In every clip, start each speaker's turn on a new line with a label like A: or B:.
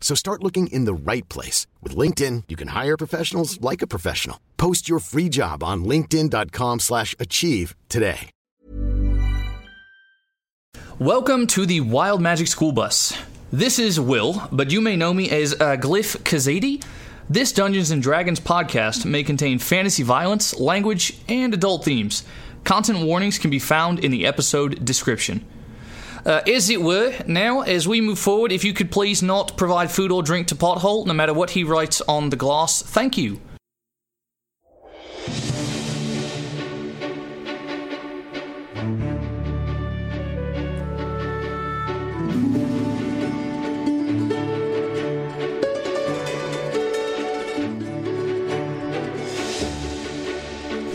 A: So start looking in the right place. With LinkedIn, you can hire professionals like a professional. Post your free job on linkedin.com/achieve slash achieve today.
B: Welcome to the Wild Magic School Bus. This is Will, but you may know me as uh, Glyph Kazadi. This Dungeons and Dragons podcast may contain fantasy violence, language, and adult themes. Content warnings can be found in the episode description. Uh, as it were, now, as we move forward, if you could please not provide food or drink to Pothole, no matter what he writes on the glass, thank you.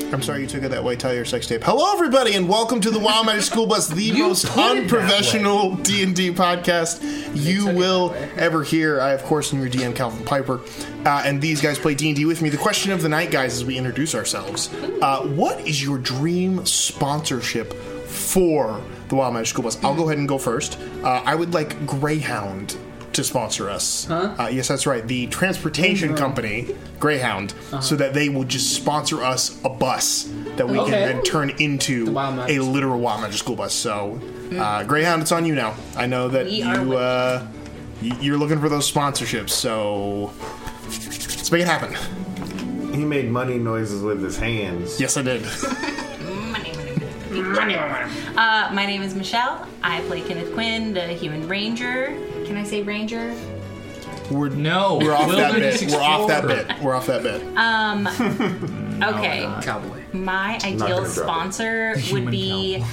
C: I'm sorry you took it that way. Tell your sex tape. Hello, everybody, and welcome to the Wild Magic School Bus, the most unprofessional D and D podcast you will ever hear. I, of course, am your DM, Calvin Piper, uh, and these guys play D and D with me. The question of the night, guys, as we introduce ourselves: uh, What is your dream sponsorship for the Wild Magic School Bus? I'll go ahead and go first. Uh, I would like Greyhound to sponsor us. Uh, yes, that's right. The transportation company, Greyhound,
D: Uh-huh.
C: so that they will just sponsor us a bus that we
D: Okay.
C: can then turn into
D: Wild Magic
C: a literal Wild Magic School Bus. So, uh, Greyhound, it's on you now. I know that
E: We are
C: you
E: with
C: uh, y- you're looking for those sponsorships, so let's make it happen.
F: He made money noises with his hands.
C: Yes, I did.
E: Uh, my name is Michelle. I play Kenneth Quinn, the human ranger. Can I say ranger?
C: We're
B: No,
C: We're off that
B: Wilderness
C: bit. We're off that
B: Explorer.
C: bit. We're off that bit.
E: Um,
B: Oh,
E: Okay.
D: Cowboy.
E: my ideal
F: gonna drop it.
E: sponsor would be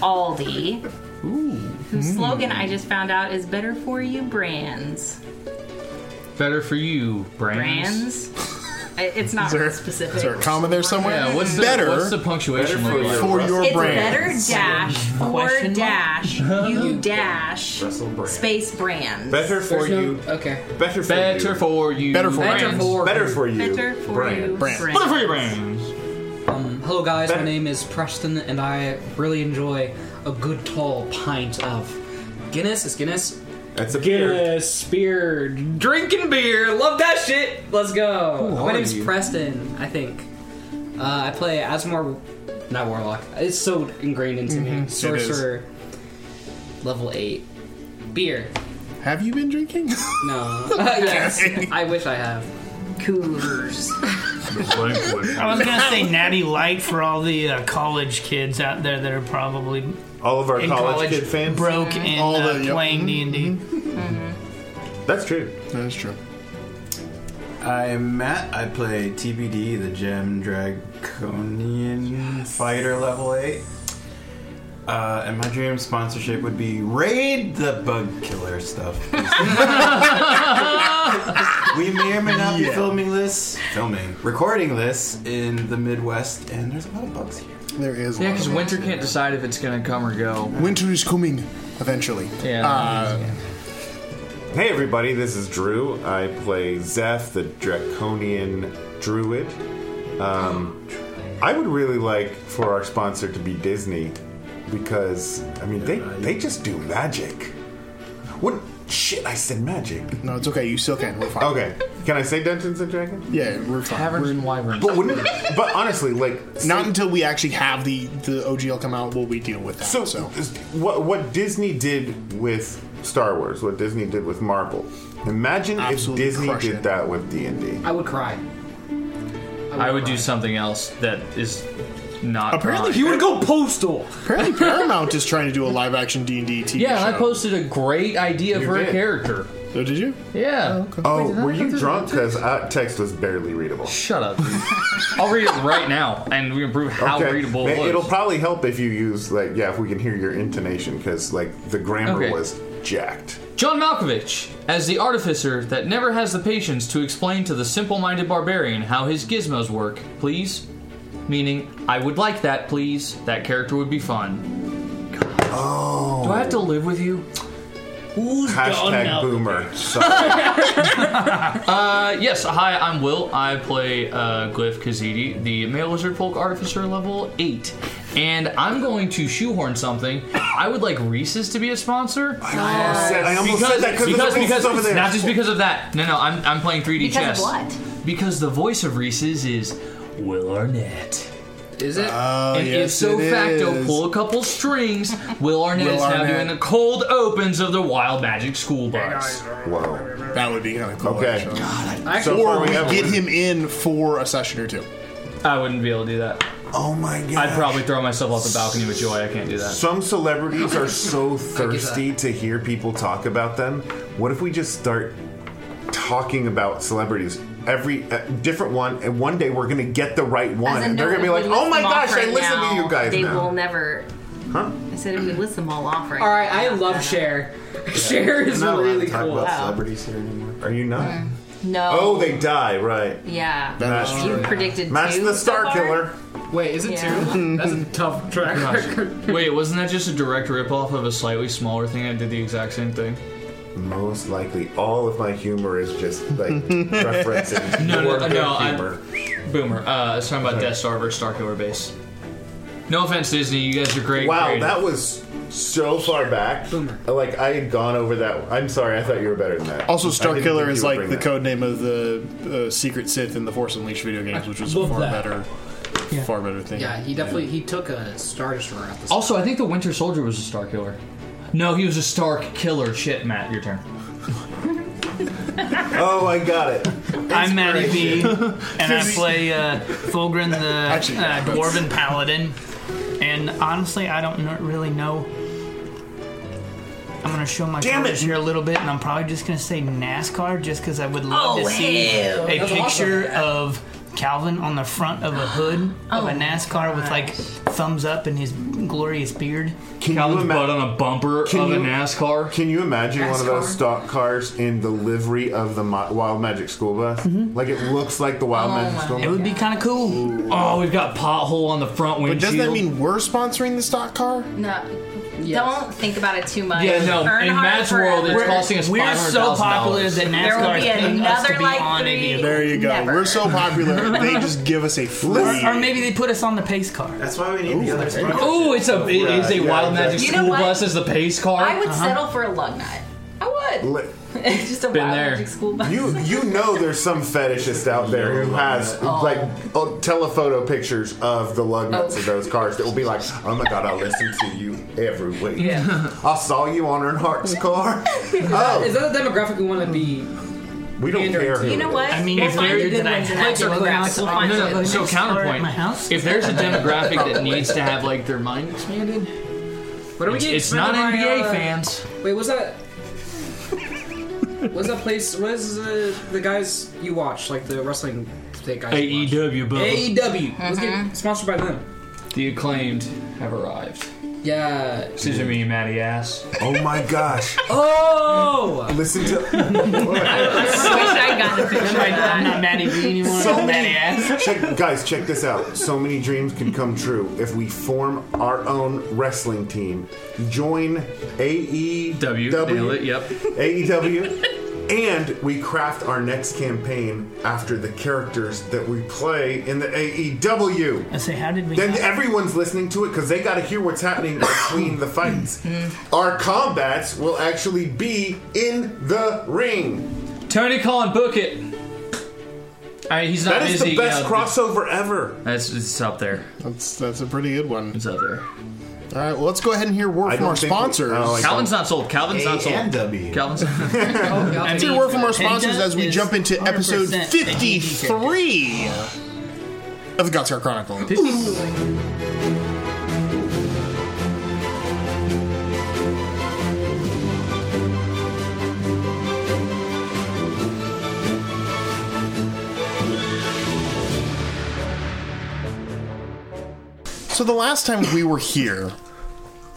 E: Aldi. Whose
C: Hmm.
E: slogan I just found out is "Better for You Brands."
B: Better for you, brands.
E: Brands. I- it's not
C: Is there-
E: specific.
C: Is there a comma there somewhere?
B: Yeah, what's the,
C: better
B: What's the punctuation
F: Better for
B: look like?
F: you.
C: for your
E: it's
C: brand?
E: better dash for dash you dash
F: Russell Brand.
E: space brands.
F: Better for
D: No,
F: you.
D: okay.
F: Better for
B: Better
F: you.
B: for you.
C: Better for
B: brands.
D: Better for-
F: Better for you.
E: Better for you
F: Brand.
C: Brand.
E: brands.
B: Better for you, brands.
D: Um, Hello, guys.
F: Better-
D: My name is Preston, and I really enjoy a good tall pint of Guinness. Is Guinness?
F: That's a beer.
D: beer, drinking beer. Love that shit. Let's go.
F: are
D: My name's
F: you?
D: Preston. I think. Uh, I play Asmar, not Warlock. It's so ingrained into me. Sorcerer, level eight. Beer.
C: Have you been drinking?
D: No. yes. I wish I have.
E: Coolers.
G: I was gonna say Natty Light for all the uh, college kids out there that are probably
F: All of our
G: in
F: college, kid fans.
G: broke in
C: All
G: uh,
C: the- yep. Mm-hmm.
G: playing D and D.
B: Mm-hmm.
F: That's true.
C: that is true.
H: I'm Matt. I play TBD, the Gem Dragonian Fighter level 8. Uh, and my dream sponsorship would be Raid the Bug Killer stuff. we may or may not be filming this, filming, recording this in the Midwest, and there's a lot of bugs here.
C: There is.
B: Yeah,
C: one.
B: because winter can't decide if it's gonna come or go.
C: Winter is coming eventually.
B: Yeah.
C: Uh,
F: Hey, everybody. This is Drew. I play Zeph, the draconian druid. Um, I would really like for our sponsor to be Disney because I mean they they just do magic. What shit? I said magic.
C: no, it's okay. You still can. We're fine.
F: Okay. Can I say Dungeons and Dragons?
C: Yeah, we're fine.
B: Taverns and wyverns.
F: But wouldn't it, but honestly, like
C: Not until we actually have the the OGL come out will we deal with that.
F: so,
C: So,
F: so what what Disney did with Star Wars, what Disney did with Marvel. Imagine
C: Absolutely
F: if Disney
C: crush
F: did
C: it.
F: that with D and D.
D: I would cry.
B: I would do something else that is not.
C: Apparently
B: gone.
C: he would
G: go postal.
C: Apparently Paramount is trying to do a live action D and D TV
B: Yeah,
C: show.
B: and I posted a great idea
C: You
B: for
C: did.
B: a character.
C: So did you?
B: Yeah.
F: Oh, were you drunk? Because text was barely readable.
B: Shut up. dude. I'll read it right now, and we can prove how
F: Okay.
B: readable
F: Ma-
B: it was.
F: It'll probably help if you use like yeah, if we can hear your intonation because like the grammar
B: Okay.
F: was jacked.
B: John Malkovich, as the artificer that never has the patience to explain to the simple minded barbarian how his gizmos work, please. Meaning, I would like that, please. That character would be fun. Oh. Do I have to live with you?
G: Who's
F: Hashtag
G: gone now?
F: boomer. Sorry.
B: Uh, yes, hi, I'm Will. I play uh, Glyph Kazidi, the male lizard folk artificer level 8. And I'm going to shoehorn something. I would like Reese's to be a sponsor.
F: I almost
B: because,
F: said that cause
B: because,
F: there's
B: because,
F: over there.
B: not just because of that. No, no, I'm, I'm playing 3D
E: Because of
B: chess.
E: what?
B: Because the voice of Reese's is Will Arnett. Is it?
F: Ah,
C: Oh,
B: and if
C: yes,
B: so
C: it
B: facto,
C: is.
B: pull a couple strings. Will Arnett
C: Will
B: is now
C: Arnett.
B: doing the cold opens of the Wild Magic School Bus.
F: Whoa.
C: That would be kind of cool.
F: Okay.
C: actually.
F: So
C: Or
F: far
C: we
F: we have
C: get
F: one.
C: him in for a session or two.
B: I wouldn't be able to do that.
F: Oh my god.
B: I'd probably throw myself off the balcony with joy. I can't do that.
F: Some celebrities are so thirsty to hear people talk about them. What if we just start talking about celebrities? Every uh, different one, and one day we're gonna get the right one,
E: As in,
F: and they're
E: no,
F: gonna be like,
E: if we
F: "Oh
E: list
F: my
E: them off
F: gosh, I
E: right
F: listen
E: now,
F: to you guys
E: They
F: now."
E: will never.
F: Huh?
E: I said if we list them all off right
D: All right, I
E: now.
D: love Cher. Cher is
F: Not allowed to
D: really
F: talk
D: cool.
F: about
B: Oh.
E: Wow.
I: Celebrities here anymore.
F: Are you not?
E: No.
F: Oh, they die, right?
E: Yeah.
F: That's
E: you predicted
F: Match
E: two
F: the
E: so
F: Star
E: far?
F: Killer.
D: Wait, is it
E: Yeah.
D: two? That's a tough track record.
B: Wait, wasn't that just a direct ripoff of a slightly smaller thing that did the exact same thing?
F: Most likely, all of my humor is just like referencing
B: No, no,
F: your
B: no,
F: good
B: no, I'm-
F: humor.
B: Boomer. Uh, I was talking about Death Star versus Starkiller Base. No offense, Disney. You guys are great.
F: Wow,
B: creative.
F: that was so far back.
D: Boomer.
F: Like I had gone over that. I'm sorry. I thought you were better than that.
C: Also,
F: I
C: Star
F: didn't think
C: Killer
F: you
C: is
F: would
C: like
F: bring
C: the
F: that.
C: code name of the uh, secret Sith in the Force Unleashed video games, which was a
D: Love
C: far
D: that.
C: better, far better thing.
D: Yeah, he definitely he took a star destroyer out the sky.
B: Also, I think the Winter Soldier was a Star Killer. No, he was a Stark Killer. Shit, Matt, your turn.
F: Oh, I got it.
G: I'm Matty B, and I play uh, Fulgrin the
C: Actually, yeah,
G: uh, Dwarven Paladin. And honestly, I don't kn- really know. I'm gonna show my
F: Damn it.
G: colors here a little bit, and I'm probably just gonna say NASCAR just because I would love
E: Oh,
G: to see
E: ew.
G: a
E: That's
G: picture of Calvin on the front of a hood of a
E: Oh,
G: NASCAR with like thumbs up and his glorious beard.
F: Can
B: Calvin's
F: you ima-
B: butt on a bumper of
F: Can
B: a
F: you-
B: NASCAR.
F: Can you imagine one of those
E: NASCAR.
F: stock cars in the livery of the Mo- Wild Magic School Bus? Like it looks like the Wild Magic
E: Mm-hmm. Oh my
F: School
G: It
F: Bus.
G: would be kind of cool.
B: Oh, we've got pothole on the front
C: But
B: windshield.
C: doesn't that mean we're sponsoring the stock car?
E: No. Don't think about it too much.
B: Yeah, no.
E: Earnhardt
B: In Matt's world, it's
E: forever.
B: costing us
G: We're so popular
B: $500,000.
G: that
E: There will
G: NASCAR is
E: be
G: paying us to
E: another
G: be
E: like
G: on
E: three.
G: it.
C: There you go.
E: Never.
C: We're so popular, they just give us a free.
G: Or, or maybe they put us on the pace car.
I: That's why we need the other sponsors.
B: Oh, it's a it is a
F: yeah,
B: Wild Magic
E: You know
B: School
E: what?
B: Bus as the pace car. Uh-huh.
E: I would settle for a lug nut. I would.
F: Li-
E: It's just a
B: Been
E: wild
B: there.
E: magic school bus.
F: You you know there's some fetishist out there who has like oh, telephoto pictures of the lug nuts of those cars that will be like, oh my god, I listen to you every week. I saw you on Earnhardt's car.
D: Is
F: Oh,
D: that the demographic we want to be?
F: we don't care. who
E: You know
F: it
E: what?
G: I mean,
E: we'll
G: if
E: find
G: they're-
E: the good
G: that I
E: ones in
G: have
E: that
G: to look
E: demographic.
G: at,
E: We'll
G: I'll
E: find
B: No,
E: the
B: no,
E: good
B: no.
E: ones.
B: So
G: Next door at
B: counterpoint.
G: my house?
B: If there's a demographic that needs to have like their mind expanded,
D: What are we
B: it's,
D: getting?
B: it's not
D: Spending
B: NBA
D: my, uh,
B: fans.
D: Wait, what's that? what's that place? What's uh, the guys you watch? Like the wrestling that guys.
J: E
D: you watch?
B: AEW,
K: E
B: but
D: AEW. Let's
K: Uh-huh.
D: get sponsored by them.
B: the acclaimed have arrived.
D: Yeah.
B: Scissor me, Matty ass.
F: is. Oh my gosh.
D: Oh.
F: Listen to
E: I wish I got the picture of
G: I'm
E: that.
G: not Matty B anymore.
F: So
G: I'm
F: many-
G: Matty ass.
F: check, guys. Check this out. So many dreams can come true if we form our own wrestling team. Join E AEW.
B: W. Nail it. Yep.
F: AEW. E And we craft our next campaign after the characters that we play in the
G: I
F: AEW.
G: say, how did we?
F: Then
G: not-
F: everyone's listening to it because they got to hear what's happening between the fights.
B: Mm-hmm.
F: Our combats will actually be in the ring.
B: Tony Khan, book it. All right, he's not
F: That is
B: busy.
F: the best
B: you know,
F: crossover ever.
B: That's it's up there.
C: That's that's a pretty good one.
B: It's up there.
C: All right, well, let's go ahead and hear word
F: I
C: from
F: don't
C: our
F: think we-
C: sponsors.
F: oh, I-
B: Calvin's not sold. Calvin's not
F: E
B: sold.
I: and W.
B: Calvin's.
C: Let's hear word from our sponsors
G: Penta
C: as we
G: is
C: jump into episode
G: 100% the DD character.
C: fifty-three of the God's Chronicle. So the last time we were here,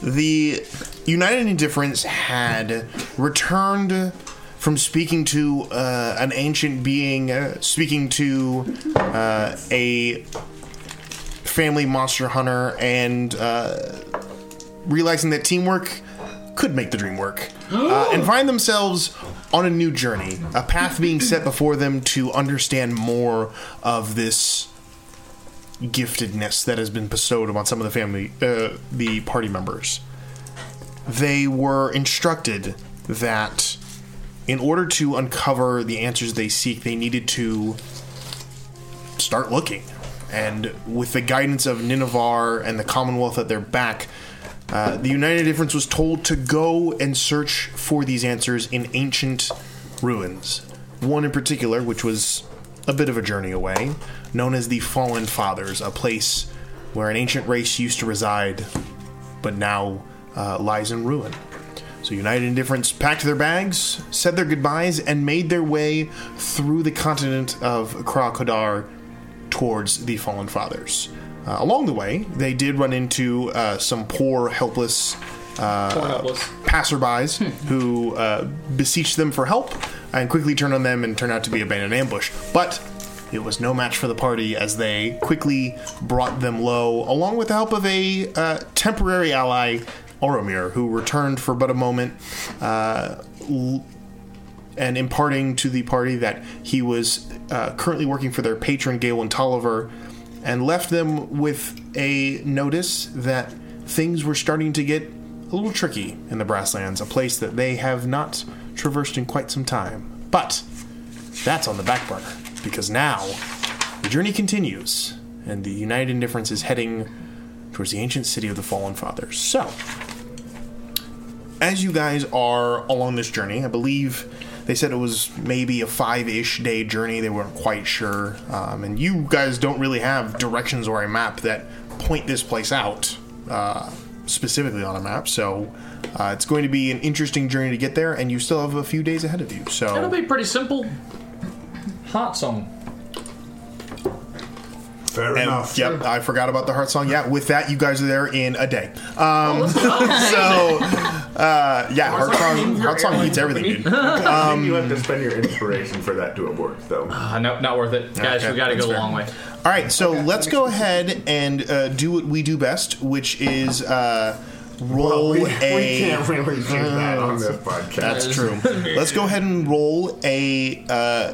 C: the United Indifference had returned from speaking to uh, an ancient being, uh, speaking to uh, a family monster hunter, and uh, realizing that teamwork could make the dream work, uh, and find themselves on a new journey, a path being set before them to understand more of this giftedness that has been bestowed upon some of the family, uh, the party members. They were instructed that in order to uncover the answers they seek, they needed to start looking. And with the guidance of Ninevar and the Commonwealth at their back, uh, the United Difference was told to go and search for these answers in ancient ruins. One in particular, which was a bit of a journey away, known as the Fallen Fathers, a place where an ancient race used to reside, but now uh, lies in ruin. So United Indifference packed their bags, said their goodbyes, and made their way through the continent of Krakodar towards the Fallen Fathers. Uh, along the way, they did run into uh, some poor, helpless
G: Poor
C: uh,
G: helpless. Hmm.
C: passerbys who uh, beseeched them for help and quickly turned on them and turned out to be a abandoned ambush. But it was no match for the party as they quickly brought them low, along with the help of a uh, temporary ally, Oromir, who returned for but a moment uh, l- and imparting to the party that he was uh, currently working for their patron, Galen Tolliver, and left them with a notice that things were starting to get a little tricky in the Brasslands, a place that they have not traversed in quite some time. But that's on the back burner, because now the journey continues, and the United Indifference is heading towards the ancient city of the Fallen Fathers. So, as you guys are along this journey, I believe they said it was maybe a five ish day journey. They weren't quite sure. Um, and you guys don't really have directions or a map that point this place out uh, specifically on a map. So uh, it's going to be an interesting journey to get there, and you still have a few days ahead of you. So
J: It'll be pretty simple. Heart song.
F: Fair
C: And-
F: enough.
C: Yep, I forgot about the heart song. Yeah, with that, you guys are there in a day. Um,
J: let's go.
C: so, uh, yeah, heart song, heart song beats everything, dude. Um,
F: I think you have to spend your inspiration for that to abort, though.
J: Uh, no, not worth it. Guys,
C: Okay,
J: we gotta
C: that's
J: go a
C: fair.
J: long way.
C: All right, so let's go ahead and uh, do what we do best, which is uh, roll
F: we, we
C: a.
F: can't really do that on this podcast.
C: That's true. Let's go ahead and roll a. Uh,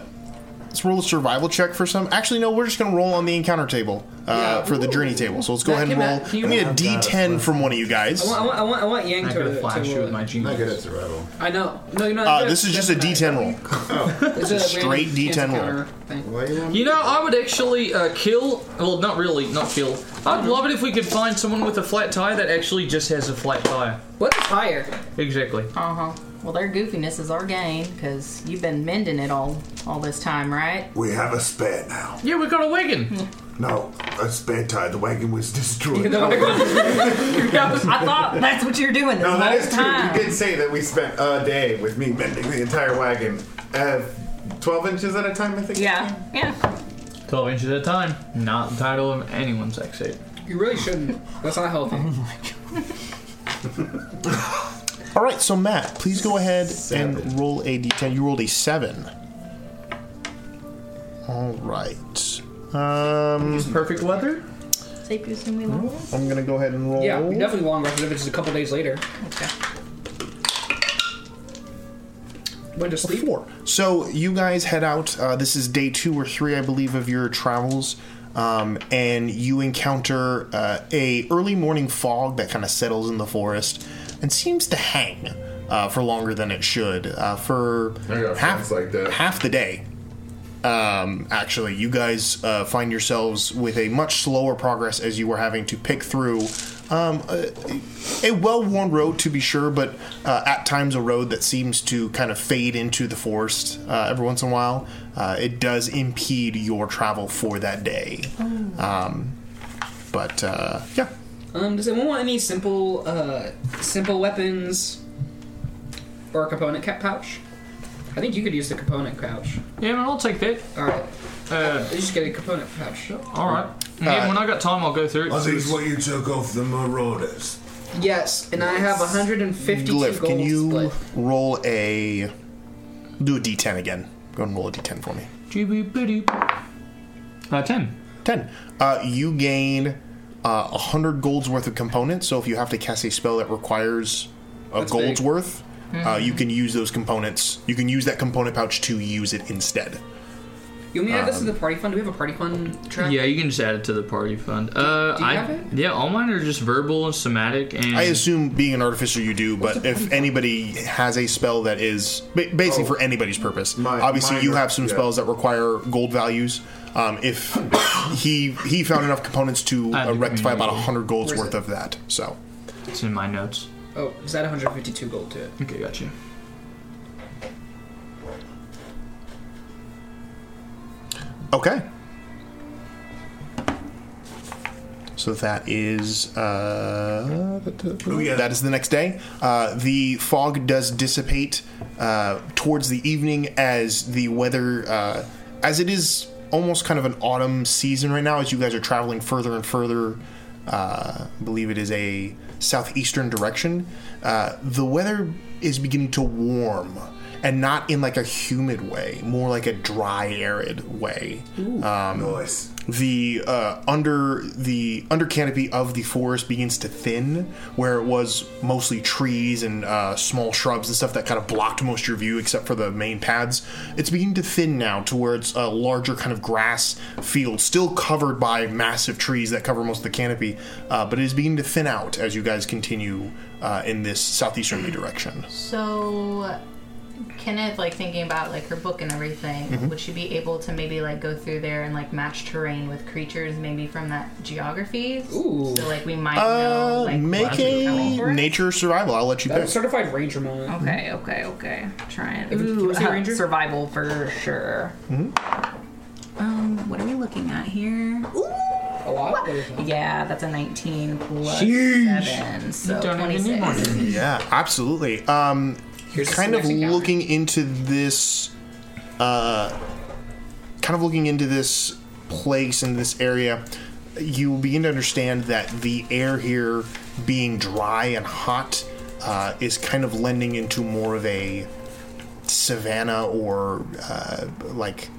C: let's roll a survival check for some. Actually, no, we're just going to roll on the encounter table uh,
K: Yeah,
C: for the
K: ooh.
C: journey table. So let's go
K: That
C: ahead and
K: came
C: roll.
K: out-
C: I need a D10 from one of you guys.
K: uh, I want, I want, I want Yang
J: I
K: to.
J: got a
K: to,
J: flash you with my
F: Not good
J: genius.
F: at survival.
K: I know. No, you're not.
C: Uh, this is just a D10 roll.
K: It's
C: a straight
K: random
C: D10 roll.
K: encounter thing.
F: Why do you want
J: You know, I would actually uh, kill. Well, not really, not kill. I'd love it if we could find someone with a flat tire that actually just has a flat tire.
K: What's higher?
J: Exactly.
E: Uh huh. Well, their goofiness is our gain because you've been mending it all all this time, right? Hmm.
F: We have a spare now.
J: Yeah, we got a wagon.
F: No, a spare tire. The wagon was destroyed.
E: I thought that's what you're doing this
F: No, that
E: whole
F: is true.
E: time.
F: You did say that we spent a day with me mending the entire wagon, uh, twelve inches at a time. I think.
E: Yeah, yeah.
J: 12 inches at a time. Not the title of anyone's sex tape.
K: You really shouldn't. That's not healthy.
C: All right, so Matt, please go ahead and roll a d10. You rolled a seven. All right. Um,
J: Perfect weather.
E: Safe to assume we
F: Hmm.
E: lost.
C: I'm gonna go ahead and roll.
K: yeah, we definitely long rest it if it's just a couple days later.
E: Okay.
K: Went to sleep.
C: Four. So you guys head out. Uh, this is day two or three, I believe, of your travels, um, and you encounter uh, a early morning fog that kind of settles in the forest and seems to hang uh, for longer than it should uh, for
F: I got
C: half
F: friends like that.
C: half the day. Um, actually, you guys uh, find yourselves with a much slower progress as you were having to pick through Um, a, a well-worn road, to be sure, but uh, at times a road that seems to kind of fade into the forest uh, every once in a while. Uh, it does impede your travel for that day. Um, but uh, yeah,
K: Um, does anyone want any simple, uh, simple weapons or a component cap pouch? I think you could use the component pouch.
J: Yeah, man, I'll take that.
K: All right,
J: Uh,
K: let's just get a component pouch.
J: all right.
K: Uh,
J: Yeah, when I got time, I'll go through it.
L: Are these what you took off the marauders?
K: Yes, and I have 152
C: Glyph,
K: gold
C: can you
K: split.
C: roll a do a D10 again? Go ahead and roll a D10 for me.
J: Uh, 10.
C: 10. Uh, you gain uh, 100 gold's worth of components, so if you have to cast a spell that requires a
K: That's
C: gold's
K: big.
C: worth, uh,
J: Hmm.
C: you can use those components. You can use that component pouch to use it instead.
K: You want me to add this to the party fund? Do we have a party fund track?
J: Um, Yeah, you can just add it to the party fund. Uh,
K: Do you
J: I,
K: have it?
J: Yeah, all mine are just verbal and somatic. And
C: I assume being an artificer, you do, but if anybody has a spell that is ba- basically for anybody's purpose,
F: Oh. My-
C: obviously
F: mine
C: you
F: are-
C: have some
F: yeah.
C: spells that require gold values. Um, if he he found enough components to
J: Add
C: uh,
J: the
C: rectify about
J: community.
C: 100 gold's
K: Where's
C: worth
K: it?
C: of that, so.
J: It's in my notes.
K: Oh, is that 152 gold to it?
J: Okay, gotcha.
C: Okay. So that is uh, that is the next day. Uh, the fog does dissipate uh, towards the evening as the weather, uh, as it is almost kind of an autumn season right now. As you guys are traveling further and further, uh, I believe it is a southeastern direction. Uh, the weather is beginning to warm and not in like a humid way, more like a dry, arid way. Um,
L: Nice.
C: the uh, under the under canopy of the forest begins to thin, where it was mostly trees and uh, small shrubs and stuff that kind of blocked most of your view, except for the main paths. It's beginning to thin now to where it's a larger kind of grass field, still covered by massive trees that cover most of the canopy, uh, but it is beginning to thin out as you guys continue uh, in this
E: Hmm.
C: southeasterly direction.
E: So, Kenneth, like thinking about like her book and everything,
C: Mm-hmm.
E: would she be able to maybe like go through there and like match terrain with creatures maybe from that geography?
K: Ooh.
E: So like we might know.
C: Uh,
E: Like,
C: make
E: what's coming for
C: a
E: us?
C: nature survival. I'll let you
K: That
C: pick.
K: was certified ranger moment.
E: Okay, okay, okay. Trying.
K: If- can we say ranger?
E: survival for sure.
J: Hmm?
E: Um, what are we looking at here? Ooh.
K: A lot? What is that?
E: Yeah, that's a 19 plus
C: Sheesh.
E: 7, so
J: Don't even need
E: 26.
J: one.
C: Yeah, absolutely. Um,
K: Here's the
C: kind of
K: next encounter.
C: looking into this, uh, kind of looking into this place and this area, you will begin to understand that the air here, being dry and hot, uh, is kind of lending into more of a savanna or uh, like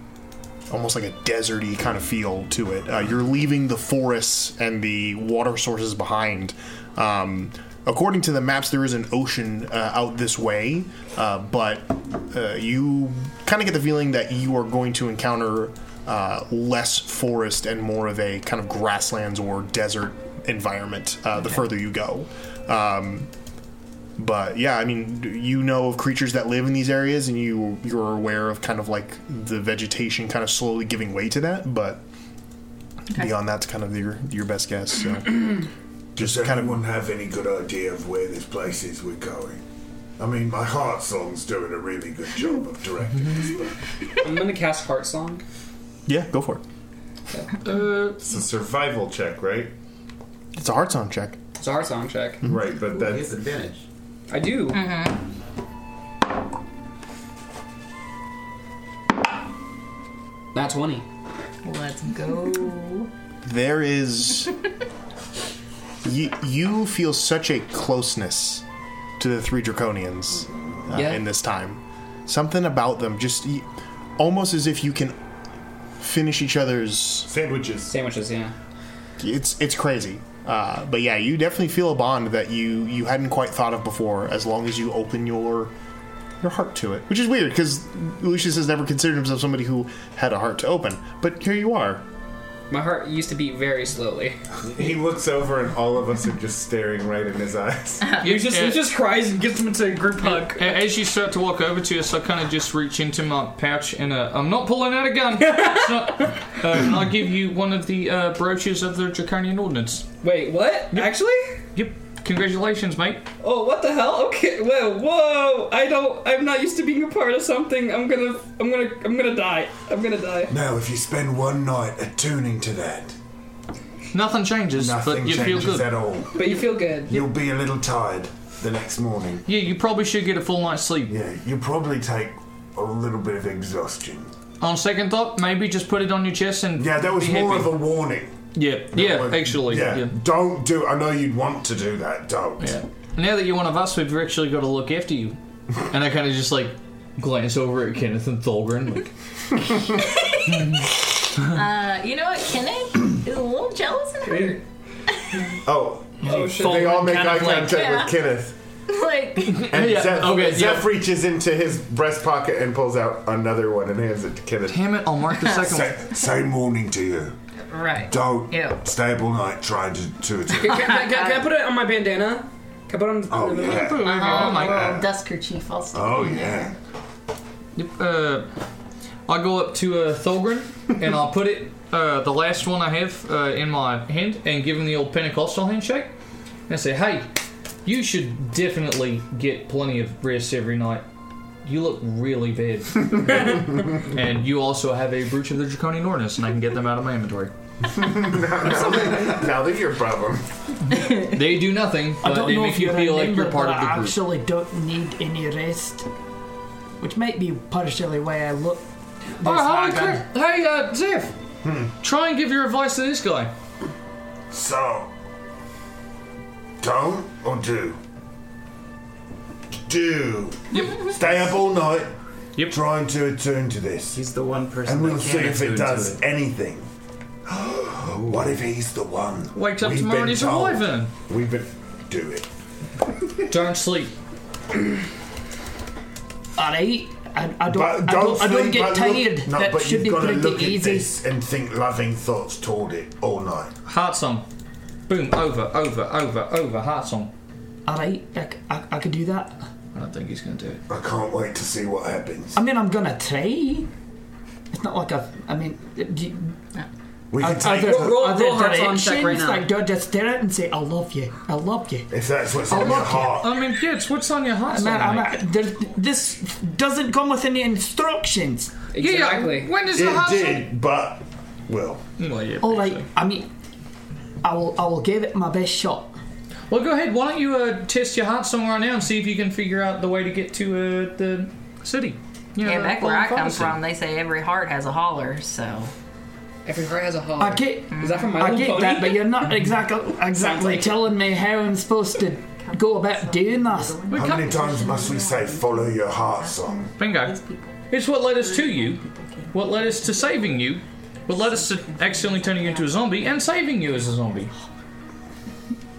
C: almost like a deserty kind of feel to it. Uh, you're leaving the forests and the water sources behind. Um, according to the maps, there is an ocean uh, out this way, uh, but uh, you kind of get the feeling that you are going to encounter uh, less forest and more of a kind of grasslands or desert environment uh, the further you go. Um, but yeah, I mean, you know of creatures that live in these areas, and you you're aware of kind of like the vegetation kind of slowly giving way to that. But beyond that's kind of your your best guess. So.
L: Does
C: kind of-
L: anyone have any good idea of where this place is we're going? I mean, my heart song's doing a really good job of directing us, but
K: I'm gonna cast Heart Song.
C: yeah, go for it.
K: Uh,
F: It's a survival check, right?
C: It's a hard sound check.
K: It's a Heart Song check.
F: Right, but that's
H: It's advantage.
K: I do. Not 20.
E: Let's go.
C: There is you you feel such a closeness to the three draconians uh,
K: Yeah.
C: in this time. Something about them just y- almost as if you can finish each other's
F: sandwiches.
K: Sandwiches, yeah.
C: it's it's crazy. Uh, but yeah, you definitely feel a bond that you you hadn't quite thought of before. As long as you open your your heart to it, which is weird because Lucius has never considered himself somebody who had a heart to open. But here you are.
K: My heart used to beat very slowly.
F: He looks over, and all of us are just staring right in his eyes.
J: You
K: cries and gets him into a group hug.
J: As you start to walk over to us, I kind of just reach into my pouch and uh, I'm not pulling out a gun. It's not- uh, can I give you one of the uh, brooches of the draconian ordinance?
K: Wait, what? Actually?
B: Yep. Congratulations, mate.
D: Oh, what the hell? Okay, well, whoa! I don't. I'm not used to being a part of something. I'm gonna. I'm gonna. I'm gonna die. I'm gonna die.
L: Now, if you spend one night attuning to that,
B: nothing changes.
L: Nothing
B: but you
L: changes
B: feel good.
L: at all.
D: But you feel good.
L: You'll be a little tired the next morning.
B: Yeah, you probably should get a full night's sleep.
L: Yeah, you probably take a little bit of exhaustion.
B: On second thought, maybe just put it on your chest and
L: Yeah, that was
B: be
L: more
B: happy.
L: of a warning.
B: Yeah, yeah, actually,
L: yeah.
B: yeah.
L: Don't do. I know you'd want to do that. Don't. Yeah.
B: Now that you're one of us, we've actually got to look after you. And I kind of just like glance over at Kenneth and Thulgrin, like,
E: Uh, you know what? Kinnick is a little jealous and hurt.
F: Oh.
E: Oh, shit.
F: They all make
E: Kind
F: eye
E: of like-
F: contact
E: Yeah.
F: with Kenneth.
E: like,
F: And
B: Yeah,
F: Zeph,
B: okay, yeah.
F: Zeph reaches into his breast pocket and pulls out another one and hands it to Kenneth.
B: Damn it, I'll mark
E: the second
F: one.
L: Same warning to you.
E: right.
L: Don't
E: Ew.
L: stay up all night trying to to attune.
D: Can, can- can- can I put it on my bandana? Can I put it on?
L: Oh, yeah.
E: Uh-huh.
B: Oh my
E: Little
B: God.
E: Dusk kerchief. I'll stick
L: Oh,
E: in there.
L: yeah.
B: Yep, uh, I go up to uh, Thulgrin and I'll put it, uh, the last one I have uh, in my hand and give him the old Pentecostal handshake and I say, hey, you should definitely get plenty of rest every night. You look really bad. and you also have a breach of the draconian ordinance and I can get them out of my inventory.
F: now they're your problem.
B: They do nothing,
G: I
B: but
G: don't
B: they
G: know
B: make
G: if
B: you
G: you're
B: feel
G: a
B: like
G: member,
B: you're part
G: but
B: of the
G: I
B: group.
G: actually don't need any rest, which might be partially why I look. This
B: Oh, holy
G: haggard.
B: crap. Hey, uh, Ziff, try and give your advice to this guy.
L: So, don't or do? Do.
B: Yep.
L: Stay up all night
B: yep.
L: trying to attune to this.
M: He's the one person.
L: and we'll
M: that
L: see
M: can
L: if it
M: attune
L: does
M: To it.
L: anything. what if he's the one?
B: Wakes up
L: We've
B: tomorrow
L: been
B: and he's
L: told.
B: alive then.
L: We've been. Do it.
B: Don't sleep.
G: All right, I, I don't.
L: But
G: I don't, I don't
L: sleep,
G: get
L: but
G: tired.
L: Look, no,
G: that
L: but
G: should
L: you've
G: be
L: got to
G: pretty
L: look
G: easy.
L: at this and think loving thoughts toward it all night.
B: Heart song. Boom, over, over, over, over, heart song.
G: All right, I, c- I- I could do that.
B: I don't think he's going to do it.
L: I can't wait to see what happens.
G: I mean, I'm gonna try. It's not like I've. I mean, do you,
L: We
G: are,
L: can
G: are
L: take
G: there,
L: the-
D: roll-
G: are there
D: roll hearts on
G: directions?
D: check right now.
G: Like, do I just stare at it and say, "I love you, I love you"?
L: if that's what's in your
G: look,
L: heart.
B: I mean, yeah, it's what's on your heart
G: I'm
B: song.
G: not, I'm
B: mate.
G: not, there, this doesn't come with any instructions.
B: Yeah, yeah,
D: Exactly.
B: When does the
L: It
B: heart song?
L: did, but well,
B: Mm, Well, yeah,
G: All right, I mean, I will. I will give it my best shot.
B: Well, go ahead. Why don't you uh, test your heart song right now and see if you can figure out the way to get to uh, the city? You know,
E: Yeah,
B: the
E: back where I come
B: Bonfire
E: from, they say every heart has a holler, so.
D: Every heart has a hole.
G: I get.
D: Is that from my
G: I
D: Little
G: get
D: pony?
G: that, but you're not exactly exactly
D: like it.
G: telling me how I'm supposed to go about doing this.
B: City. We
L: how many
B: come-
L: times must we say "Follow your heart" song?
B: Bingo. It's what led us to you, what led us to saving you, what led us to accidentally turning you into a zombie and saving you as a zombie.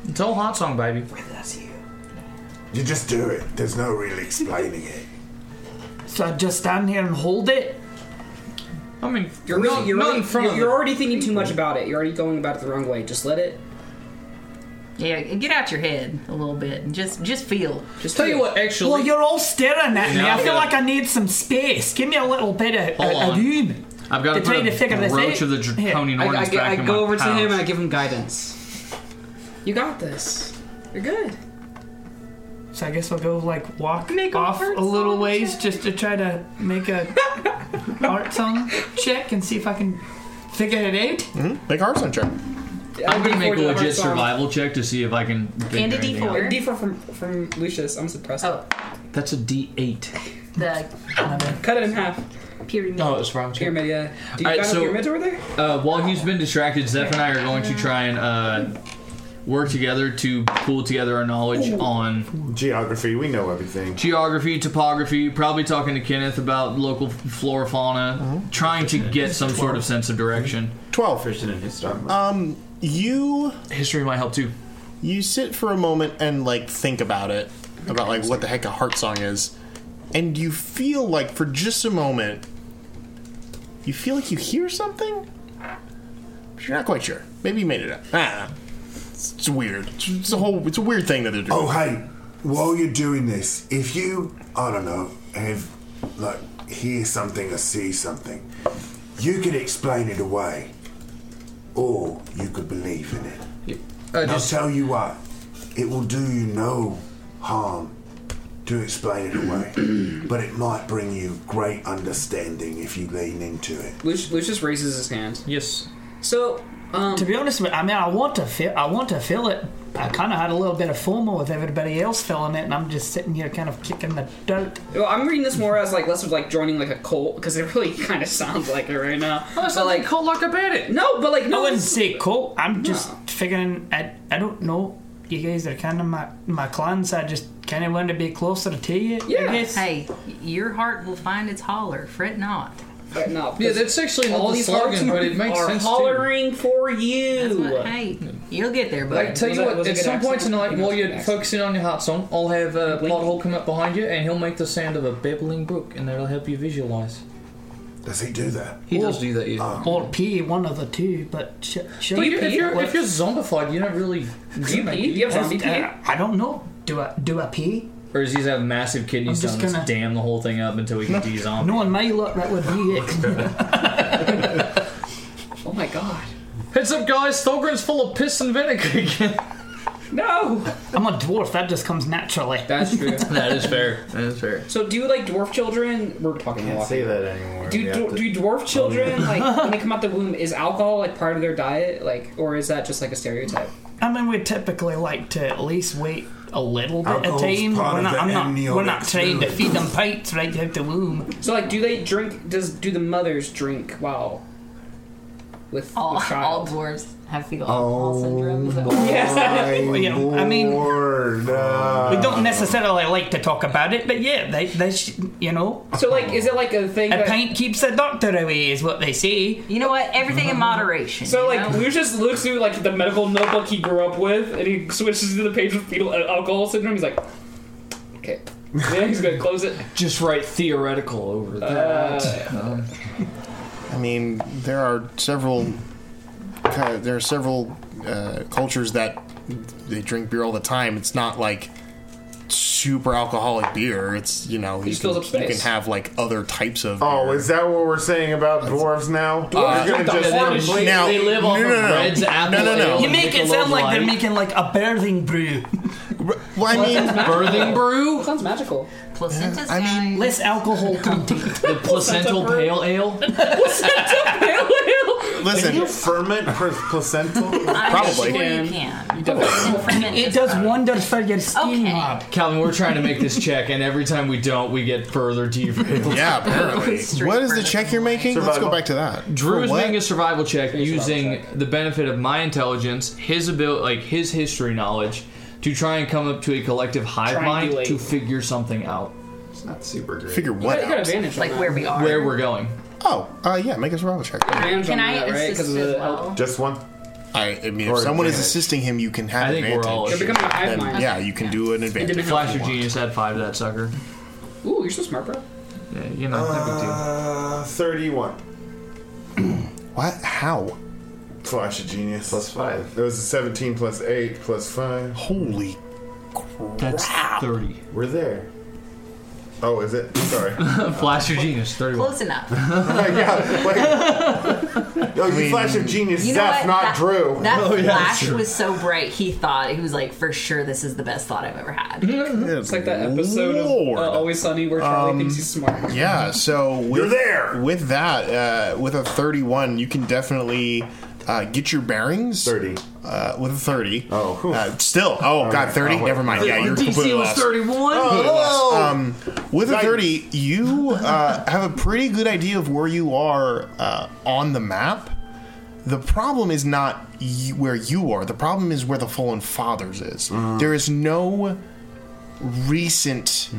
B: It's all heart song, baby.
L: You just do it. There's no real explaining it.
G: So I just stand here and hold it.
B: I mean,
D: You're
B: not,
D: really, you're
B: not
D: really,
B: in front
D: you're,
B: of
D: you're
B: them.
D: already thinking too much about it. You're already going about it the wrong way. Just let it.
E: Yeah, get out your head a little bit and just just feel.
D: Just
B: Tell you
D: do it.
B: what, actually,
G: Well, you're all staring at me.
B: Yeah,
G: I feel
B: yeah.
G: like I need some space. Give me a little bit of
B: Hold
G: a, a
B: on.
G: room.
B: I've got
G: to try to figure this
B: roach
G: out.
B: of the
G: Here.
B: draconian
D: I, I,
B: ordinance
D: get-
B: back
D: I
B: in
D: go
B: my
D: over to him and
B: pouch.
D: I give him guidance. You got this. You're good.
G: So I guess I'll go like walk
E: Make a
G: off a
E: heart
G: little
E: song
G: ways
E: check.
G: just to try to make a art song check and see if I can figure it out.
C: Make heart on check.
B: I'm gonna
D: D4
B: make a
D: to the
B: legit
D: heart song.
B: survival check to see if I can. figure
E: And a
B: anything
E: D4.
B: out.
D: D4 from from Lucius. I'm suppressed.
E: Oh,
B: That's a D8.
E: the
D: Cut it in half.
E: pyramid.
B: No, it's wrong. check.
D: Pyramid. Yeah. Do you
B: Alright,
D: got
B: so-
D: a pyramid over there?
B: Uh, while he's been distracted, Zeph and I are going to try and uh, work together to pull together our knowledge on
F: Geography, we know everything.
B: geography, topography, probably talking to Kenneth about local f- flora, fauna, trying to get some sort of sense of direction.
C: Twelve.
M: Christian and his dog.
C: Um, You
B: History might help too.
C: you sit for a moment and like think about it, about like what the heck a heart song is, and you feel like for just a moment, you feel like you hear something, but you're not quite sure. Maybe you made it up. Ah, it's, it's weird. It's, it's a whole. It's a weird thing that they're doing.
L: Oh, hey, while you're doing this, if you, I don't know, have, like, hear something or see something, you could explain it away, or you could believe in it.
B: Uh,
L: And I'll
B: just
L: tell you what, It will do you no harm to explain it away, but it might bring you great understanding if you lean into it.
D: Lucius, Lucius raises his hand.
J: Yes.
D: So, um,
G: to be honest, with I mean, I want to feel, I want to feel it. I kind of had a little bit of FOMO with everybody else feeling it, and I'm just sitting here kind of kicking the dirt.
D: Well, I'm reading this more as like less of like joining like a cult because it really kind of sounds like it right now.
G: Oh,
D: but like
J: cult like a bandit.
D: No, but like no.
G: I wouldn't say cool. I'm just figuring. I I don't know. You guys are kind of my my clan, so I just kind of want to be closer to you. I guess.
E: Hey, y- your heart will find its holler. Fret not.
D: Fret not.
J: Yeah, that's actually not the slogan, but it makes sense too.
D: for you.
E: hey, you'll get there, buddy.
J: Like, tell you what, at some point tonight, while you're focusing on your heart song, I'll have uh, Pothole come up behind you, and he'll make the sound of a babbling brook, and that'll help you visualize.
L: Does he do that?
J: He does do that, yeah.
G: Or pee, one of the two, but sh- sure.
J: But you- if you're if you're zombified, you don't really. Do you
G: pee? Do you have zombie pee? uh, I don't know. Do I do I pee?
J: Or does he just have massive kidney
G: I'm just
J: stones? Just
G: gonna-
J: Dam the whole thing up until we can de zombie.
G: Knowing my luck, that would be it.
D: Oh my god.
J: Heads up, guys! Thorgrim's full of piss and vinegar again.
D: No,
G: I'm a dwarf. That just comes naturally.
D: That's true.
J: that is fair. That is fair.
D: So do you like dwarf children? We're talking a
H: Can't
D: lot.
H: say that anymore.
D: Do,
H: We have
D: do,
H: to-
D: do dwarf children
H: yeah.
D: like when they come out the womb? Is alcohol like part of their diet, like, or is that just like a stereotype?
G: I mean, we typically like to at least wait a little bit of
D: Alcohol's
G: time.
D: part
G: We're
D: of
G: not,
D: the
G: I'm not, we're not
D: amniotic
G: trying to
D: fluid.
G: feed them pipes right out the womb.
D: So like, do they drink? Does do the mothers drink while with the
E: All,
D: child?
E: all dwarves have fecal alcohol syndrome. is that-
C: Oh
G: Well, you know, I mean,
C: uh.
G: we don't necessarily like to talk about it, but yeah, they, they sh- you know.
D: So, like, is it like a thing?
G: A
D: that-
G: pint keeps the doctor away, is what they say.
E: You know what? Everything in moderation.
D: So like Lucius looks through like the medical notebook he grew up with, and he switches to the page with fetal uh, alcohol syndrome. He's like, okay, yeah, he's gonna close it.
J: Just write theoretical
D: Uh,
J: over that. Um,
C: I mean, there are several. ki- There are several uh, cultures that they drink beer all the time. It's not like super alcoholic beer. It's you know you
D: just
C: can,
D: fills up
C: you
D: space.
C: can have like other types of.
F: Oh, is that what we're saying about dwarves
B: Uh,
F: now?
C: Dwarves
F: You're
C: are the hardest shit.
F: now-
C: They live off
F: no, no,
C: of
F: no.
C: breads, apple, No, no, no. ale,
G: You make it sound like they're
C: Michelob Light.
G: making like a birthing brew.
C: Well, I mean,
J: brew
D: sounds magical.
E: Placenta's
G: I mean, less alcohol content.
J: the placental pale ale.
D: placenta pale ale.
C: Listen,
F: can you ferment pr- placental?
E: Probably. sure you can.
G: it does wonders for your
E: Oh,
G: steam lab.
J: Uh, Calvin, we're trying to make this check, and every time we don't, we get further derailed.
C: Yeah, apparently. what is the check you're making? Let's go
J: Survival.
C: back to that.
J: Drew
C: For
J: is
C: what?
J: making a survival check using the benefit of my intelligence, his ability, like his history knowledge, to try and come up to a collective hive mind
D: Triangulate.
J: to figure something out. It's not super great.
C: Figure what
D: You got
C: out?
D: advantage.
E: Like where we are.
J: Where we're going.
C: Oh, uh, yeah, make a survival check.
D: Advantage
E: Can
D: on
E: I
D: that, right?
E: assist
D: 'Cause of
E: as
D: the-
E: well?
F: Just one.
C: I, I mean,
F: Or
C: if someone is
F: advantage.
C: assisting him, you can have
J: I think we're
C: advantage.
J: all
D: You're becoming a hive
C: Then,
D: mind.
C: Yeah, you can do an advantage.
J: Flash of Genius had five to that sucker.
D: Ooh, you're so smart, bro.
J: Yeah, you know,
F: Uh, 31.
C: What? How?
F: Flash of genius.
H: Plus five.
F: It was a 17 plus 8 plus 5.
C: Holy
J: That's 30.
F: We're there. Oh, is it? Sorry.
J: Flash of Genius, 31.
E: Close enough.
F: yeah, like, oh, you flash of genius,
E: You know
F: Zeph,
E: what?
F: not
E: that,
F: Drew.
E: That flash was so bright. He thought he was like, for sure, this is the best thought I've ever had.
D: It's like that episode of uh, Always Sunny where Charlie
C: Um,
D: thinks he's smart.
C: Yeah, so with,
F: You're there!
C: With that, uh, with a 31, you can definitely uh, get your bearings.
F: 30.
C: Uh, with a 30.
F: Oh, whew.
C: Uh, still. Oh, God, 30?
F: Oh, wait. Oh.
C: Never mind. Yeah, you're completely lost.
J: 31.
C: Um, with a 30, you uh, have a pretty good idea of where you are uh, on the map. The problem is not y- where you are, the problem is where the Fallen Fathers is.
F: Mm.
C: There is no recent.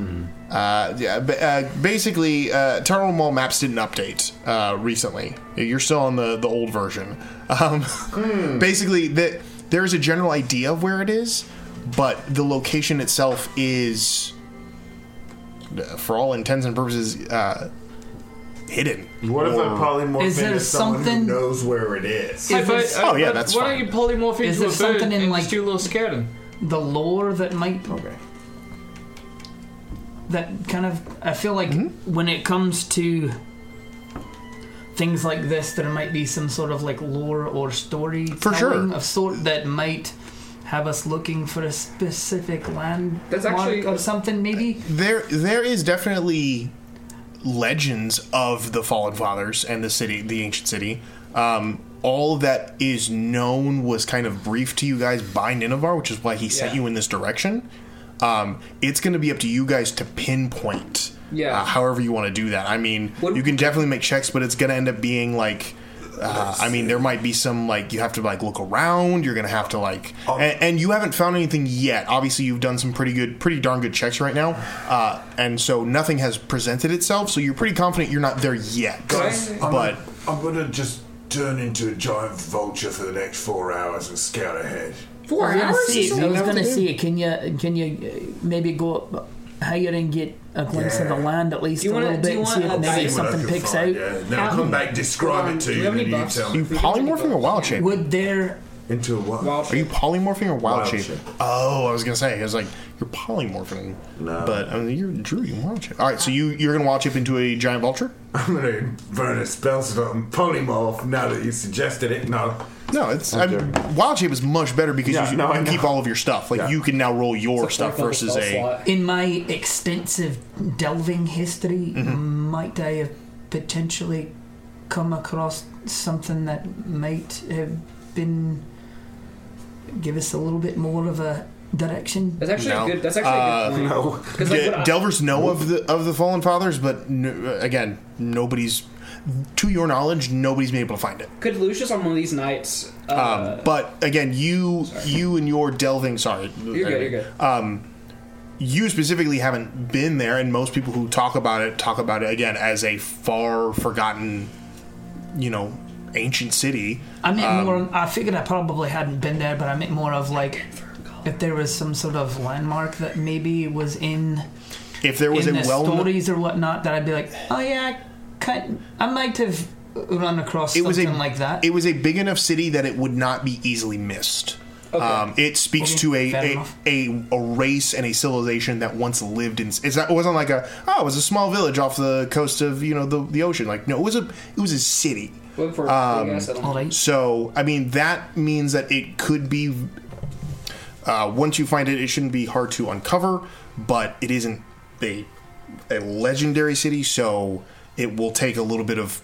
C: Uh, yeah, b- uh, basically, uh, Terminal Mall maps didn't update uh, recently. You're still on the, the old version. Um, Basically, that there's a general idea of where it is, but the location itself is, uh, for all intents and purposes, uh, hidden.
F: What if I polymorph
G: Is there
F: into someone
G: something-
F: who knows where it is?
G: If I- I-
C: oh yeah,
J: but
C: that's
J: Why
C: fine.
J: don't you polymorph
G: Is
J: into a
G: there
J: bird
G: something in,
J: and
G: like-
J: just do a little scouting?
G: The lore that might
C: Okay.
G: that kind of I feel like
C: Mm-hmm.
G: when it comes to things like this, there might be some sort of like lore or story
C: For sure.
G: of sort that might have us looking for a specific land
D: That's actually-
G: or something, maybe?
C: There, there is definitely legends of the fallen fathers and the city, the ancient city. Um, all that is known was kind of briefed to you guys by Ninevar, which is why he sent
D: Yeah.
C: you in this direction. Um, it's going to be up to you guys to pinpoint,
D: Yeah.
C: uh, however you want to do that. I mean, you can definitely make checks, but it's going to end up being like. Uh, I mean, there might be some like you have to like look around. You're gonna have to like,
L: Oh.
C: and, and you haven't found anything yet. Obviously, you've done some pretty good, pretty darn good checks right now, uh, and so nothing has presented itself. So you're pretty confident you're not there yet.
L: Guys, I'm,
C: But
L: I'm gonna just turn into a giant vulture for the next four hours and scout ahead.
D: Four
G: I was
D: hours
G: gonna
D: is
G: see,
D: all
G: I was
D: you have
G: gonna
D: to do.
G: see. Can you can you uh, maybe go up higher and get a glimpse of the land at least
D: Do you
G: a
D: wanna-
G: little
D: do
G: bit
D: you
G: and see
D: wanna-
G: if maybe
D: See what I
G: something
D: can
G: picks
D: find,
G: out?
L: Yeah, then I'll come back, describe it to you, and then you tell
C: you
L: me.
C: polymorphing or wild shape?
G: Would there
L: Into a what?
C: Are you polymorphing or wild,
L: Wild
C: shape?
L: shape.
C: Oh, I was gonna say, I was like, you're polymorphing,
L: No.
C: but I mean, you're Drew. You wild shape. All right, so you you're gonna wild shape into a giant vulture.
L: I'm gonna burn a spell slot and polymorph now that you suggested it. No.
C: No, it's I'm, wild shape is much better because
L: Yeah,
C: you,
L: no, I
C: you keep all of your stuff. Like you can now roll your stuff versus a.
G: In my extensive delving history, might I have potentially come across something that might have been give us a little bit more of a direction?
D: That's actually
C: No.
D: a good. That's actually a good point.
C: Uh,
D: 'Cause, like,
C: De-
D: what I-
C: Delvers know of the of the fallen fathers, but n- again, nobody's to your knowledge, nobody's been able to find it.
D: Could Lucius on one of these nights? Uh,
C: Um, but again, you you and your delving. Sorry,
D: You're good, you're good.
C: Um, you specifically haven't been there, and most people who talk about it talk about it again as a far forgotten, you know, ancient city.
G: I meant
C: Um,
G: more. I figured I probably hadn't been there, but I meant more of like if there was some sort of landmark that maybe was in
C: If there was
G: in
C: a
G: the
C: well,
G: stories or whatnot, that I'd be like, oh yeah, I, kind- I might have run across
C: it was
G: something
C: a
G: like that.
C: It was a big enough city that it would not be easily missed. Um, it speaks
G: Okay,
C: to
G: fair
C: a
G: enough.
C: a, a a race and a civilization that once lived in. It's not, it wasn't like a oh, it was a small village off the coast of you know the, the ocean. Like no, it was a it was a city.
D: Look for
C: Um,
D: big ass settlement.
C: So I mean that means that it could be. Uh, once you find it, it shouldn't be hard to uncover, but it isn't a a legendary city, so it will take a little bit of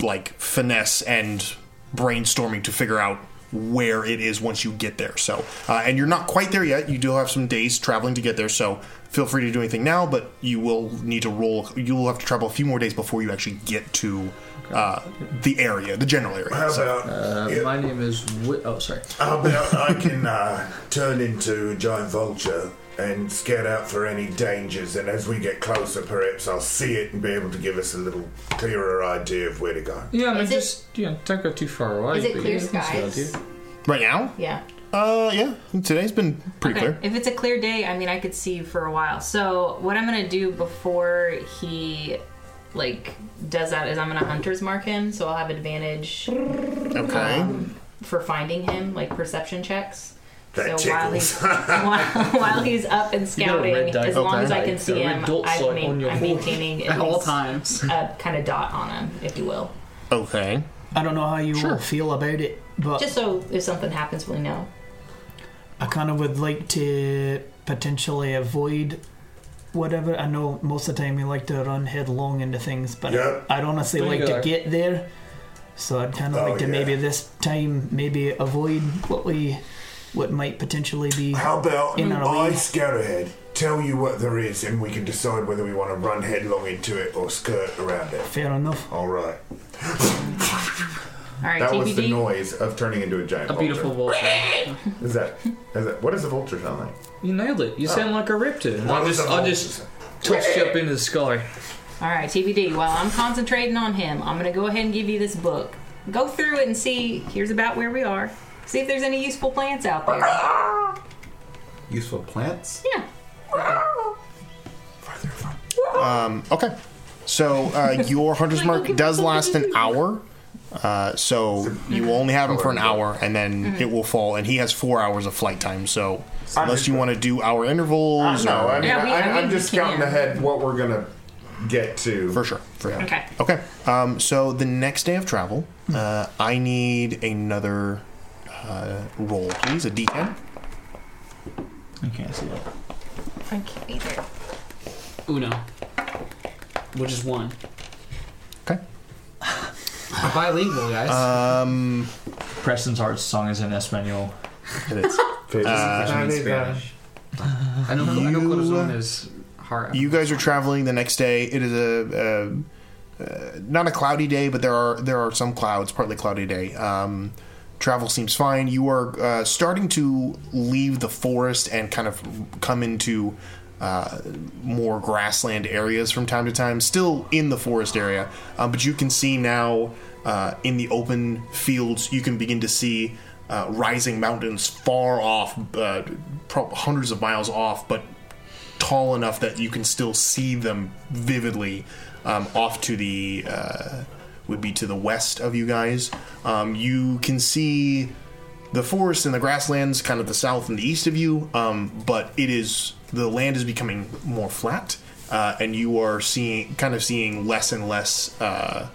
C: like finesse and brainstorming to figure out where it is once you get there. So, uh, and you're not quite there yet. You do have some days traveling to get there, so feel free to do anything now. But you will need to roll. You will have to travel a few more days before you actually get to uh, the area, the general area.
L: How
C: So-
L: about
B: Uh, My name is. Wi- oh, sorry.
L: How about I can uh, turn into a giant vulture and scout out for any dangers, and as we get closer, perhaps I'll see it and be able to give us a little clearer idea of where to go.
B: Yeah, I mean, just yeah, don't go too far away.
E: is it
B: but
E: clear
B: yeah, that's a good
E: skies?
B: idea.
C: right now,
E: Yeah.
C: uh, yeah, today's been pretty
E: Okay.
C: clear.
E: If it's a clear day, I mean, I could see for a while. So what I'm gonna do before he like does that is I'm gonna hunter's mark him, so I'll have advantage um,
C: Okay.
E: for finding him, like perception checks.
L: That
E: so while
L: tickles.
E: he's, while, while he's up and
B: You got a red
E: scouting,
B: dot.
E: as long
B: Okay.
E: as I can see
B: Got a red
E: him,
B: dot
E: I've
B: sign
E: made,
B: on your
E: I'm
B: board.
E: maintaining
B: At
E: at
B: all
E: least times a kind of dot on him, if you will.
C: Okay.
G: I don't know how you all feel about it, but
E: Just so if something happens, we know.
G: I kind of would like to potentially avoid whatever. I know most of the time we like to run headlong into things, but
L: Yep.
G: I'd honestly
D: There you
G: like
D: go.
G: to get there. So I'd kind of
L: Oh,
G: like to
L: yeah.
G: maybe this time maybe avoid what we what might potentially be.
L: How about
G: In our
L: I
G: way.
L: scout ahead, tell you what there is, and we can decide whether we want to run headlong into it or skirt around it.
G: Fair enough.
L: All right.
E: All right,
F: That
E: TBD.
F: was the noise of turning into a giant
B: A
F: vulture.
B: beautiful vulture.
F: Is that, is that what does a vulture sound like?
B: You nailed it.
H: Oh.
B: You sound like a raptor.
F: What
B: I
F: is
B: just,
F: a
B: I
F: vulture
B: just
F: sound?
B: tossed you up into the sky.
E: All right, TBD. While I'm concentrating on him, I'm gonna go ahead and give you this book. Go through it and see. Here's about where we are. See if there's any useful plants out there.
H: Useful plants?
E: Yeah.
C: Um, okay. So uh, your hunter's mark does last an hour. Uh, so you will only have him for an hour, and then
E: Mm-hmm.
C: it will fall. And he has four hours of flight time. So unless you want to do hour intervals,
F: No, I
C: or,
F: mean,
E: Yeah, we-
F: I,
E: I mean,
F: am
E: we
F: just scouting
E: can.
F: ahead what we're gonna get to.
C: for sure, for sure.
E: Okay.
C: Okay. Um, so the next day of travel, uh, I need another uh, roll, please, a D10.
H: I can't see that.
E: I can't either.
K: Uno. Which is one.
B: We're bilingual, guys.
C: Uh,
H: Um,
B: Preston's heart song is in Espanol.
H: It is.
C: Uh, Spanish.
B: I know. I know Corazon is heart.
C: You guys are traveling the next day. It is a, a, uh not a cloudy day, but there are there are some clouds. Partly cloudy day. Um, travel seems fine. You are uh, starting to leave the forest and kind of come into uh, more grassland areas from time to time. Still in the forest area, um, but you can see now uh, in the open fields. You can begin to see. Uh, rising mountains far off, uh, pro- hundreds of miles off, but tall enough that you can still see them vividly um, off to the uh, would be to the west of you guys um, you can see the forest and the grasslands kind of the south and the east of you um, but it is the land is becoming more flat uh, and you are seeing kind of seeing less and less uh,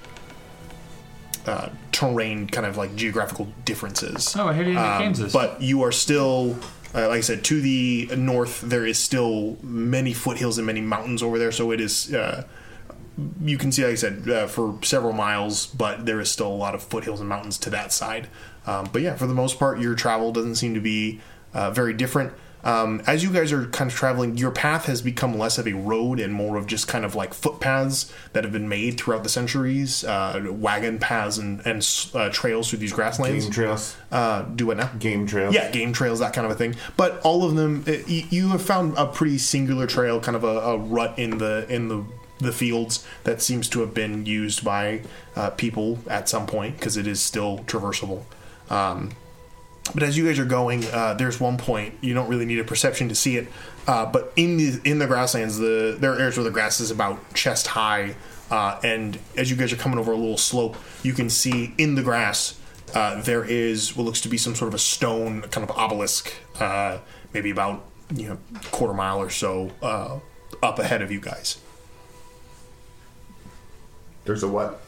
C: uh, terrain kind of like geographical differences.
J: Oh, I hear you in
C: Um,
J: Kansas.
C: But you are still, uh, like I said, to the north. There is still many foothills and many mountains over there. So it is. Uh, you can see, like I said, uh, for several miles, but there is still a lot of foothills and mountains to that side. Um, but yeah, for the most part, your travel doesn't seem to be uh, very different. Um, as you guys are kind of traveling, your path has become less of a road and more of just kind of like footpaths that have been made throughout the centuries, uh, wagon paths and, and uh, trails through these grasslands.
F: Game trails.
C: Uh, do what now?
F: Game trails.
C: Yeah, game trails, that kind of a thing. But all of them, uh, y you have found a pretty singular trail, kind of a, a rut in the in the the fields that seems to have been used by uh, people at some point because it is still traversable. Um, but as you guys are going, uh, there's one point you don't really need a perception to see it. Uh, but in the in the grasslands, the there are areas where the grass is about chest high, uh, and as you guys are coming over a little slope, you can see in the grass uh, there is what looks to be some sort of a stone kind of obelisk, uh, maybe about you know quarter mile or so uh, up ahead of you guys.
F: There's a what?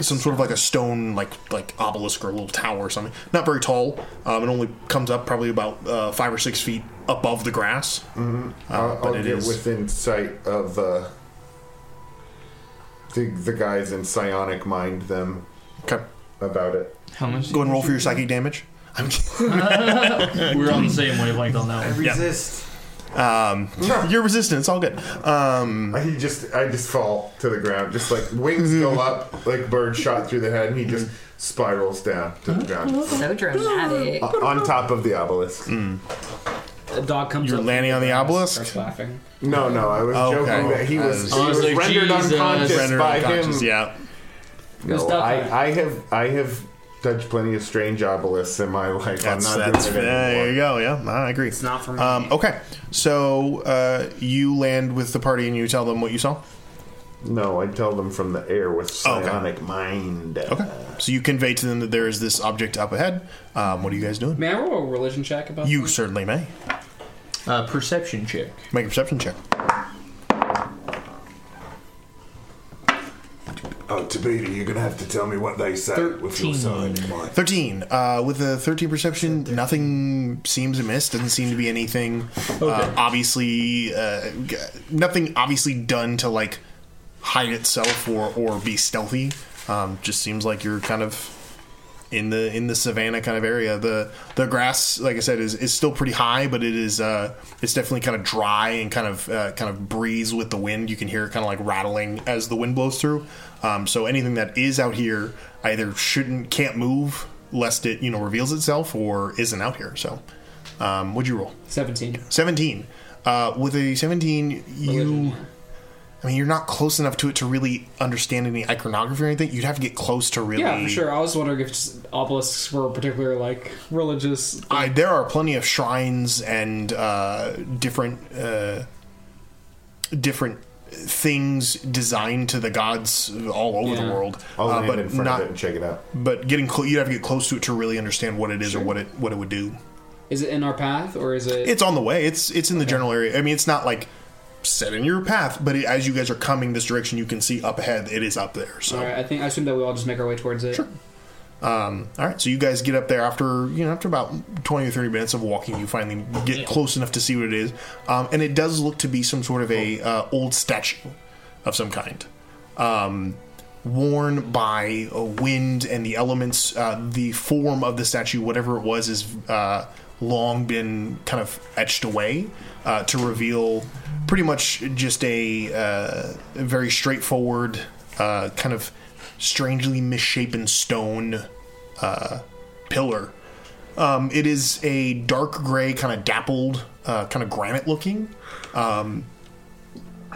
C: some sort of like a stone like like obelisk or a little tower or something not very tall um, it only comes up probably about uh, five or six feet above the grass
F: Mm-hmm.
C: Uh,
F: I'll,
C: but
F: I'll
C: it
F: get
C: is-
F: within sight of uh, the the guys in psionic mind them.
C: Okay.
F: About it.
C: How much? Go and roll for your psychic damage. I'm
B: We're on the same wavelength on that one.
C: Um, you're resistant. It's all good. Um,
F: I he just I just fall to the ground, just like wings go up, like bird shot through the head, and he just spirals down to the ground
E: So dramatic.
F: O- on top of the obelisk.
C: Mm.
K: A dog comes
C: You're
K: up.
C: landing on the obelisk.
K: laughing.
F: No, no, I was joking that he was, he was rendered unconscious
C: Rendered
F: by
C: unconscious,
F: him.
C: Yeah.
F: No,
C: Mustafa.
F: I, I have I have touched plenty of strange obelisks in my life.
C: That's,
F: I'm not
C: that's
F: doing it anymore.
C: there you go. Yeah, I agree. It's
K: not for me.
C: Um, okay, so uh, you land with the party and you tell them what you saw.
F: No, I tell them from the air with
C: Okay.
F: psionic mind.
C: Okay, so you convey to them that there is this object up ahead. Um, what are you guys doing?
K: May I roll a religion check about
C: You certainly may
B: Uh, perception check.
C: make a perception check.
L: Oh, Tabita, you're gonna have to tell me what they say with your side in mind.
C: 13. Uh, with a 13 perception, nothing seems amiss. Doesn't seem to be anything uh, obviously, uh, g- nothing obviously done to like hide itself or, or be stealthy. Um, just seems like you're kind of in the in the savannah kind of area. The the grass, like I said, is, is still pretty high, but it is uh, it's definitely kind of dry and kind of uh, kind of breeze with the wind. You can hear it kind of like rattling as the wind blows through. Um, so anything that is out here either shouldn't can't move lest it you know reveals itself or isn't out here. So um, what'd you roll?
K: 17.
C: 17. Uh, with a 17, you. I mean, you're not close enough to it to really understand any iconography or anything. You'd have to get close to really.
D: Yeah, for sure. I was wondering if just obelisks were particular like religious.
C: I, there are plenty of shrines and uh, different uh, different things designed to the gods all over the
F: Yeah.
C: world.
F: I'll
C: uh,
F: land
C: but
F: in front of
C: not,
F: it Oh, and check it out.
C: But getting clo- you'd have to get close to it to really understand what it is or what it what it would do.
D: Is it in our path or is it?
C: It's on the way. It's it's in the general area. I mean, it's not like set in your path, but it, as you guys are coming this direction, you can see up ahead. It is up there. So
D: All right, I think I assume that we all just make our way towards it. Sure.
C: Um, all right, so you guys get up there after you know after about twenty or thirty minutes of walking, you finally get close enough to see what it is, um, and it does look to be some sort of a uh, old statue of some kind, um, worn by uh, wind and the elements. Uh, the form of the statue, whatever it was, is uh, long been kind of etched away uh, to reveal pretty much just a, uh, a very straightforward uh, kind of strangely misshapen stone uh, pillar. Um, it is a dark gray, kind of dappled, uh, kind of granite looking. Um,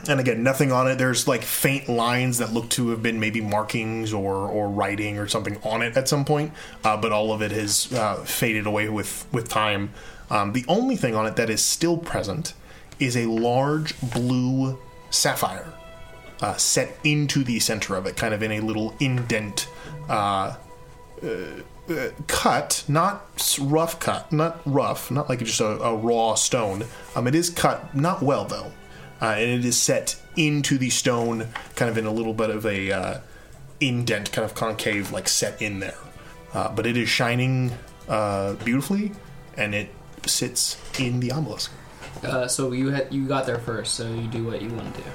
C: and again, nothing on it. There's like faint lines that look to have been maybe markings or, or writing or something on it at some point, uh, but all of it has uh, faded away with, with time. Um, the only thing on it that is still present is a large blue sapphire uh, set into the center of it, kind of in a little indent uh, uh, uh, cut, not s- rough cut, not rough, not like just a, a raw stone. Um, it is cut, not well though, uh, and it is set into the stone, kind of in a little bit of a uh, indent, kind of concave, like set in there. Uh, but it is shining uh, beautifully, and it sits in the obelisk.
D: Uh, so you had you got there first, so you do what you want to do.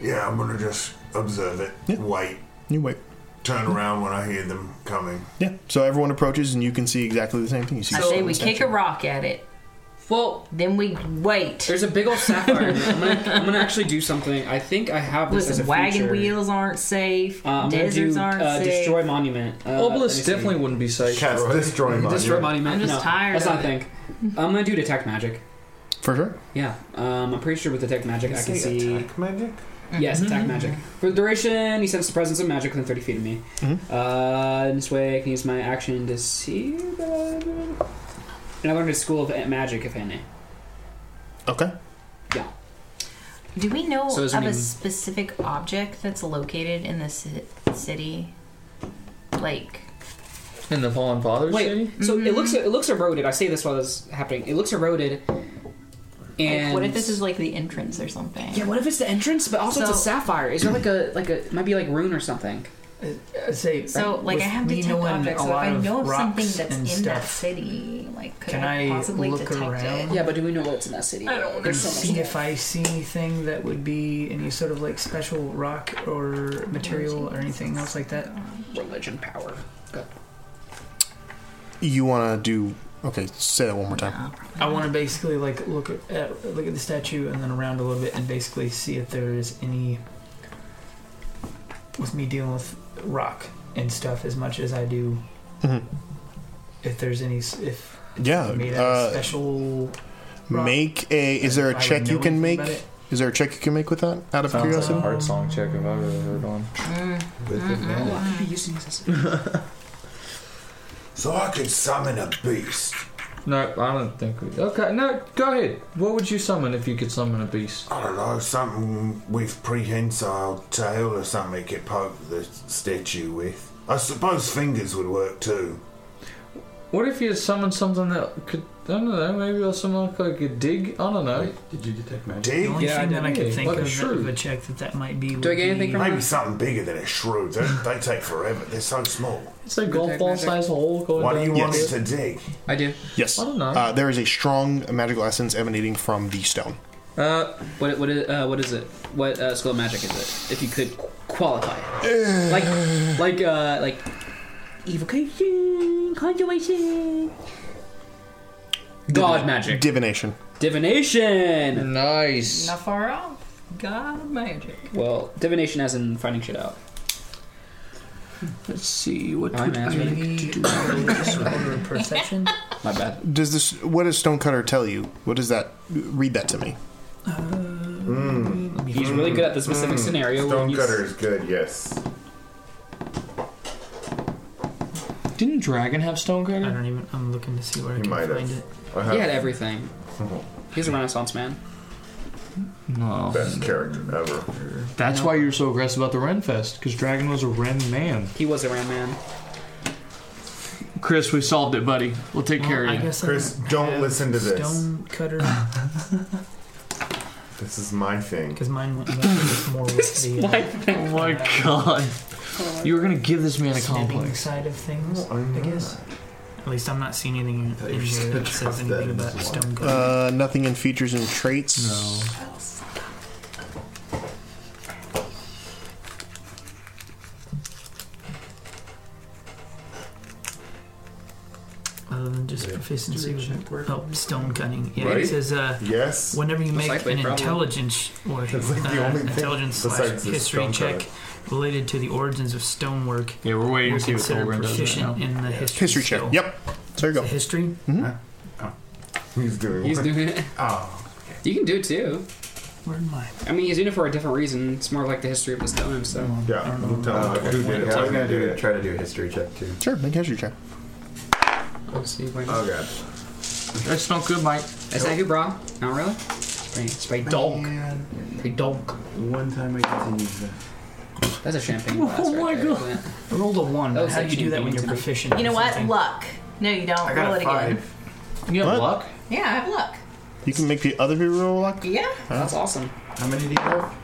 L: Yeah, I'm gonna just observe it. Wait.
C: You wait.
L: Turn around when I hear them coming.
C: Yeah. So everyone approaches, and you can see exactly the same thing. You see
E: I
C: the
E: say
C: stone
E: we
C: statue.
E: kick a rock at it.
D: Well,
E: then we wait.
D: There's a big old sapphire. in there. I'm, gonna, I'm gonna actually do something. I think I have this as
E: Listen,
D: a
E: wagon
D: feature.
E: wheels aren't safe.
D: Uh, I'm gonna
E: deserts
D: do,
E: aren't
D: uh,
E: safe.
D: destroy monument. Uh,
E: Obelisk
D: let me see.
E: definitely
B: wouldn't be safe.
L: Cats destroy
D: Destroy
L: monument.
D: monument.
E: I'm just
D: no,
E: tired
D: That's
E: of
D: not
E: it.
D: think. I'm gonna do detect magic.
C: For sure.
D: Yeah. Um, I'm pretty sure with detect magic
L: You
D: I can
L: say
D: see.
L: attack magic.
D: Yes,
L: Mhm.
E: Mm-hmm.
D: attack magic. For the duration, he senses the presence of magic within 30 feet of me.
L: Mm-hmm.
D: Uh, in this way, I can use my action to see. And I learned a school of magic, if any.
C: Okay.
D: Yeah.
E: Do we know
D: So does it
E: of a
D: mean-
E: specific object that's located in the ci- city? Like,
B: In the Fallen Fathers
D: Wait,
B: city?
D: so it looks
E: Mm-hmm.
D: it looks eroded. I say this while this is happening. It looks eroded. And
E: like, what if this is like the entrance or something?
D: Yeah, what if it's the entrance, but also it's a
E: So-
D: sapphire? Is there like a like a it might be like rune or something?
G: say
E: So, like, I have
G: to
E: detect objects. So if I know of something that's in that
G: stuff.
E: city, like, could
G: Can
E: I
G: I
E: possibly
G: look
E: detect it?
G: around?
D: Yeah, but do we know what's in that city?
E: I don't
G: and
E: so much
G: see
E: stuff.
G: if I see anything that would be any sort of like special rock or material or anything else like that.
D: Religion power.
C: You want to do? Okay, say that one more time.
G: I want to basically like look at, at look at the statue and then around a little bit and basically see if there is any with me dealing with rock and stuff as much as I do
C: Mhm.
G: if there's any s- if
C: Yeah.
G: made out of
C: Uh,
G: special rock.
C: make a. Is there
G: If
C: a
G: I
C: check
G: would
C: you
G: know
C: can
G: anything
C: make?
G: about it.
C: Is there a check you can make with that? Out of
B: Sounds like
C: curiosity.
B: a hard song check if I've ever heard one.
E: Mm-hmm.
D: Oh, I could be using this. as-
L: So I could summon a beast.
B: No, I don't think we. Okay, no, go ahead. What would you summon if you could summon a beast?
L: I don't know, something with prehensile tail or something you could poke the statue with. I suppose fingers would work too.
B: What if you summoned something that could? I don't know. Maybe or something like, like a dig. I don't know.
N: did you detect magic?
G: The only
B: Yeah, I
G: thing that I
B: did.
G: could
B: Yeah,
G: think
B: like a
G: of, that-
B: shrew.
G: of a check that that might be.
D: Do I get anything from
L: Maybe something bigger than a shrew. They, they take forever. They're so small.
B: Hmm. It's a golf ball sized hole going
L: What do
B: down.
L: you want
B: Yes.
L: us to dig?
D: I do.
C: Yes.
B: I don't know.
C: Uh, there is a strong magical essence emanating from the stone.
D: Uh, what what is uh, what is it? What uh, school of magic is it? If you could qu- qualify it, like like uh like evocation, conjuration, god magic,
C: divination,
D: divination.
B: Nice.
E: Not far off. God magic.
D: Well, divination as in finding shit out.
B: Let's see what
D: Time management.
G: Order of perception.
D: My bad.
C: Does this? What does Stonecutter tell you? What does that? Read that to me.
D: Uh, He's really good at the specific
C: Hmm.
D: scenario. where you-
L: Stonecutter is good, yes.
B: Didn't Dragon have
G: I
B: Stonecutter?
G: don't even. I'm looking to see where I can
L: might have.
G: find it.
L: I
D: He
L: have
D: had everything. He's a renaissance man.
B: No.
L: best character ever.
B: Oh. That's why you're so aggressive about the Ren Fest, because Dragon was a Ren man.
D: He was a ram man.
B: Chris, we solved it, buddy. We'll take care
G: I
B: of you.
G: guess I
L: Chris, don't
G: have
L: listen to this.
G: Stone cutter,
L: This is my thing.
G: because mine went more with the. uh,
D: Why?
B: Oh my god.
J: You were gonna give this man a
G: snipping
J: complex.
G: side of things, I guess. At least I'm not seeing anything in here that says anything about stone cold.
C: Uh, nothing in features and traits. No.
G: Other than just proficiency with oh, stone cunning. Yeah,
F: Right?
G: it says uh,
F: Yes.
G: whenever you
F: Most
G: make
F: likely,
G: an
F: probably.
G: intelligence or
F: That's like the
G: uh,
F: only thing
G: intelligence slash
F: besides the
G: history
F: stone
G: check related to the origins of stonework.
B: Yeah, we're waiting
G: we're
B: to see what
G: considered
B: Thorgrim does right
G: proficient
B: now.
G: in the history.
C: History check.
G: skill.
C: Yep. There you go. Mm-hmm.
G: History. Uh, oh.
F: He's doing
D: He's doing it.
H: Oh.
D: You can do it too.
G: Where am I?
D: I mean, he's doing it for a different reason. It's more like the history of the stone, so.
G: Oh,
F: Yeah, we'll tell
H: Uh,
F: him who did it.
H: yeah, I was gonna do,
F: it.
H: try to do a history check too.
C: Sure, make a history check.
D: Let's see. Wait.
H: Oh god.
D: That smells good, Mike. Is that good, bro? Not really? It's by dog. By dog.
H: One time I get to use that.
D: That's a champagne glass. Oh my god.
G: I rolled a one.
D: That was
G: How do you do
D: actually
G: that when
D: mean
G: you're
D: to me.
G: proficient?
E: You
G: in
E: know what?
G: something?
E: Luck. No, you don't.
C: I got
E: Roll
C: a
E: it again.
C: five.
J: You have
C: What?
J: luck?
E: Yeah, I have luck.
C: You can make the other people roll luck.
E: Yeah.
C: That's
D: awesome.
H: How many do you have?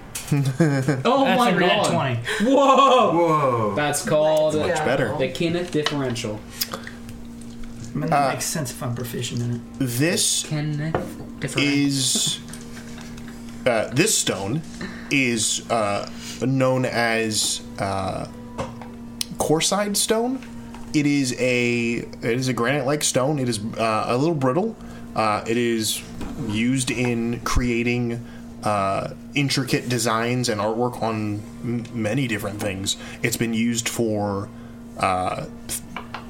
J: Oh
D: That's
J: my
D: a nat
J: god.
D: 20.
J: Whoa!
H: Whoa.
D: That's called
C: Much better.
D: the Kenneth differential.
G: I mean,
L: Uh,
G: that makes sense if I'm proficient in it.
C: This
D: Kenneth
C: is uh, this stone is uh, known as uh, corside stone. It is a it is a granite like stone. It is uh, a little brittle. Uh, it is used in creating uh, intricate designs and artwork on m- many different things. It's been used for uh,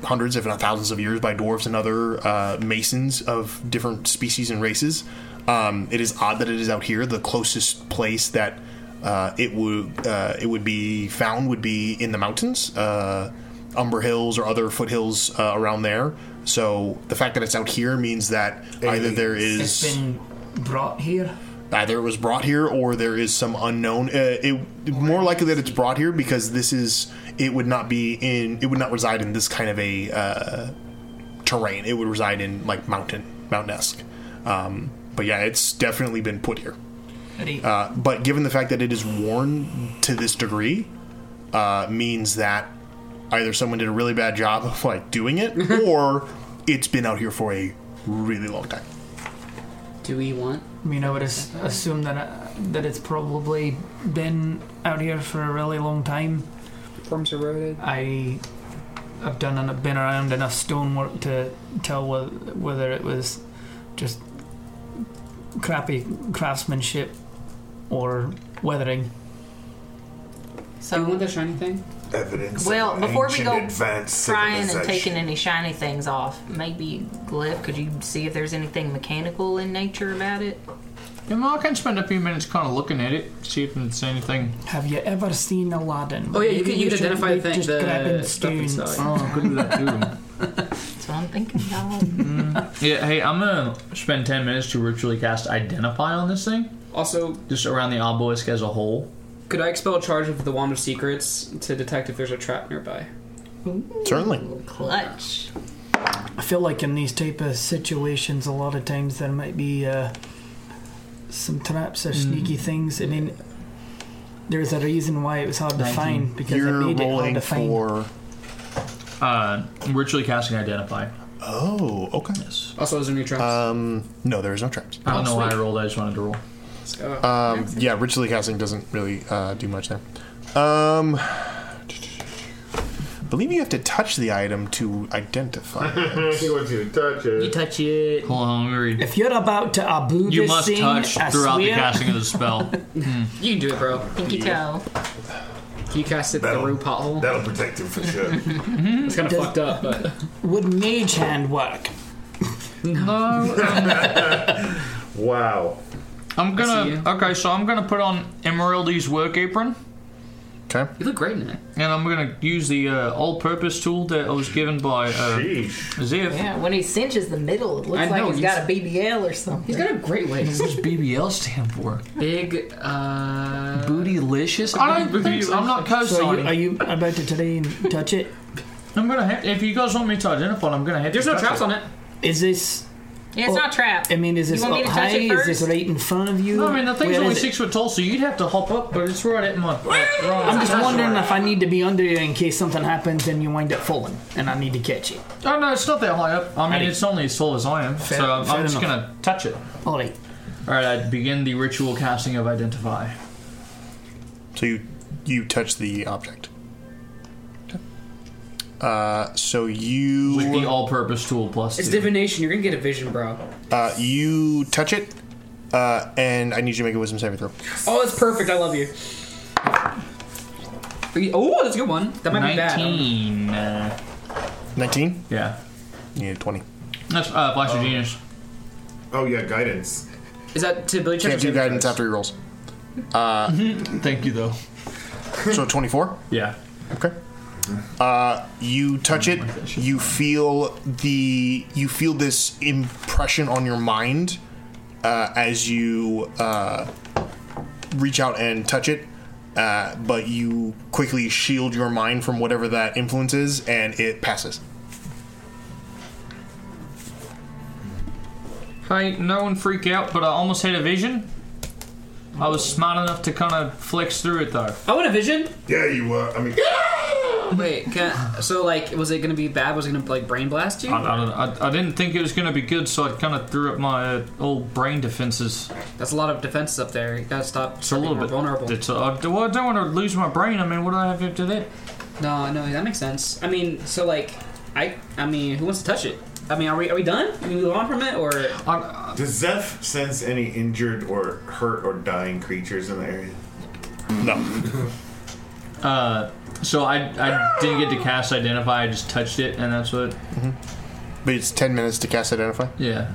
C: hundreds, if not thousands, of years by dwarves and other uh, masons of different species and races. Um, it is odd that it is out here. The closest place that uh, it would uh, it would be found would be in the mountains, uh, Umber Hills or other foothills uh, around there. So the fact that it's out here means that either there is
G: It's been brought here.
C: either it was brought here or there is some unknown uh, it more likely that it's brought here because this is it would not be in it would not reside in this kind of a uh, terrain it would reside in like mountain mountain-esque um, but yeah it's definitely been put here
G: Eddie.
C: uh, but given the fact that it is worn to this degree uh, means that either someone did a really bad job of like doing it or it's been out here for a really long time
D: Do we want?
G: I mean, I would as- assume that uh, that it's probably been out here for a really long time.
D: Forms eroded.
G: I, I've done and been around enough stonework to tell whe- whether it was just crappy craftsmanship or weathering.
D: So you want the shiny thing?
L: Evidence.
E: Well,
L: of
E: before we
L: ancient
E: go
L: advanced
E: trying and
L: civilization.
E: taking any shiny things off, maybe Glyph, could you see if there's anything mechanical in nature about it?
B: Yeah, well, I can spend a few minutes kind of looking at it, see if it's anything.
G: Have you ever seen Aladdin?
D: Oh, yeah, you
G: Maybe
D: can- you can
G: shouldn't
D: identify
G: be
D: the-
G: just
D: the
G: grabbing
D: stuff
G: stones.
D: inside.
B: I could do that too.
E: That's what I'm thinking about.
B: yeah, hey, I'm gonna spend 10 minutes to ritually cast Identify on this thing,
D: Also,
B: just around the obelisk as a whole.
D: could I expel a charge of the Wand of Secrets to detect if there's a trap nearby?
C: certainly
E: Clutch.
G: I feel like in these type of situations, a lot of times there might be uh, some traps or sneaky
O: Mm.
G: things. I mean, there's a reason why it was hard to find because
C: you're
G: I made it hard
C: rolling
G: to find.
C: for
B: Uh, ritually casting Identify.
C: Oh, okay.
B: Yes.
D: Also, is there any traps?
C: Um, no, there is no traps.
B: I don't know why I rolled, I just wanted to roll.
D: Let's go.
E: Uh,
C: Um, yeah, ritually casting doesn't really uh, do much there. Um, I believe you have to touch the item to identify it.
F: he wants you to touch it.
G: touch it.
B: Hold on, let me read.
G: If you're about to aboo
B: You
G: this
B: must
G: thing,
B: touch
G: I
B: throughout the
G: swear-
B: casting of the spell. Hmm.
D: you can do it, bro.
E: Pinky toe.
D: Can you cast it
L: That'll-
D: through pothole?
L: That'll protect him for sure.
O: Mm-hmm.
D: It's kind of fucked up, but
G: Would mage hand work?
F: Wow.
B: I'm
D: see you.
B: gonna. Okay, so I'm gonna put on Emeraldy's work apron,
C: Okay.
D: you look great in it.
B: and I'm gonna use the uh, all-purpose tool that I was given by uh,
F: Sheesh.
B: Ziv.
E: Yeah, when he cinches the middle, it looks
D: I
E: like
D: know,
E: he's
D: he's-
E: got a BBL or
D: He's
E: something.
D: got a great waist.
B: What does BBL stand for?
D: Big, uh.
B: Bootylicious? I don't think so. I'm not
G: So are you,
B: co-signing.
G: are you about to try and touch it?
B: I'm gonna. Have, if you guys want me to identify, I'm gonna have.
D: There's
B: to
D: no
B: touch
D: traps on it.
G: Is this
O: Yeah, it's
G: Oh,
O: not trapped.
G: I mean, is this
O: you want me
G: up
O: to
G: high?
O: touch it
G: Is
O: first?
G: this right in front of you?
B: No, I mean, the thing's
G: Where
B: only
G: is it?
B: six foot tall, so you'd have to hop up, but it's right at my. wrong.
G: I'm just wondering if I need to be under you in case something happens and you wind up falling, and I need to catch you.
B: Oh no, it's not that high up. I mean, it's only as tall as I am,
G: Fair-
B: so I'm,
G: fair
B: I'm just
G: enough.
B: gonna touch it.
G: All right.
B: All right. I begin the ritual casting of identify.
C: So you you touch the object. Uh, so you
B: with the all-purpose tool plus
D: It's
B: two.
D: divination. You're gonna get a vision, bro.
C: uh, you touch it, uh, and I need you to make a wisdom saving throw.
D: Oh, it's perfect. I love you. Oh, that's a good one. That might
B: Nineteen. Uh,
C: Nineteen.
B: Yeah.
C: You need a twenty.
B: That's uh, Blaster Genius.
C: Oh yeah, guidance.
D: Is that to ability check?
C: Can't do guidance after he rolls. Uh,
B: Thank you though.
C: so twenty-four.
B: Yeah.
C: Okay. Uh, you touch it. You feel the you feel this impression on your mind uh, as you uh, reach out and touch it. Uh, but you quickly shield your mind from whatever that influence is, and it passes.
B: Hey, no one freak out, but I almost had a vision. I was smart enough to kind of flex through it though.
D: I want a vision.
L: Yeah, you were. I mean,
D: Wait, can I, so like, was it gonna be bad? Was it gonna like brain blast you?
B: I, I, don't, I, I didn't think it was going to be good, so I kind of threw up my uh, old brain defenses.
D: That's a lot of defenses up there. You gotta stop.
B: It's a little bit vulnerable. It's a, I, don't- I don't want to lose my brain. I mean, what do I have after that?
D: No, no, that makes sense. I mean, so like, I, I mean, who wants to touch it? I mean, are we are we done? Can we move on from it, or
F: Does Zeph sense any injured or hurt or dying creatures in the area?
B: No. uh, so I, I didn't get to cast identify. I just touched it, and that's what.
C: Mm-hmm. But it's ten minutes to cast identify.
B: Yeah.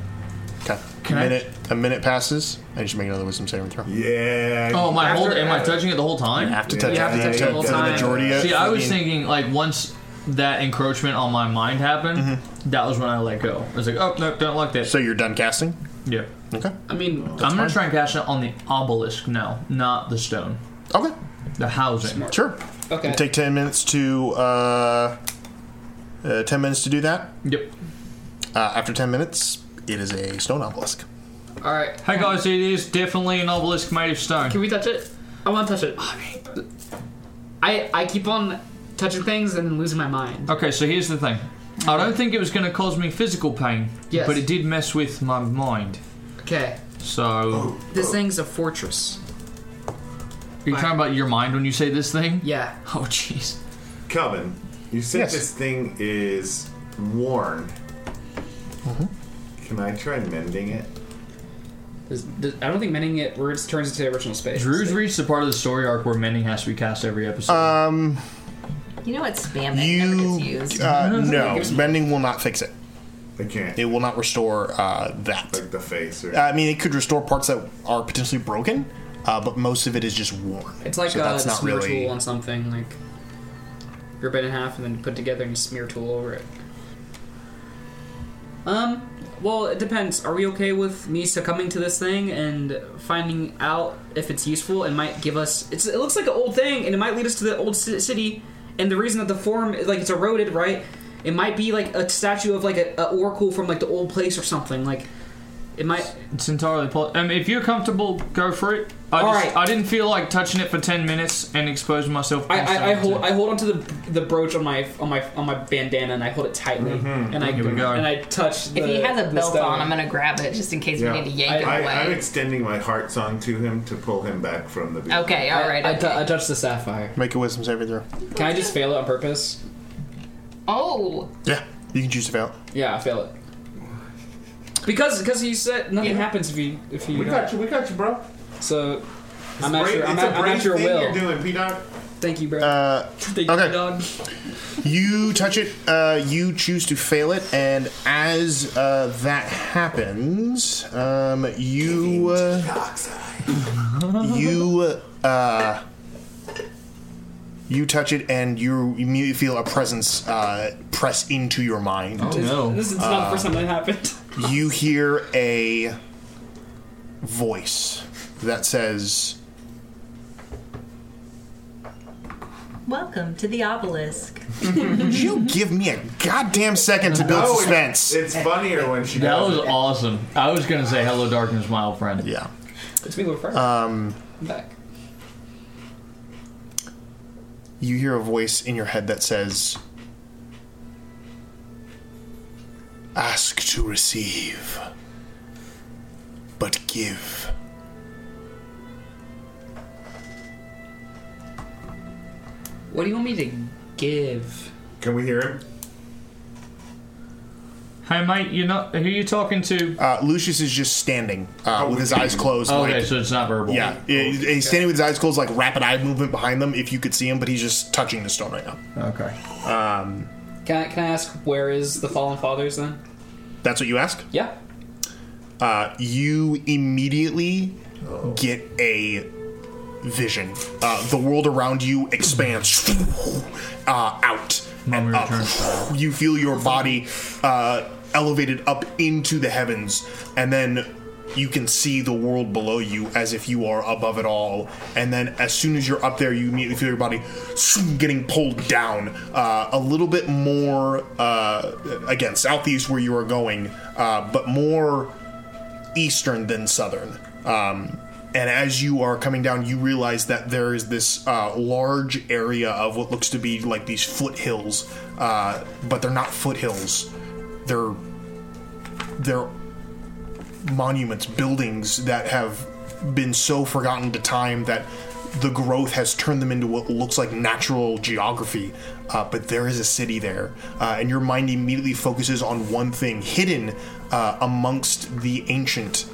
C: Okay.
B: Can
C: a
B: I-
C: minute. A minute passes. I just make another wisdom saving throw.
F: Yeah.
B: Oh, am I hold, Am I touching it the whole time?
C: You have to touch You it have to the- touch it the whole the time. majority of-
B: See, I
C: for
B: was
C: the-
B: thinking like once that encroachment on my mind happened, that was when I let go. I was like, oh no, don't like that.
C: Mm-hmm. So you're done casting?
B: Yeah.
C: Okay.
D: I mean,
B: I'm gonna try and cast it on the obelisk now, not the stone.
C: Okay.
B: The housing.
C: Sure.
D: Okay.
C: Take ten minutes to uh, uh, ten minutes to do that.
B: Yep.
C: Uh, after ten minutes, it is a stone obelisk.
D: all right?
B: Hey guys, it is definitely an obelisk made of stone.
D: Can we touch it? I want to touch it. I I keep on touching things and losing my mind.
B: Okay, so here's the thing. I don't think it was going to cause me physical pain,
D: Yes.
B: but it did mess with my mind.
D: Okay,
B: So
D: this thing's a fortress.
B: are you talking about your mind when you say this thing?
D: Yeah.
B: Oh jeez.
F: Calvin, you said
B: Yes.
F: this thing is worn.
C: Mm-hmm.
F: Can I try mending it?
D: Does- does- I don't think mending it words turns into original space.
B: Drew's reached the part of the story arc where mending has to be cast every episode.
C: Um,
O: You know what spam is?
C: you uh, no bending will not fix it.
F: It can't.
C: It will not restore uh, that.
F: Like the face or.
C: I mean, it could restore parts that are potentially broken, uh, but most of it is just worn.
D: It's like
C: so
D: uh,
C: that's
D: the
C: not
D: smear
C: really.
D: tool on something. Like you're bent in half and then put together and smear tool over it. Um. Well, it depends. Are we okay with me succumbing to this thing and finding out if it's useful? It might give us. It's, it looks like an old thing, and it might lead us to the old ci- city. And the reason that the form, like, it's eroded, right? It might be like a statue of like a, a oracle from like the old place or something. Like, it might.
B: It's entirely possible. Um, if you're comfortable, go for it. I
D: All
B: just,
D: right.
B: I didn't feel like touching it for ten minutes and exposing myself.
D: I, I, I hold I hold onto the the brooch on my on my on my bandana and I hold it tightly
F: Mm-hmm.
D: and I
B: Here we go.
D: and I touch. The,
O: If he has a
D: the
O: belt
D: stone.
O: on, I'm gonna grab it just in case we need to yank it away.
F: am extending my heart song to him to pull him back from the. beach.
O: Okay, all right.
D: I,
O: okay.
D: tou- I touch the sapphire.
C: Make a wisdom saving throw.
D: Can I just fail it on purpose?
O: oh,
C: Yeah, you can choose to fail.
D: Yeah, I fail it. Because because you said nothing happens if you if you.
F: We got you. We got you, bro.
D: So I'm
F: It's
D: at
F: brave-
D: your I'm
F: it's a
D: at, I'm
F: brave
D: at your
F: thing
D: will.
F: You're doing P dog.
D: Thank you, bro.
C: Uh,
D: Thank you,
C: okay.
D: dog.
C: You touch it, uh, you choose to fail it, and as uh, that happens, um, you. Uh, you. Uh, you touch it, and you immediately feel a presence uh, press into your mind.
F: Oh,
D: This- This is not the first time that happened.
C: Uh, you hear a voice that says,
O: welcome. Welcome to the obelisk.
C: Did you give me a goddamn second to build
O: No, it-
C: suspense?
F: it's funnier when she
B: That
C: does
B: was
C: it.
B: awesome. I was gonna say hello, darkness, my old friend.
C: Yeah.
D: It's me, friend.
C: Um,
D: back.
C: You hear a voice in your head that says, Ask to receive, but give.
D: What do you want me to give?
F: Can we hear him?
B: Hey mate, you're not. Who are you talking to?
C: Uh, Lucius is just standing uh, with his eyes closed.
B: Oh. Okay,
C: like-
B: so it's not verbal.
C: Yeah, he- he's standing with his eyes closed, like rapid eye movement behind them if you could see him, but he's just touching the stone right now.
B: Okay.
C: Um,
D: Can I, can I ask where is the Fallen Fathers then?
C: That's what you ask?
D: Yeah.
C: Uh, you immediately get a vision. Uh, the world around you expands uh, out and up. You feel your body uh, elevated up into the heavens, and then you can see the world below you as if you are above it all. And then as soon as you're up there, you immediately feel your body getting pulled down uh, a little bit more, uh, again, southeast where you are going, uh, but more eastern than southern. Um, and as you are coming down, you realize that there is this uh, large area of what looks to be like these foothills, uh, but they're not foothills. They're they're monuments, buildings that have been so forgotten to time that the growth has turned them into what looks like natural geography. Uh, but there is a city there, uh, and your mind immediately focuses on one thing hidden uh, amongst the ancient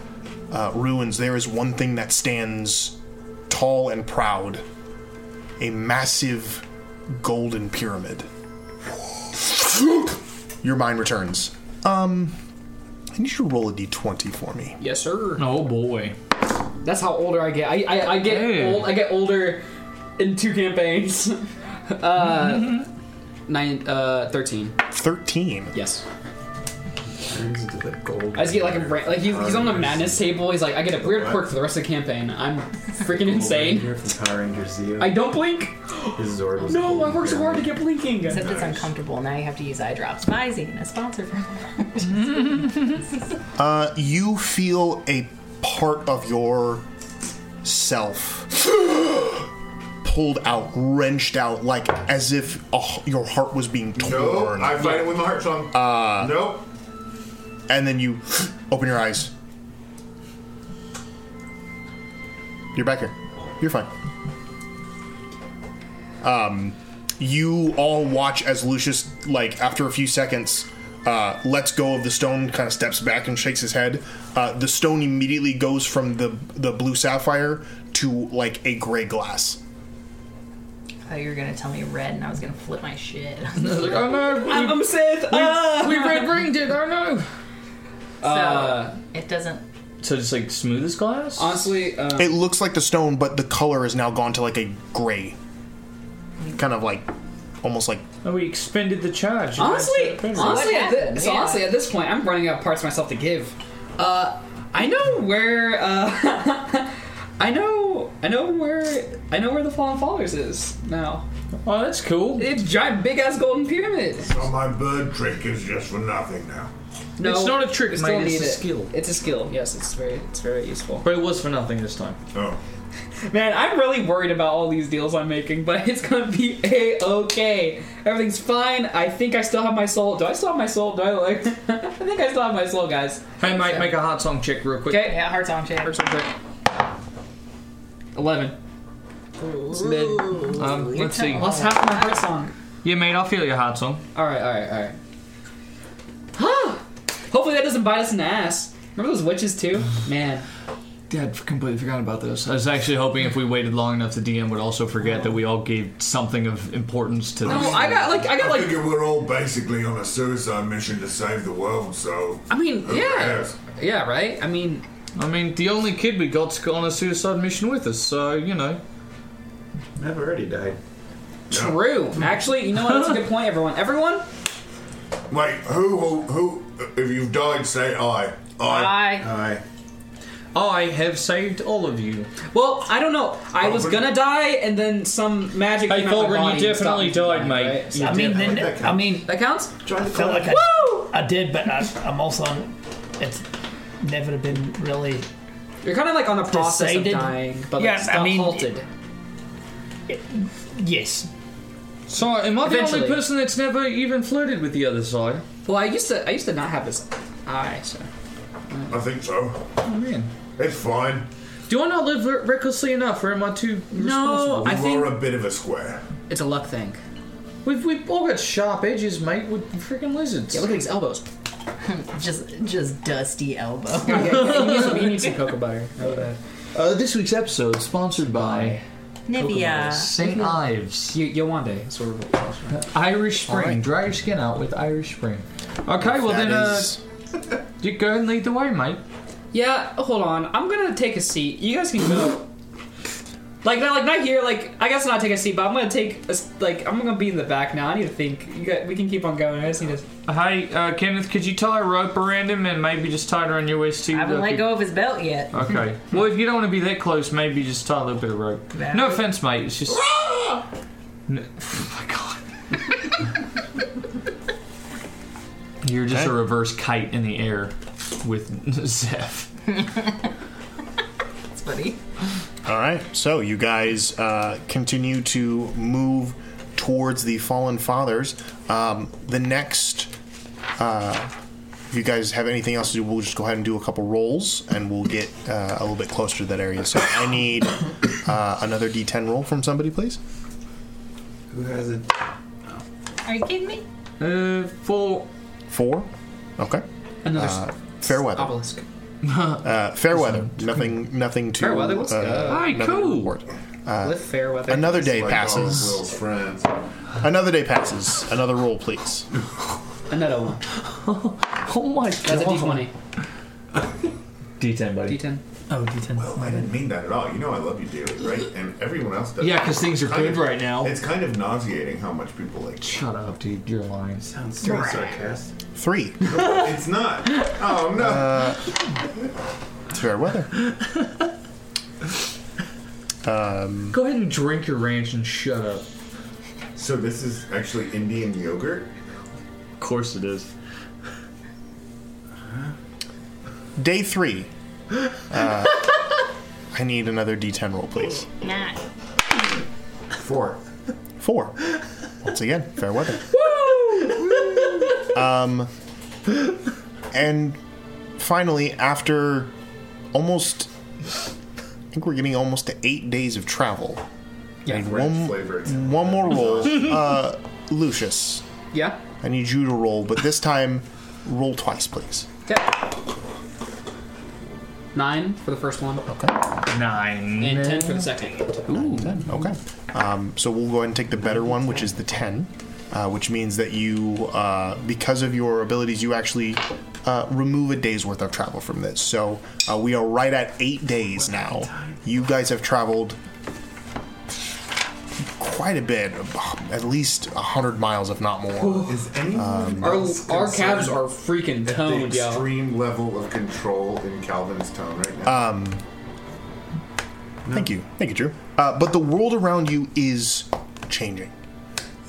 C: uh, ruins. There is one thing that stands tall and proud a massive golden pyramid. Your mind returns. Um, I need you to roll a d20 for me.
D: Yes, sir.
B: Oh boy.
D: That's how older I get. I, I, I get
B: Hey.
D: old. I get older in two campaigns. uh, nine, uh, thirteen.
C: 13.
D: Yes. I just get like a ra- like he's, he's on the madness table. He's like, I get a weird quirk for the rest of the campaign. I'm freaking insane.
H: Power Ranger Zeo.
D: I don't blink.
H: His Zord was
D: No, I worked so hard to get blinking.
E: Except it's uncomfortable. Now you have to use eye drops. Buy Zine, a sponsor for them.
C: Uh, you feel a part of your self pulled out, wrenched out, like as if a h your heart was being torn.
F: I fight it with my heart, so
C: Uh,
F: nope.
C: And then you open your eyes. You're back here. You're fine. Um, you all watch as Lucius, like after a few seconds, uh, lets go of the stone, kind of steps back and shakes his head. Uh, the stone immediately goes from the the blue sapphire to like a gray glass.
E: I thought you were gonna tell me red, and I was gonna flip my shit.
D: oh no! I'm, I'm Sith. Ah! We, we red ringed it. Oh no!
E: So
D: Uh,
E: it doesn't.
B: So just like smooth as glass.
D: Honestly, uh,
C: It looks like the stone, but the color is now gone to like a gray, kind of like almost like
B: Oh, we expended the charge.
D: Honestly,
B: That's so
D: honestly,
B: offensive.
D: at this, so honestly, at this point, I'm running out of parts myself to give. Uh, I know where. Uh, I know. I know where. I know where the Fallen Fathers is now.
B: Oh, that's cool.
D: It's giant, big ass golden pyramid.
L: So my bird trick is just for nothing now.
D: No,
B: It's not a trick,
D: we still
B: mate, it's
D: need
B: a
D: it.
B: skill.
D: It's a skill. Yes, it's very. It's very useful.
B: But it was for nothing this time.
L: Oh.
D: Man, I'm really worried about all these deals I'm making, but it's gonna be a okay. Everything's fine. I think I still have my soul. Do I still have my soul? Do I like? I think I still have my soul, guys.
B: Hey, Mike, make a hot song check real quick.
D: Okay.
E: Yeah, hearts on shit.
D: Hearts on shit. Eleven. It's mid.
B: Um, let's see.
D: Lost half my heart song.
B: Yeah, mate, I'll feel your hot song.
D: All right, all right, all right. Hopefully that doesn't bite us in the ass. Remember those witches too? Man.
B: Yeah, I completely forgot about this. I was actually hoping if we waited long enough, the DM would also forget that we all gave something of importance to this.
L: I figure we're all basically on a suicide mission to save the world, so.
D: I mean,
L: who
D: yeah,
L: cares?
D: yeah, right. I mean,
B: I mean, the only kid we got's got on a suicide mission with us, so you know.
H: I've already died.
D: True. Actually, you know what? That's a good point, everyone. Everyone.
L: Wait, who, who, who, if you've died, say I. I.
D: Aye.
H: Aye.
B: I have saved all of you.
D: Well, I don't know. I
F: Oh,
D: was gonna die, and then some magic.
B: Hey,
D: came out of my
B: Colburn, you
D: body and stopped
B: definitely
D: me from
B: died,
D: dying,
B: mate.
D: right?
B: You
D: So-
B: I mean,
G: then-
B: That
G: I mean,
D: that counts.
G: I felt like I, I did, but I, I'm also on. It's never been really.
D: You're kind of like on the process of
G: decided.
D: dying, but
G: yeah,
D: it's
G: I
D: not
G: mean,
D: halted.
G: yes.
B: So am I the
D: Eventually.
B: only person that's never even flirted with the other side?
D: Well, I used to. I used to not have this eye. So.
F: I think so.
B: Oh man.
F: It's fine.
B: Do I not live re- recklessly enough, or am I too responsible?
F: you are a bit of a square.
D: It's a luck thing.
B: We've, we've all got sharp edges, mate. We're freaking lizards. Yeah,
D: look at these elbows.
E: just just dusty elbow.
D: you need some cocoa butter.
L: Uh, this week's episode is sponsored by
E: Nivea.
L: St. Ives.
D: You, you'll want day. Sort of
L: Uh, Irish
B: All
L: Spring.
B: right.
L: Dry your skin out with Irish Spring.
B: Okay, well then, uh, you go and lead the way, mate.
D: Yeah, hold on. I'm gonna take a seat. You guys can go. like not like not here. Like I guess not take a seat, but I'm gonna take a, s- like I'm gonna be in the back now. I need to think. You got, we can keep on going. I just need to.
B: Hey, uh, Kenneth, could you tie a rope around him and maybe just tie it around your waist too?
E: I haven't
B: That'd
E: let
B: be-
E: go of his belt yet.
B: Okay. well, if you don't want to be that close, maybe just tie a little bit of rope.
E: Nah.
B: No offense, mate. It's just. No- You're just a reverse kite in the air with Zeph.
E: It's funny.
C: All right. So you guys uh, continue to move towards the fallen fathers. Um, the next, uh, if you guys have anything else to do, we'll just go ahead and do a couple rolls, and we'll get uh, a little bit closer to that area. So I need uh, another D10 roll from somebody, please.
P: Who has it?
E: Are you kidding me?
B: Uh, four.
C: Four. Okay.
D: Another
C: uh, fair weather.
D: Obelisk.
C: uh, fair weather. Nothing. Nothing too.
D: Fair weather, let's
C: uh,
D: go.
C: nothing
D: Alright, cool.
C: untoward. Uh,
D: With fair weather.
C: Another day
D: Like all Will's
C: passes.
F: friends.
C: Another day passes. Another roll, please.
D: Another one.
L: Oh my
D: That's a D20.
L: D10, buddy.
D: D10.
L: Oh, D10.
F: Well, I didn't mean that at all. You know I love you dearly, right? And everyone else does.
L: Yeah, 'cause things are
F: Kind
L: good
F: of-
L: right now.
F: It's kind of nauseating how much people like.
L: Shut up, dude. You're lying. Sounds
F: so sarcastic.
C: Three.
F: No, it's not. Oh no.
C: Uh, it's fair weather. Um,
L: Go ahead and drink your ranch and shut up.
F: So this is actually Indian yogurt.
L: Of course it is.
C: day three. Uh, I need another D10 roll, please.
E: Nah.
C: Four. Four. Once again, fair weather. Um, and finally, after almost, I think we're getting almost to eight days of travel. I need one, one more roll. Uh, Lucius,
D: Yeah.
C: I need you to roll, but this time, roll twice, please.
D: Nine for the first one.
C: Okay.
L: Nine.
D: And ten for the second.
C: Ooh. Okay. Um, so we'll go ahead and take the better one, which is the 10, uh, which means that you, uh, because of your abilities, you actually uh, remove a day's worth of travel from this. So uh, we are right at eight days now. You guys have traveled quite a bit, at least 100 miles, if not more. Um,
F: Is anyone
D: Our,
F: else
D: our
F: concerned
D: calves are freaking
F: at the
D: toned, yo.
F: extreme level of control in Calvin's tone right now?
C: Um, Thank you. Thank you, Drew. Uh, but the world around you is changing.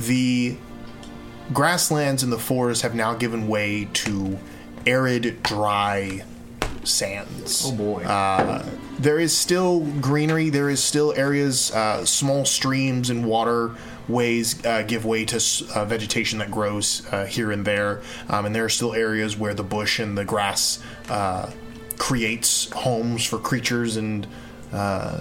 C: The grasslands and the forests have now given way to arid, dry sands. Oh, boy. Uh, there is still greenery. There is still areas, uh, small streams and water ways uh, give way to s- uh, vegetation that grows uh, here and there. Um, and there are still areas where the bush and the grass uh, creates homes for creatures and uh,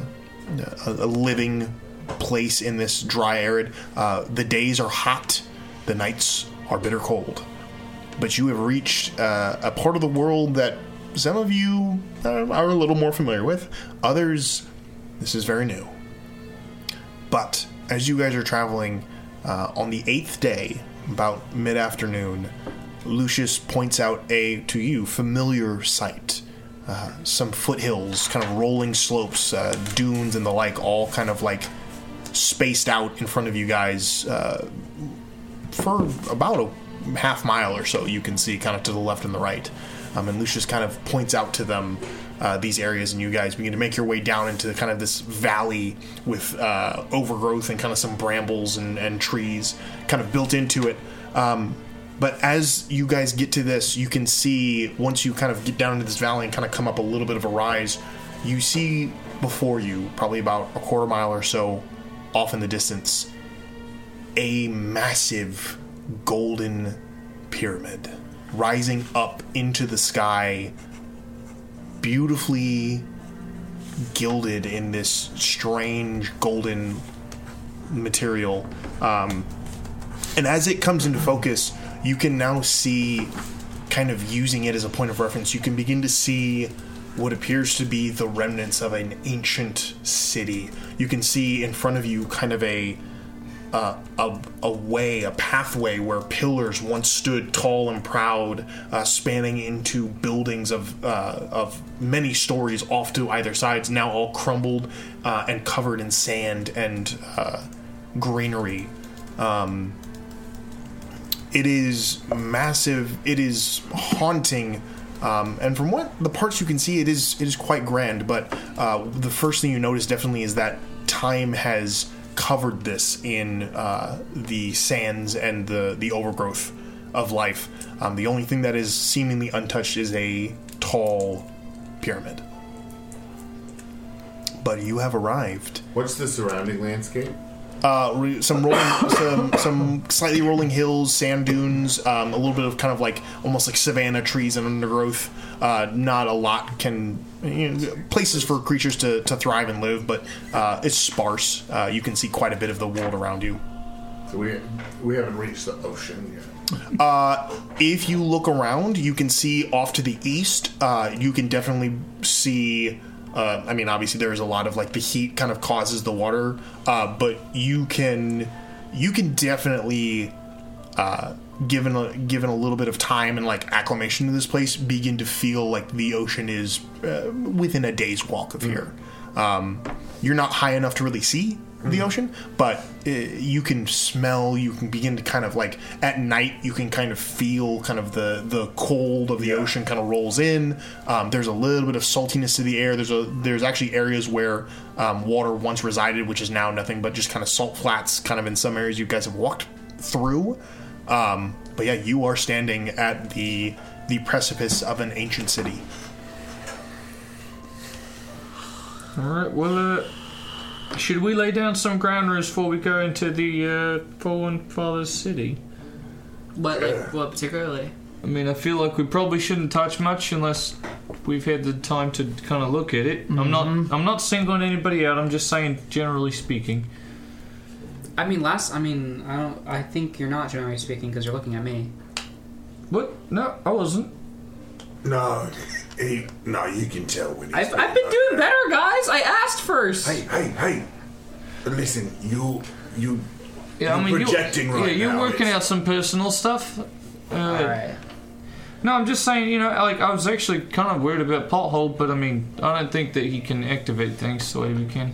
C: a, a living place in this dry arid. Uh, the days are hot, the nights are bitter cold. But you have reached uh, a part of the world that some of you uh, are a little more familiar with. Others, this is very new. But as you guys are traveling, uh, on the eighth day, about mid afternoon, Lucius points out a, to you, familiar sight. Uh, some foothills, kind of rolling slopes, uh, dunes, and the like, all kind of like spaced out in front of you guys uh, for about a half mile or so. You can see kind of to the left and the right. Um, and Lucius kind of points out to them uh, these areas, and you guys begin to make your way down into kind of this valley with uh, overgrowth and kind of some brambles and, and trees kind of built into it. Um, but as you guys get to this, you can see once you kind of get down into this valley and kind of come up a little bit of a rise, you see before you, probably about a quarter mile or so off in the distance, a massive golden pyramid rising up into the sky, beautifully gilded in this strange golden material. Um, and as it comes into focus, you can now see, kind of using it as a point of reference, you can begin to see what appears to be the remnants of an ancient city. You can see in front of you kind of a uh, a, a way, a pathway where pillars once stood tall and proud, uh, spanning into buildings of uh, of many stories off to either sides, now all crumbled uh, and covered in sand and uh, greenery. Um, it is massive. It is haunting. Um, and from what the parts you can see, it is it is quite grand. But uh, the first thing you notice definitely is that time has covered this in uh, the sands and the the overgrowth of life. Um, the only thing that is seemingly untouched is a tall pyramid. But you have arrived.
F: What's the surrounding landscape?
C: uh, re- some rolling, some, some slightly rolling hills, sand dunes, um, a little bit of kind of like almost like savanna trees and undergrowth. Uh, not a lot can you know, places for creatures to, to thrive and live, but uh, it's sparse. Uh, you can see quite a bit of the world around you.
L: So we we haven't reached the ocean yet.
C: Uh, if you look around, you can see off to the east. Uh, you can definitely see. Uh, I mean, obviously, there's a lot of like the heat kind of causes the water, uh, but you can you can definitely uh, given a, given a little bit of time and like acclimation to this place, begin to feel like the ocean is uh, within a day's walk of here. Um, you're not high enough to really see the
L: Mhm.
C: ocean, but uh, you can smell. You can begin to kind of like at night. You can kind of feel kind of the the cold of the ocean kind of rolls in. Um, there's a little bit of saltiness to the air. There's a there's actually areas where um, water once resided, which is now nothing but just kind of salt flats. Kind of in some areas you guys have walked through. Um, but yeah, you are standing at the the precipice of an ancient city.
B: All right. Well, uh, should we lay down some ground rules before we go into the uh, Fallen Fathers City?
D: What, like, what particularly?
B: I mean, I feel like we probably shouldn't touch much unless we've had the time to kind of look at it. I'm not.
D: Mm-hmm.
B: I'm not singling anybody out. I'm just saying, generally speaking.
D: I mean, last. I mean, I don't. I think you're not generally speaking because you're looking at me.
B: What? No, I wasn't.
L: No, he, no, you can tell when.
D: I've, I've been doing better, guys. I asked first.
L: Hey, hey, hey! Listen, you, you,
B: Yeah, I
L: you're
B: mean, you-
L: projecting right
B: Yeah, you're
L: now.
B: working out some personal stuff. Uh,
D: Alright.
B: No, I'm just saying, you know, like I was actually kind of worried about pothole, but I mean, I don't think that he can activate things the way we can.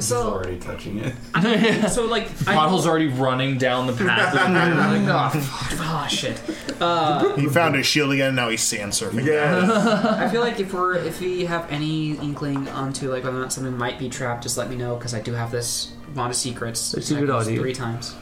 D: So-
B: already touching it.
D: so like,
B: Pothole's already running down the path. like, oh,
D: Ah, shit. Uh,
C: He found his shield again. Now he's sand surfing.
D: I feel like if we're if we have any inkling onto like whether or not something might be trapped, just let me know because I do have this wand of secrets.
L: That's a
D: I
L: good
D: can use
L: idea.
D: Three times.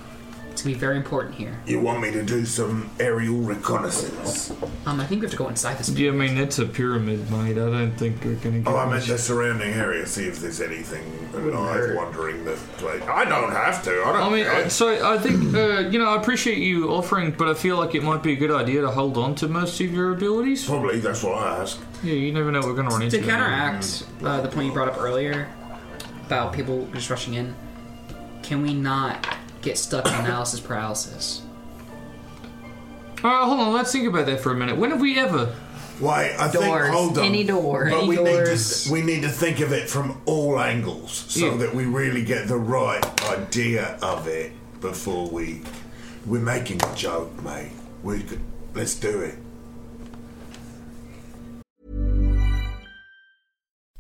D: It's gonna be very important here.
L: You want me to do some aerial reconnaissance?
D: Um, I think we have to go inside this.
B: Yeah, I mean it's a pyramid, mate. I don't think we're gonna. Get
L: Oh, I meant
B: much-
L: the surrounding area. See if there's anything alive
B: hurt.
L: wandering the place. I don't have to. I don't.
B: I mean,
L: care.
B: uh, so I think uh, you know I appreciate you offering, but I feel like it might be a good idea to hold on to most of your abilities.
L: Probably that's what I ask.
B: Yeah, you never know what we're gonna run into.
D: To counteract uh, the point you brought up earlier about people just rushing in, can we not get stuck in analysis paralysis?
B: All right, hold on. Let's think about that for a minute. When have we ever?
L: Why? I
B: Doors.
L: think. Hold on.
B: Any door.
L: But
B: Any
L: we
B: doors.
L: need to we need to think of it from all angles so
B: Yeah.
L: that we really get the right idea of it before we. We're making a joke, mate. We could, let's do it.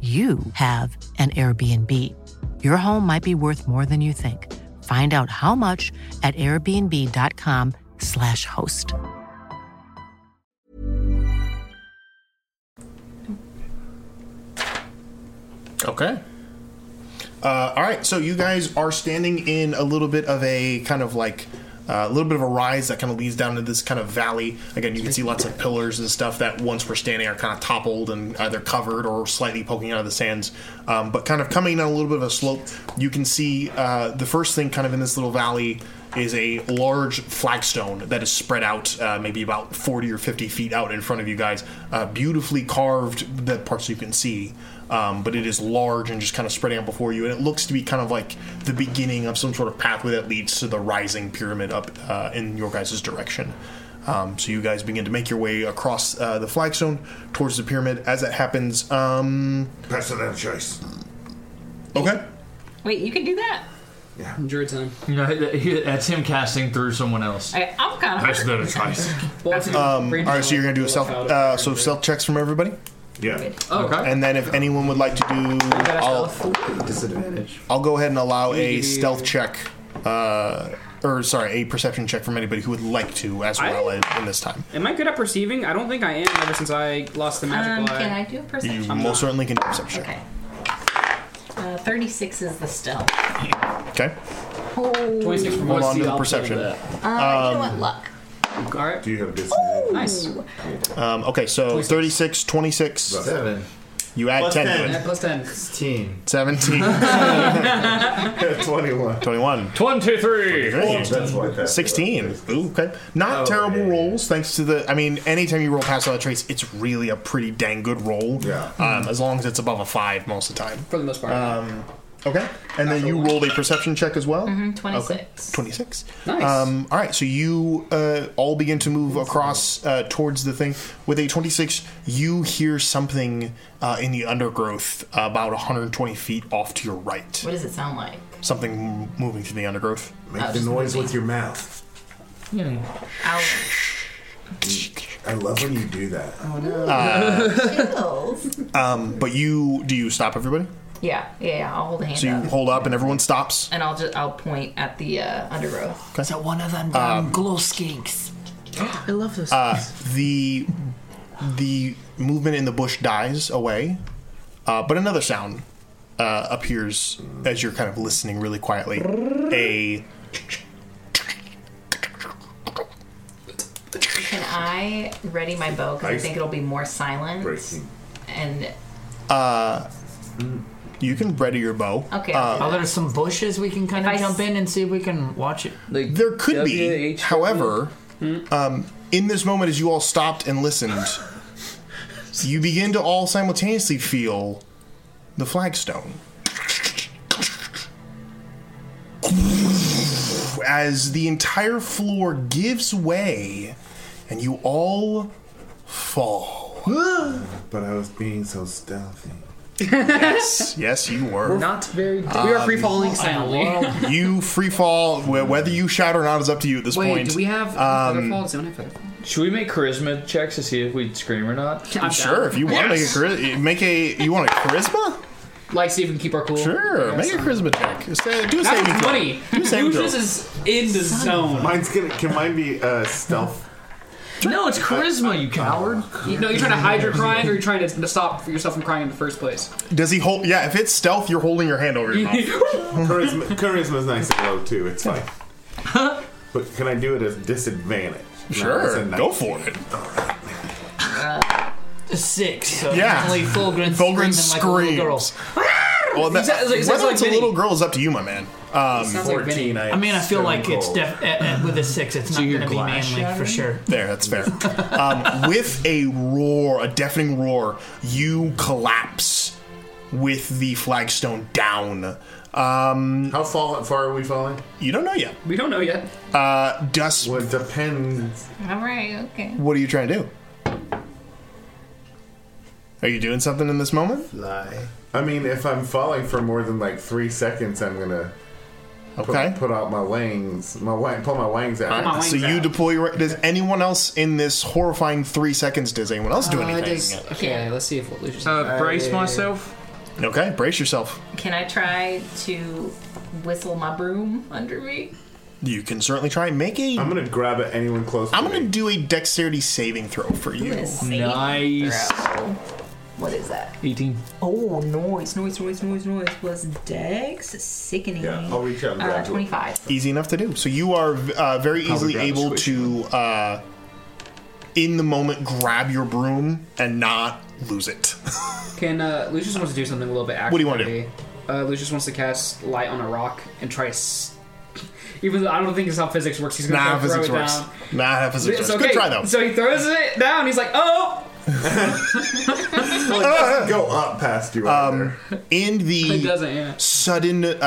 Q: you have an Airbnb. Your home might be worth more than you think. Find out how much at airbnb.com/slash host.
C: Okay. Uh, all right, so you guys are standing in a little bit of a kind of like uh, a little bit of a rise that kind of leads down to this kind of valley. Again, you can see lots of pillars and stuff that once we're standing are kind of toppled and either covered or slightly poking out of the sands. Um, but kind of coming down a little bit of a slope, you can see uh, the first thing kind of in this little valley is a large flagstone that is spread out uh, maybe about 40 or 50 feet out in front of you guys. Uh, beautifully carved, the parts you can see. Um, but it is large and just kind of spreading out before you, and it looks to be kind of like the beginning of some sort of pathway that leads to the rising pyramid up uh, in your guys' direction. Um, so you guys begin to make your way across uh, the flagstone towards the pyramid. As that happens, um,
L: Precedent choice.
C: Okay.
E: Wait, you can do that.
C: Yeah.
D: Druid time.
B: No, that- he- that's him casting through someone else.
E: I, I'm kind of.
B: That's not a choice.
C: Um, all right, so you're gonna do a self. Uh, so self checks from everybody.
L: Yeah.
D: Oh.
C: Okay. Oh. And then if anyone would like to do, I'll, disadvantage. I'll go ahead and allow a stealth check, uh, or sorry, a perception check from anybody who would like to as well in, in this time.
D: Am I good at perceiving? I don't think I am. Ever since I lost the magic
E: Um,
D: eye.
E: can I do a perception?
C: You
E: I'm
C: most
E: not.
C: certainly can do a perception. check.
E: Uh, 36 is the stealth.
C: Okay.
E: Oh.
C: Hold on to the perception.
E: Um, I still want luck.
D: All right.
C: Do you have this?
E: Nice.
C: Um, okay, so 36, 26.
H: Seven.
C: You add
H: Plus
C: 10,
H: ten.
C: to
H: Yeah,
C: it.
D: plus 10.
H: 16.
C: 17.
L: 21.
C: 21.
B: 23.
L: That's why that-
C: 16. Ooh, okay. Not terrible rolls, thanks to the. I mean, anytime you roll past that trace, it's really a pretty dang good roll. Yeah. Um, As long as it's above a five most of the time.
D: For the most part.
C: Um, okay. And then you rolled a perception check as well?
E: Mhm,
C: Okay. 26.
E: Nice.
C: Um, all right, so you uh, all begin to move across uh, towards the thing. With a 26, you hear something uh, in the undergrowth about 120 feet off to your right.
E: What does it sound like?
C: Something m- moving through the undergrowth.
E: Make Oh, the just noise moving. with
C: your mouth.
B: Hmm.
L: I love when you do that.
E: Oh no.
C: Uh, um, but you, do you stop everybody?
E: yeah, yeah, yeah. I'll hold a hand
C: So you
E: up.
C: hold up and everyone stops.
E: and I'll just I'll point at the uh, undergrowth.
C: Okay.
G: So one of them
C: Um,
G: damn glow skinks. I love those.
C: Uh, the the movement in the bush dies away, uh, but another sound uh, appears as you're kind of listening really quietly. A
E: Can I ready my bow? Because I
C: Nice.
E: think it'll be more silent. And
C: uh, you can ready your bow.
E: Okay, I'll do
G: Are
C: Uh,
G: there some bushes we can kind of jump in and see if we can watch it?
C: there could be, however,
D: Hmm?
C: Um, in this moment, as you all stopped and listened, you begin to all simultaneously feel the flagstone. As the entire floor gives way and you all fall.
F: But I was being so stealthy.
C: yes, yes, you were.
D: We're not very. we are free falling soundly.
C: you free fall. wh- Whether you shout or not is up to you at this
D: Wait,
C: point. Um,
D: do we have feather fall? Don't have feather fall.
B: Should we make charisma checks to see if we scream or not?
C: I'm sure, if you want to make a chari- make a you want a charisma.
D: Like see if we can keep our cool.
C: Sure,
D: Yeah,
C: make
D: so-
C: a charisma check. Say- Do a
D: That's
C: saving throw.
D: funny.
C: Do a saving throw.
D: Lucius is in the zone.
F: Mine's gonna. Can mine be uh, stealth?
B: No, it's charisma, you coward.
D: You- no, you're trying to hide your crying, or you're trying to stop yourself from crying in the first place.
C: Does he hold? Yeah, if it's stealth, you're holding your hand over your mouth.
F: charisma, charisma's nice and low too. It's fine. but can I do it as disadvantage?
C: Sure, go for it.
R: uh, Six. So
C: Yeah.
R: definitely Fulgrin
C: Fulgrin
R: screaming like a little
C: screams.
R: girl.
C: Well, that,
R: Is that- is that- is that
C: whether
R: like
C: it's a
R: Vinny?
C: little girl is up to you, my man. Um,
R: Sounds like Vinny. I mean, I feel like it's def- eh, eh, with a six, it's not going to be
C: glass
R: manly for sure.
C: There, that's fair. um, with a roar, a deafening roar, you collapse with the flagstone down. Um, How far, far are we falling? You don't know yet.
D: We don't know yet.
C: Uh, dust. Well, depends.
E: All right. Okay.
C: What are you trying to do? Are you doing something in this moment?
F: Lie. I mean, if I'm falling for more than like three seconds, I'm gonna put-
C: Okay.
F: put, out my wings, my wang, pull my wings out.
C: so you deploy. Your, does anyone else in this horrifying three seconds? Does anyone else do
D: Uh,
C: anything?
D: does- okay, let's see if what Lucius.
B: Uh, brace myself.
C: Okay, brace yourself.
E: Can I try to whistle my broom under me?
C: You can certainly try and make a. I'm
F: gonna grab at anyone close.
C: I'm gonna do a dexterity saving throw for you.
E: a saving
B: Nice.
E: What is that?
B: 18.
E: Oh, noise, noise, noise, noise, noise. Plus Dex, sickening.
C: Yeah, I'll reach out and
E: Uh,
C: grab it.
E: Twenty-five.
C: Easy enough to do. So you are uh,
F: Probably
C: very easily
F: grab a
C: able to, uh, in the moment, grab your broom and not lose it.
D: Can uh, Lucius wants to do something a little bit? Action
C: What do you wanna do?
D: Uh, Lucius wants to cast light on a rock and try to. S- even though I don't think it's how physics works, he's gonna try
C: Nah,
D: to throw
C: physics
D: it
C: works.
D: down.
C: Nah, physics
D: It's
C: works. Good try though.
D: So he throws it down. He's like, "Oh,
F: go up past you.
C: Um, in the
D: It doesn't, yeah.
C: sudden uh,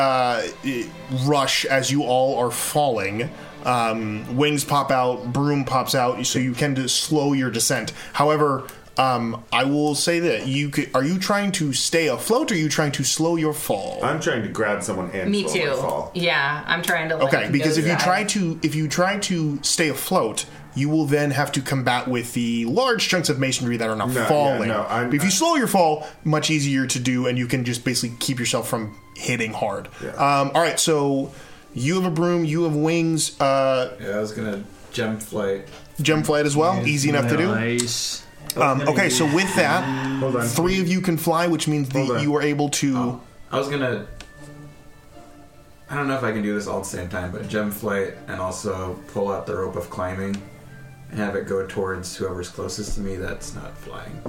C: i- rush as you all are falling, um, wings pop out, broom pops out, so you can just slow your descent. However, um, I will say that you could, are you trying to stay afloat or are you trying to slow your fall?
F: I'm trying to grab someone and
E: Me
F: slow
E: too.
F: my fall.
E: Yeah, I'm trying to. Like,
C: Okay, because if you
E: nosedive.
C: try to if you try to stay afloat, you will then have to combat with the large chunks of masonry that are not
F: No, yeah,
C: falling.
F: no, I'm-
C: But if you slow your fall, much easier to do, and you can just basically keep yourself from hitting hard. Um, all right, so you have a broom, you have wings, uh,
H: Yeah, I was gonna gem flight.
C: gem flight as well, easy enough to do.
B: Nice.
C: Um, okay, so with that, three of you can fly, which means that you are able to.
F: Oh.
H: I was gonna. I don't know if I can do this all at the same time, but gem flight and also pull out the rope of climbing and have it go towards whoever's closest to me that's not flying.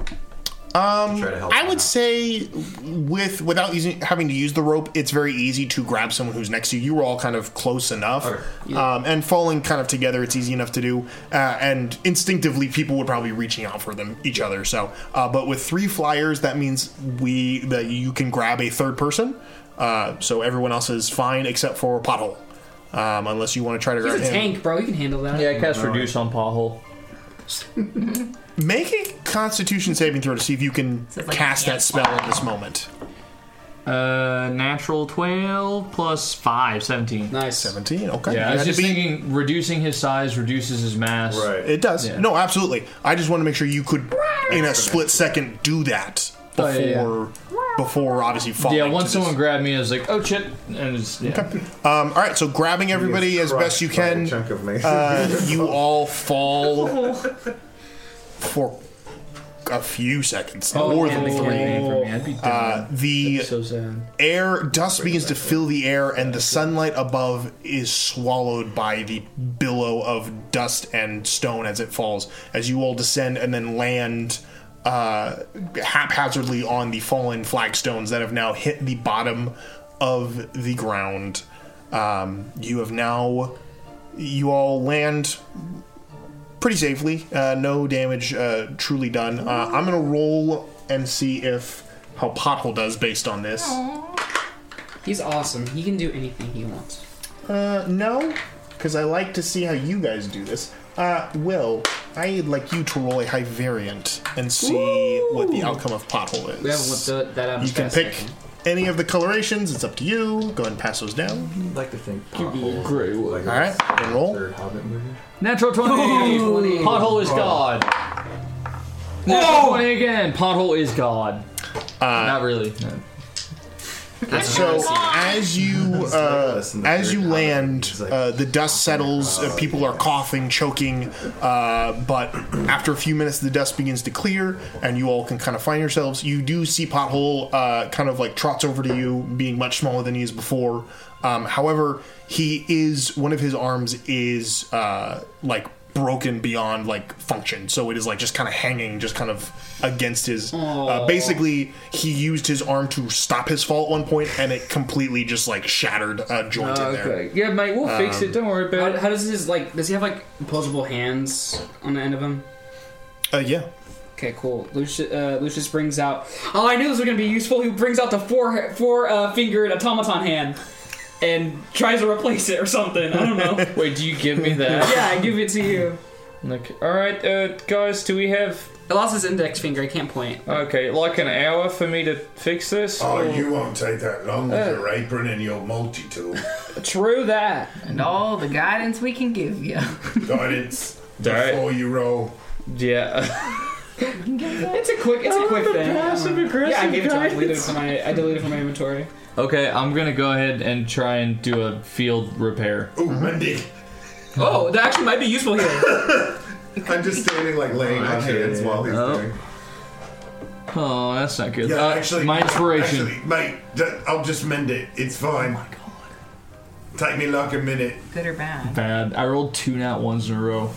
C: Um,
H: try to help
C: I would say with without using having to use the rope, it's very easy to grab someone who's next to you. You were all kind of close enough, um, and falling kind of together, it's easy enough to do. Uh, and instinctively, people would probably be reaching out for them each other. So, uh, but with three flyers, that means we that you can grab a third person. Uh, so everyone else is fine except for Pothole, um, unless you want to try to
D: he's
C: grab
D: a
C: him.
D: tank, bro. You can handle that."
B: Yeah, cast reduce on Pothole.
C: Make a Constitution saving throw to see if you can cast that spell in this moment.
B: Uh, natural 12 plus 5, 17.
D: Nice.
C: 17, okay.
B: Yeah, I
C: You
B: was
C: had to
B: just
C: beat-
B: thinking reducing his size reduces his mass. Right.
C: It does.
B: Yeah.
C: No, absolutely. I just want to make sure you could, in a split second, do that before,
B: Oh, yeah, yeah.
C: before obviously falling.
B: yeah,
C: to
B: once
C: this.
B: someone grabbed me, I was like, oh shit. And it's, yeah.
C: Um, all right, so grabbing everybody as best you can. uh, you all fall for a few seconds,
B: Oh,
C: more
B: yeah,
C: than
B: they can't aim for me. I'd be
C: three.
B: done.
C: Uh, the air dust begins to fill the air, and the sunlight above is swallowed by the billow of dust and stone as it falls. As you all descend and then land uh, haphazardly on the fallen flagstones that have now hit the bottom of the ground. Um, you have now, you all land pretty safely. Uh, no damage uh, truly done. Uh, I'm gonna roll and see if how Pothole does based on this.
D: He's awesome. He can do anything he wants.
C: Uh, no, because I like to see how you guys do this. Uh, Will, I'd like you to roll a high variant and see what the outcome of Pothole is.
D: We haven't looked at that out
C: You can pick any of the colorations. It's up to you. Go ahead and pass those down.
H: I'd like to think.
C: All right, then roll.
J: Natural 20.
C: Ooh.
J: Pothole is
C: Wow.
J: God. Natural 20 again. Pothole is God. Not really. no.
C: So as you uh, as you land, uh, the dust settles. Uh, people are coughing, choking, uh, but after a few minutes, the dust begins to clear, and you all can kind of find yourselves. You do see Pothole uh, kind of like trots over to you, being much smaller than he is before. Um, however, he is one of his arms is uh, like broken beyond like function, so it is like just kind of hanging, just kind of against his. Uh,
D: Aw.
C: basically basically he used his arm to stop his fall at one point and it completely just like shattered a joint in there.
D: Oh, Yeah, mate,
C: we'll fix it, Um,
D: Don't worry about it. How does his like? Does he have like opposable hands on the end of him?
C: Uh, yeah.
D: Okay, cool. Lucius, uh, Lucius brings out. Oh, I knew this was gonna be useful. He brings out the four four uh, fingered automaton hand and tries to replace it or something. I don't know.
B: Wait, do you give me that?
D: yeah, I give it to you.
B: Like, all right, uh, guys, do we have?
D: I lost his index finger. I can't point.
B: Okay, like an hour for me to fix this.
L: Oh,
B: or-
L: you won't take that long with
B: Uh.
L: your apron and your multi tool.
D: True that.
O: And all the guidance we can give you.
L: Guidance before you roll.
B: Yeah.
D: It's a quick. It's a quick
B: the
D: thing.
B: passive aggressive
D: yeah, I gave it to him. I deleted it
B: guys.
D: from my. I deleted it from my inventory.
B: Okay, I'm gonna go ahead and try and do a field repair.
L: Ooh, Mindy.
D: Oh, that actually might be useful here.
F: I'm just standing like laying on hands while he's doing.
B: Oh, that's not good.
L: Yeah,
B: Uh,
L: actually,
B: my inspiration.
L: Actually, mate, d- I'll just mend it. It's fine. Take me like a minute.
O: Oh Good or bad?
B: Bad. I rolled two nat ones in a row.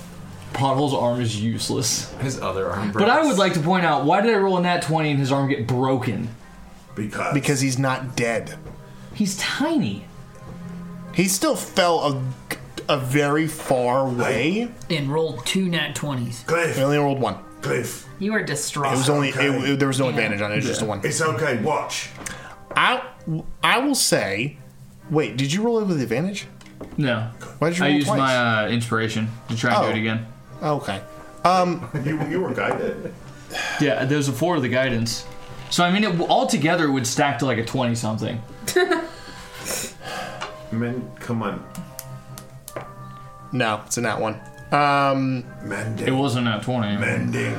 B: Pothole's arm is useless.
H: His other arm.
B: But I would like to point out why did I roll a nat 20 and his arm get broken?
L: Because
C: Because he's not dead.
B: He's tiny.
C: He still fell a, a very far way.
R: And rolled two nat 20s.
L: Cliff.
C: I only rolled one.
L: Cliff.
O: You are distraught.
C: It was only it, it- there was no advantage on it. It was just a one.
L: It's okay. Watch.
C: I I will say. Wait, did you roll it with advantage?
B: No.
C: Why did you
B: I
C: roll
B: used
C: twice?
B: my uh, inspiration to try and
C: Oh.
B: do it again.
C: Okay. Um,
L: you, you were guided.
B: Yeah, there's a four of the guidance. So I mean, it, altogether it would stack to like a twenty something.
F: Men, come on.
C: No, it's a nat one. Um,
L: Mending.
B: It wasn't at twenty.
L: Mending.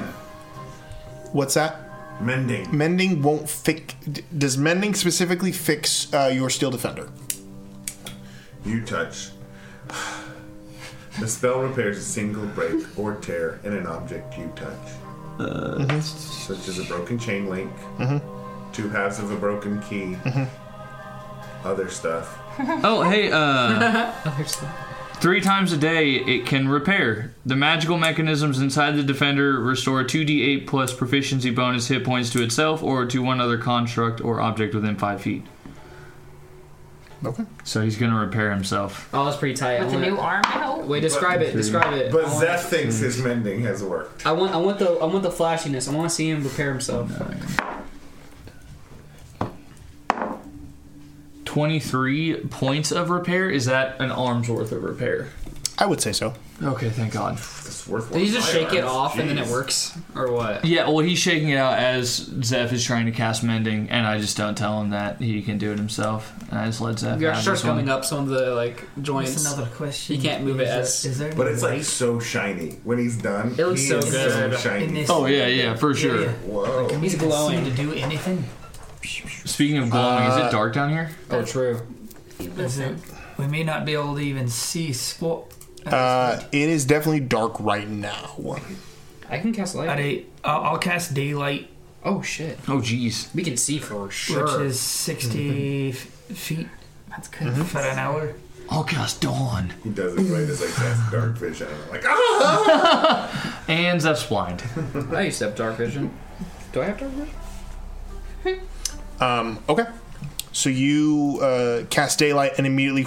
C: What's that?
L: Mending.
C: Mending won't fix. Does mending specifically fix uh, your steel defender?
F: You touch. The spell repairs a single break or tear in an object you touch, Uh, Mm-hmm.
B: Mm-hmm.
F: such as a broken chain link, two halves of a broken key,
B: Mm-hmm.
F: other stuff.
B: oh, hey, uh,
D: Oh,
B: three times a day it can repair. The magical mechanisms inside the defender restore two d8 plus proficiency bonus hit points to itself or to one other construct or object within five feet.
C: Okay.
B: So he's gonna repair himself.
D: Oh, that's pretty tight. I
O: With a
D: want-
O: new arm now?
D: Oh, Wait, describe it. Describe it.
F: But
D: I want-
F: Zeph thinks
B: Oh.
F: his mending has worked.
D: I want. I want the. I want the flashiness. I want to see him repair himself.
B: Oh, Twenty-three points of repair. Is that an arm's worth of repair?
C: I would say so.
B: Okay, thank God.
F: It's worth.
D: Did he just shake it off and then it works, or what?
B: Yeah, well, he's shaking it out as Zeph is trying to cast mending, and I just don't tell him that he can do it himself. And I just let Zeph.
D: Yeah,
B: have
D: starts
B: this one.
D: coming up some of the like joints.
R: That's another question.
D: You can't move it
R: Is
D: as.
R: there- is there
F: But it's like so shiny. When he's done,
D: It looks
F: he
D: so
F: is
D: good.
F: shiny.
R: In this-
B: Oh yeah, yeah, for sure.
R: yeah.
F: Whoa.
R: Can
D: He's
R: we
D: glowing.
R: seem to do anything?
B: Speaking of glowing, is
C: Uh,
B: it dark down here?
D: Oh, true.
R: Listen, we may not be able to even see squat.
C: Uh, it is definitely dark right now.
D: I can cast light.
R: Alright, I'll, I'll cast daylight,
D: Oh shit.
B: Oh jeez.
D: We can see for sure. Mm-hmm.
R: which is 60 f- feet
O: That's good.
R: for an hour.
B: I'll cast dawn.
F: He does it right as I cast dark vision. I'm like, ah!
B: And Zeph's blind.
D: I used to have dark vision. Do I have dark vision?
C: Um, okay. So you uh, cast daylight Uh, and immediately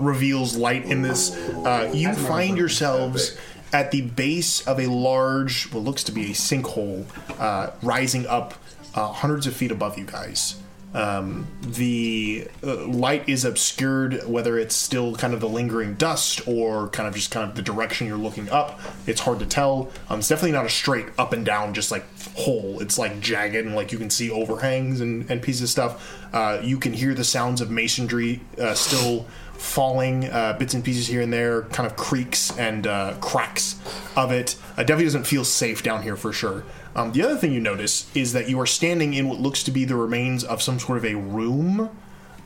C: reveals light in this. Uh, you find yourselves at the base of a large, what looks to be a sinkhole, uh, rising up uh, hundreds of feet above you guys. Um, the uh, light is obscured, whether it's still kind of the lingering dust or kind of just kind of the direction you're looking up. It's hard to tell. Um, it's definitely not a straight up and down, just like hole. It's like jagged and like you can see overhangs and, and pieces of stuff. Uh, you can hear the sounds of masonry uh, still falling, uh, bits and pieces here and there, kind of creaks and uh, cracks of it. Uh, definitely doesn't feel safe down here for sure. Um, the other thing you notice is that you are standing in what looks to be the remains of some sort of a room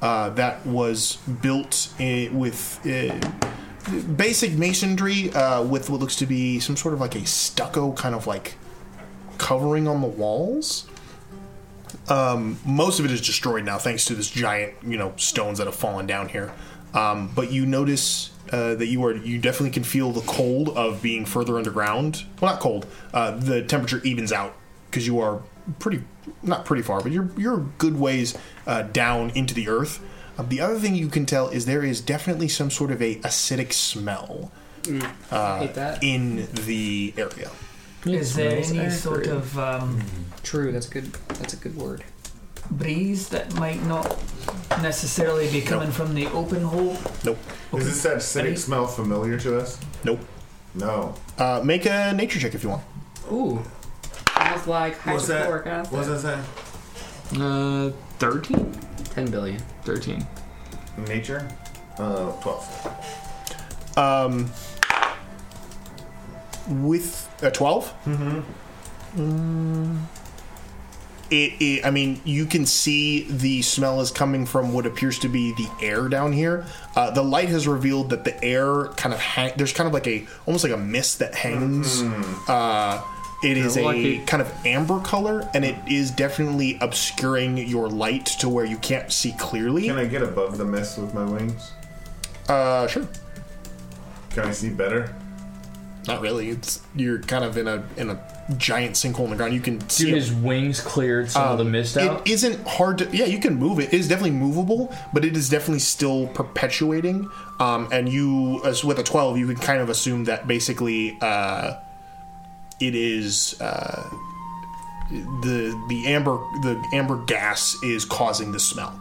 C: uh, that was built i with uh, basic masonry, uh, with what looks to be some sort of like a stucco kind of like covering on the walls. Um, most of it is destroyed now, thanks to this giant, you know, stones that have fallen down here. Um, but you notice uh, that you are you definitely can feel the cold of being further underground. Well, not cold. Uh, the temperature evens out because you are pretty not pretty far, but you're you're a good ways uh, down into the earth. Um, the other thing you can tell is there is definitely some sort of a acidic smell uh,
D: Hate that.
C: in the area.
G: Is there any sort of um,
D: Mm. true? That's good. That's a good word.
G: breeze that might not necessarily be coming from the open hole?
C: Nope.
G: Okay.
F: Is this that acidic
G: Any-
F: smell familiar to us?
C: Nope.
F: No.
C: Uh, make a nature check if you want.
D: Ooh. Sounds like
F: What's that?
D: hydrochloric acid.
F: What's that say?
B: Uh, 13?
D: 10 billion.
B: 13.
F: Nature? Uh, 12.
C: Um, with a 12? Mm-hmm. It, it, I mean, you can see the smell is coming from what appears to be the air down here. Uh, the light has revealed that the air kind of hang. There's kind of like a almost like a mist that hangs.
F: Mm-hmm.
C: Uh, it
B: Yeah,
C: is
B: like
C: a
B: it-
C: kind of amber color, and it is definitely obscuring your light to where you can't see clearly.
F: Can I get above the mist with my wings?
C: Uh, sure.
F: Can I see better?
C: Not really. It's you're kind of in a in a giant sinkhole in the ground. You can see
B: Dude, his wings cleared some of the mist out.
C: Um, It isn't hard to. Yeah, you can move it. It is definitely movable, but it is definitely still perpetuating. Um, and you, as with a twelve, you can kind of assume that basically, uh, it is uh, the the amber the amber gas is causing the smell.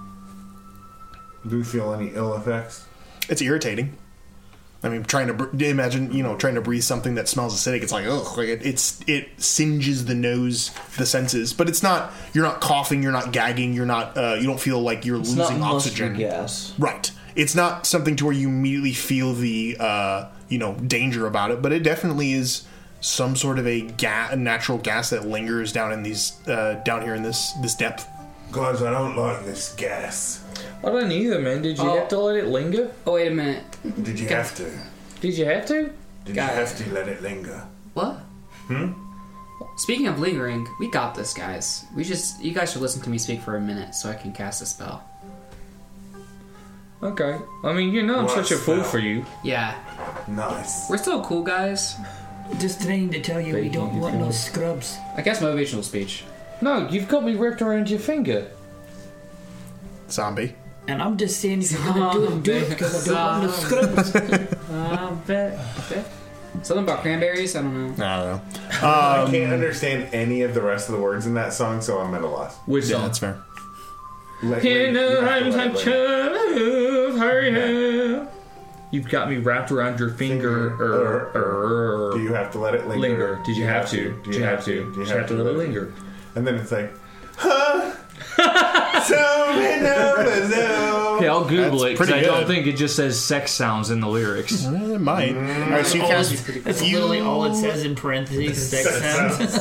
F: Do we feel any ill effects?
C: It's irritating. I mean, trying to br- imagine, you know, trying to breathe something that smells acidic. It's like, ugh, like it, it's it singes the nose, the senses. But it's not. You're not coughing. You're not gagging. You're not. Uh, you don't feel like you're
B: It's not
C: losing
B: mustard
C: oxygen.
B: gas.
C: Right. It's not something to where you immediately feel the uh, you know danger about it, but it definitely is some sort of a ga- natural gas that lingers down in these uh, down here in this this depth.
L: Guys, I don't like this gas.
B: I don't either, man. Did you
L: Oh.
B: have to let it linger?
D: Oh, wait a minute.
L: Did you have to?
B: Did you have to?
L: Did
D: Guys.
L: you have to let it linger?
D: What?
L: Hmm?
D: Speaking of lingering, we got this, guys. We just, you guys should listen to me speak for a minute so I can cast a spell.
B: Okay. I mean, you know I'm
D: What
B: such a fool
D: smell?
B: for you.
D: Yeah.
L: Nice.
D: We're still cool, guys.
G: Just trying to tell you we don't want no scrubs.
D: I guess motivational speech.
B: No, you've got me wrapped around your finger.
C: Zombie.
G: And I'm just saying if you're gonna do it, do it because I don't want no scrubs. Uh,
D: I bet. bet. Something about cranberries? I don't know.
C: I don't
F: know. I can't understand any of the rest of the words in that song, so I'm at a loss.
B: Which
C: yeah, that's fair.
F: Let,
B: You know
F: you have
B: I'm
F: to let it
B: such
F: linger.
B: a fool for you. You've got me wrapped around your finger. er, er.
F: Do you have to let it linger?
B: Linger. Did you have to?
F: Do you have to? Do you have to let it
B: linger?
F: And then it's like, "Oh, huh? so we know the know.
B: Yeah, I'll Google
F: That's
B: it because
F: pretty
B: I don't
F: good.
B: think it just says sex sounds in the lyrics.
C: Eh, It might. All right, so you
B: That's
C: cast.
B: all-
G: That's
C: you-
G: literally all it says in parentheses. Sex sounds.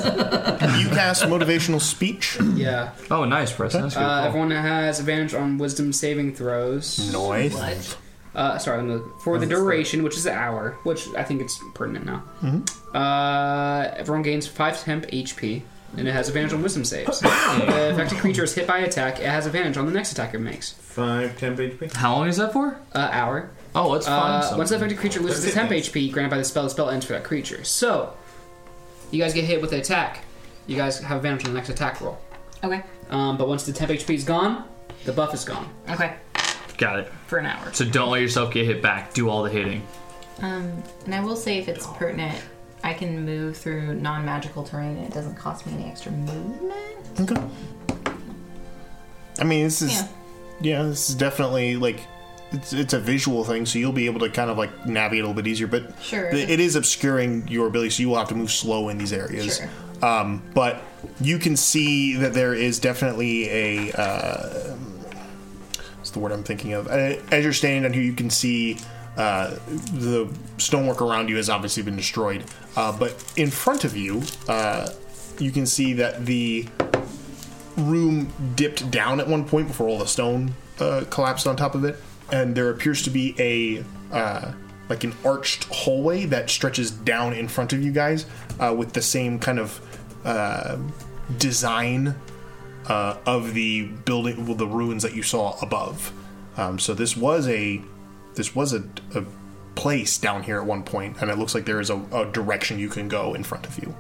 C: you cast motivational speech.
D: Yeah.
B: Oh, nice, Preston. That's a good.
D: Uh,
B: call.
D: everyone that has advantage on wisdom saving throws.
C: Nice.
D: What? Uh, sorry, let me look. for the duration, which is an hour, which I think it's pertinent now.
C: Mhm.
D: Uh, everyone gains five temp HP, and it has advantage on wisdom saves. the affected creature is hit by attack. It has advantage on the next attack it makes.
F: Five temp HP.
B: How long is that for?
D: Uh, hour.
B: Oh, let's find
D: Uh,
B: something.
D: once the affected creature loses the
B: Let's
D: temp HP granted by the spell, the spell ends for that creature. So, you guys get hit with an attack. You guys have advantage on the next attack roll.
O: Okay.
D: Um, but once the temp HP is gone, the buff is gone.
O: Okay.
B: Got it.
O: For an hour.
B: So don't let yourself get hit back. Do all the hitting.
E: Um, and I will say, if it's pertinent, I can move through non-magical terrain, and it doesn't cost me any extra movement.
C: Okay. I mean, this is
E: Yeah.
C: yeah. this is definitely like it's it's a visual thing, so you'll be able to kind of like navigate a little bit easier. But
E: Sure.
C: th- it is obscuring your ability, so you will have to move slow in these areas.
E: Sure.
C: Um, but you can see that there is definitely a. Uh, what's the word I'm thinking of? Uh, as you're standing down here, you can see uh, the stonework around you has obviously been destroyed. Uh, but in front of you, uh, you can see that the room dipped down at one point before all the stone uh, collapsed on top of it, and there appears to be a uh, like an arched hallway that stretches down in front of you guys uh, with the same kind of uh, design uh, of the building, well, the ruins that you saw above. Um, so this was a this was a, a place down here at one point, and it looks like there is a, a direction you can go in front of you.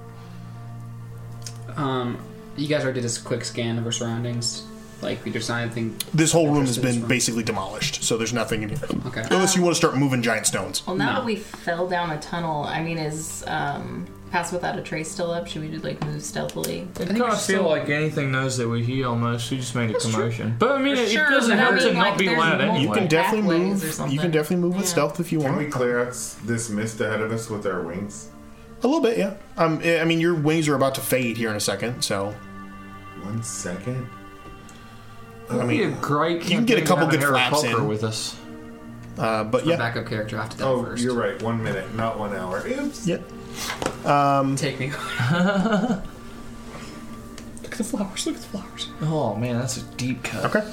D: Um, you guys already did this quick scan of our surroundings, like we just saw anything.
C: This whole room has been basically demolished, so there's nothing in here.
D: Okay.
C: Unless you want to start moving giant stones.
E: Well, now that we fell down a tunnel, I mean, is um, pass without a trace still up? Should we just like move stealthily?
B: I kind of feel like anything knows that we're here almost. We just made a commotion. But I mean, it,
E: Sure,
B: it doesn't
E: but I
B: hurt to
E: mean,
B: not
E: like,
B: be
E: there's
B: loud anyway.
C: You can definitely
E: pathways or
C: move. You can definitely move with stealth if you want.
F: Can we clear out s- this mist ahead of us with our wings?
C: A little bit, yeah. Um, I I mean, your wings are about to fade here in a second, so.
F: One second.
C: I mean,
B: It'd be a great
C: you can get a
B: campaign
C: couple
B: having
C: good
B: Harry
C: flaps
B: Potter
C: in
B: with us.
C: Uh, but yeah,
D: backup character after that
F: Oh, you you're right. One minute, not one hour. Oops.
C: Yep. Um,
D: Take me.
C: Look at the flowers. Look at the flowers.
B: Oh man, that's a deep cut.
C: Okay.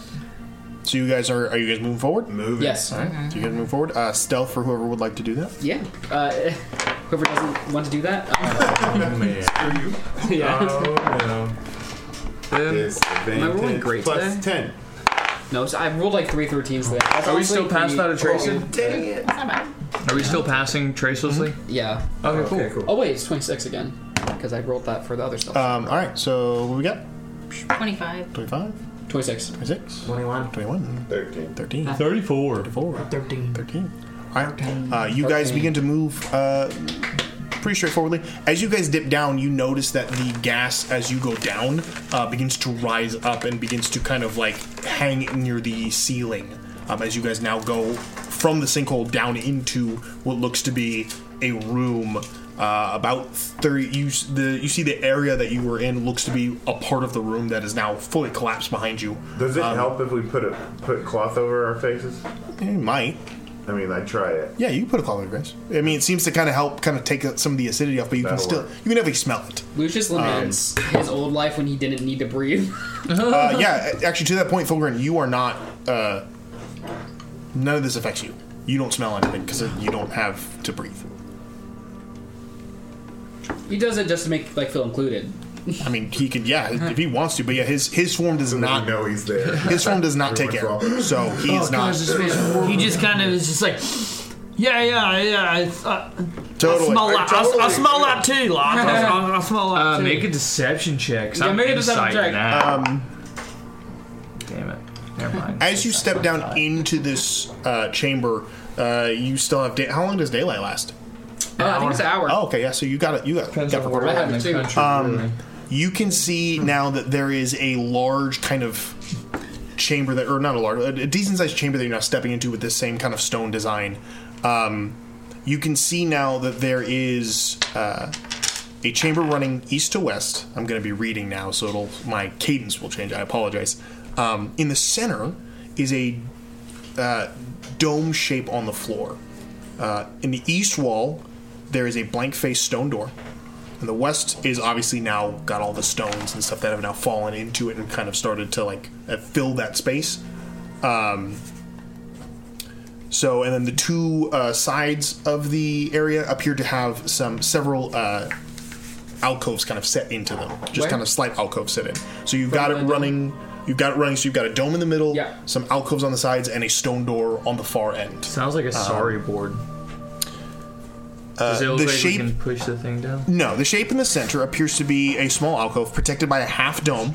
C: So you guys are are you guys moving forward? Moving.
D: Yes.
C: All right.
B: Mm-hmm.
D: Mhm.
C: So you guys move forward. Uh, stealth for whoever would like to do that.
D: Yeah. Uh, whoever doesn't want to do that. Uh, Screw you. yeah.
F: Oh,
D: no. Am I rolling great
F: Plus
D: today? ten. No, so I rolled like three thirteens today. That's
B: Are we
D: honestly
B: still
D: pretty-
B: past that at Tracy?
D: Dang it.
B: Are we still passing tracelessly?
D: Mm-hmm. Yeah.
B: Okay, cool.
D: Oh wait, it's twenty six again because I rolled that for the other stuff.
C: Um, all right. So what we got?
E: Twenty-five.
C: 25?
D: 26.
C: 26? 21. 21.
F: 13.
C: 13.
B: 34.
C: 34. 13. 13. All right. Uh, you guys begin to move uh, pretty straightforwardly. As you guys dip down, you notice that the gas, as you go down, uh, begins to rise up and begins to kind of like hang near the ceiling. Um, as you guys now go from the sinkhole down into what looks to be a room. Uh, about 30 you, s- the, you see the area that you were in looks to be a part of the room that is now fully collapsed behind you
F: Does it
C: Um,
F: help if we put a put cloth over our faces?
C: It might.
F: I mean, I try it.
C: Yeah, you can put a cloth over your face. I mean, it seems to kind of help, kind of take some of the acidity off, but you
F: That'll
C: can still,
F: work.
C: you can definitely smell it. Um,
D: Lucius laments his old life when he didn't need to breathe.
C: uh, yeah, a- actually, to that point, Fulgrin, you are not. Uh, none of this affects you. You don't smell anything because you don't have to breathe.
D: He does it just to make like feel included. Uh-huh.
C: I mean, he could, yeah, if he wants to, but yeah, his his form does not know
F: he's there.
C: His form does not take air, so he
R: Oh,
C: is not.
R: gosh, this face- he just kind of is just like, yeah, yeah, yeah. I, uh, I,
C: Totally.
R: I smell that. I, I smell that too, lot. I, I, I smell that
B: Uh,
R: too.
B: make a deception check. 'cause
R: Yeah,
B: I'm
R: make a deception
B: insight
R: check.
B: now.
C: Um,
B: Damn it. Never mind.
C: As you step down into this uh, chamber, uh, you still have. Day- How long does daylight last?
D: Uh, I think it's an hour.
C: Oh, okay, yeah. So you got it. You got, you got
D: on
C: it.
D: where we're at in the country, really.
C: Um, you can see now that there is a large kind of chamber that, or not a large, a decent sized chamber that you're now stepping into with this same kind of stone design. Um, you can see now that there is uh, a chamber running east to west. I'm going to be reading now, so it'll my cadence will change. I apologize. Um, in the center is a uh, dome shape on the floor. Uh, in the east wall, there is a blank faced stone door. And the west is obviously now got all the stones and stuff that have now fallen into it and kind of started to like uh, fill that space. Um, so, and then the two uh, sides of the area appear to have some several uh, alcoves kind of set into them, just
D: Where?
C: kind of slight alcoves set in. So you've got it running. You've got it running. So you've got a dome in the middle, some alcoves on the sides, and a stone door on the far end.
B: Sounds like
L: Um,
B: a sorry board. Does it
C: Uh,
B: look
C: the
B: like
C: shape
B: we can push the thing down?
C: No, the shape in the center appears to be a small alcove protected by a half dome,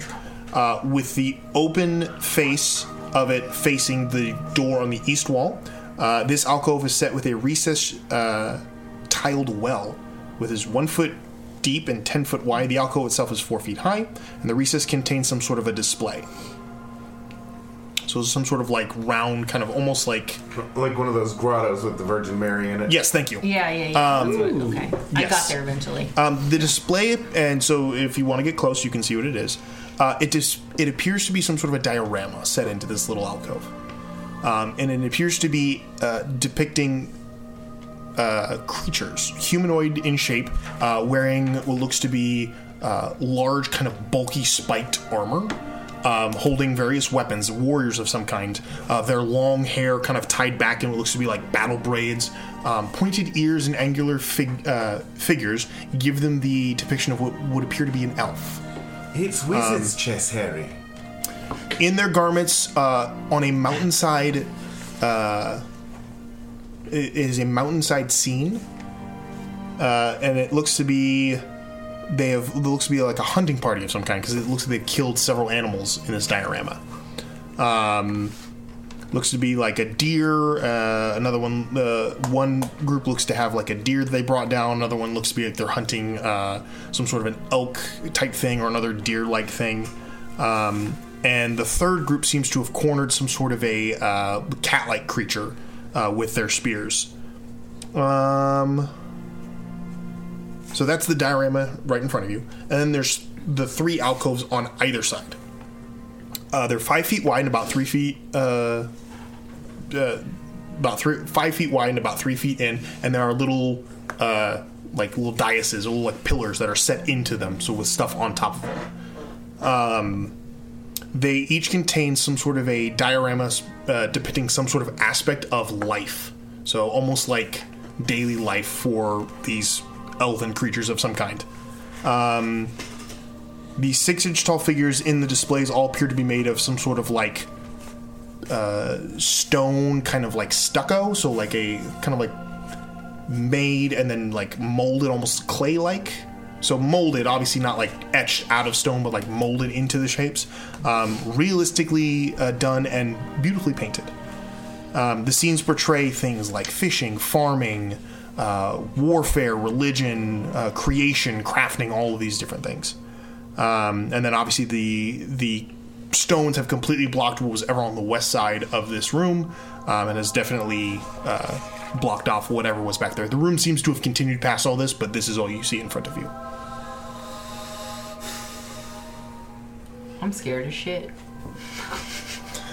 C: uh, with the open face of it facing the door on the east wall. Uh, this alcove is set with a recessed uh, tiled well, with is one foot deep and ten foot wide. The alcove itself is four feet high, and the recess contains some sort of a display. So it's some sort of like round, kind of almost like
F: like one of those grottos with the Virgin Mary in it.
C: Yes, thank you.
O: Yeah, yeah, yeah.
C: Um,
O: that's what- okay. I got
C: yes.
O: there eventually.
C: Um, the display, and so if you want to get close, you can see what it is. Uh, it dis- it appears to be some sort of a diorama set into this little alcove, um, and it appears to be uh, depicting uh, creatures, humanoid in shape, uh, wearing what looks to be uh, large, kind of bulky, spiked armor. Um, holding various weapons, warriors of some kind. Uh, their long hair kind of tied back in what looks to be like battle braids. Um, pointed ears and angular fig- uh, figures give them the depiction of what would appear to be an elf. Um,
F: It's wizard's chess, Harry.
C: In their garments, uh, on a mountainside, uh, it is a mountainside scene, uh, and it looks to be they have it looks to be like a hunting party of some kind because it looks like they killed several animals in this diorama. Um, looks to be like a deer. Uh, another one, uh, one group looks to have like a deer that they brought down. Another one looks to be like they're hunting uh, some sort of an elk type thing or another deer-like thing. Um, and the third group seems to have cornered some sort of a uh, cat-like creature uh, with their spears. Um, so that's the diorama right in front of you, and then there's the three alcoves on either side. Uh, they're five feet wide and about three feet, uh, uh, about three, five feet wide and about three feet in, and there are little, uh, like little daises, little like pillars that are set into them, so with stuff on top of them. Um, they each contain some sort of a diorama uh, depicting some sort of aspect of life, so almost like daily life for these elven creatures of some kind. Um, the six inch tall figures in the displays all appear to be made of some sort of like uh, stone kind of like stucco so like a kind of like made and then like molded almost clay like so molded obviously not like etched out of stone but like molded into the shapes um, realistically uh, done and beautifully painted um, the scenes portray things like fishing farming uh, warfare religion uh, creation crafting all of these different things um, and then obviously the the stones have completely blocked what was ever on the west side of this room, um, and has definitely uh, blocked off whatever was back there. The room seems to have continued past all this, but this is all you see in front of you.
O: I'm scared as shit.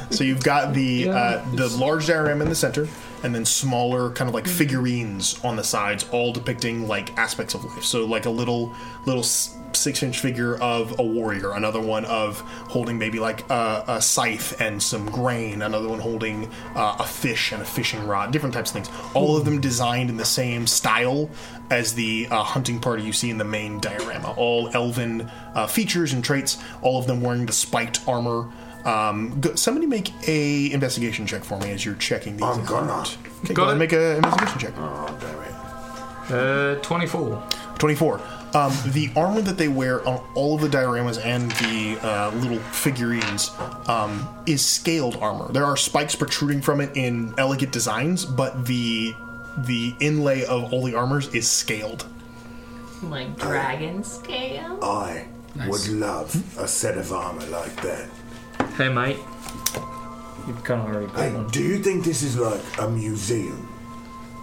C: So you've got the uh, the large diorama in the center, and then smaller kind of like figurines on the sides, all depicting like aspects of life. So like a little little six inch figure of a warrior, another one of holding maybe like a, a scythe and some grain, another one holding uh, a fish and a fishing rod, different types of things. All of them designed in the same style as the uh, hunting party you see in the main diorama. All elven uh, features and traits. All of them wearing the spiked armor. Um, go, somebody make a investigation check for me as you're checking these. I'm gonna. Oh, Okay, go ahead and make an investigation check.
B: Uh, 24.
C: 24. Um, the armor that they wear on all of the dioramas and the uh, little figurines um, is scaled armor. There are spikes protruding from it in elegant designs, but the the inlay of all the armors is scaled.
E: Like dragon scale?
L: I would love a set of armor like that.
B: Hey, mate. You've kind of already got
L: Hey,
B: one.
L: do you think this is like a museum?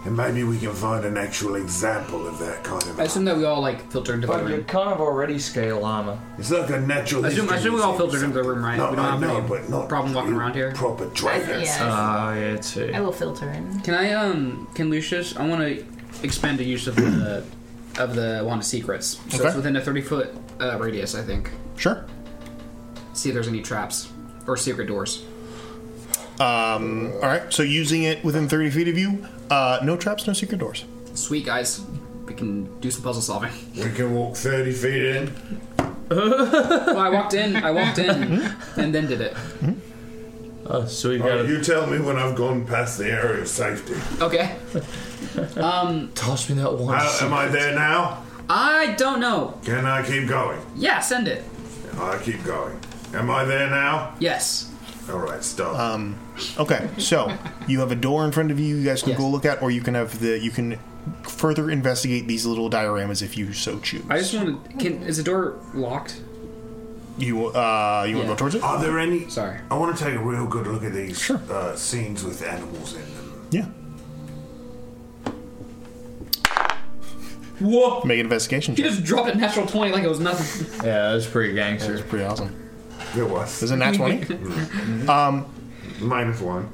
L: And maybe we can find an actual example of that kind of.
D: I assume that we all like filtered into the
L: But
D: room.
L: you're
B: kind of already scale llama.
L: It's like a natural.
D: I assume, I
L: history
D: assume we all
L: museum.
D: filtered into the room, right?
L: No,
D: we don't
L: I
D: have
L: know,
D: any
L: but not
D: problem walking around here.
L: Proper
D: dragons.
O: Yeah.
B: Ah, yeah, it's it.
O: I will filter in.
D: Can I um? Can Lucius? I want to expand the use of the of the wand of secrets. So
C: Okay.
D: it's within a thirty foot uh, radius, I think.
C: Sure.
D: See if there's any traps or secret doors.
C: Um, all right, so using it within 30 feet of you, uh, no traps, no secret doors.
D: Sweet guys, we can do some puzzle solving.
L: We can walk 30 feet in.
D: well, I walked in. I walked in,
L: Hmm?
D: and then did it.
B: Uh, so you
L: got. Oh, You tell me when I've gone past the area of safety.
D: Okay. Um.
B: Toss me that one.
L: How, am I there now?
D: I don't know.
L: Can I keep going?
D: Yeah, send it.
L: I keep going. Am I there now?
D: Yes.
L: All right, stop.
C: Um, okay, so you have a door in front of you. You guys can go look at, or you can have the you can further investigate these little dioramas if you so choose.
D: I just want to. Can is the door locked?
C: You uh, you want to go towards it?
L: Are there any?
D: Sorry,
L: I want to take a real good look at these uh, scenes with animals in them.
C: Yeah.
D: Whoa!
C: Make an investigation.
D: He just dropped a natural twenty like it was nothing.
C: Yeah, that was pretty gangster. That was pretty awesome.
L: It was. Mm-hmm.
C: Is it nat twenty? um, Uh,
L: minus one.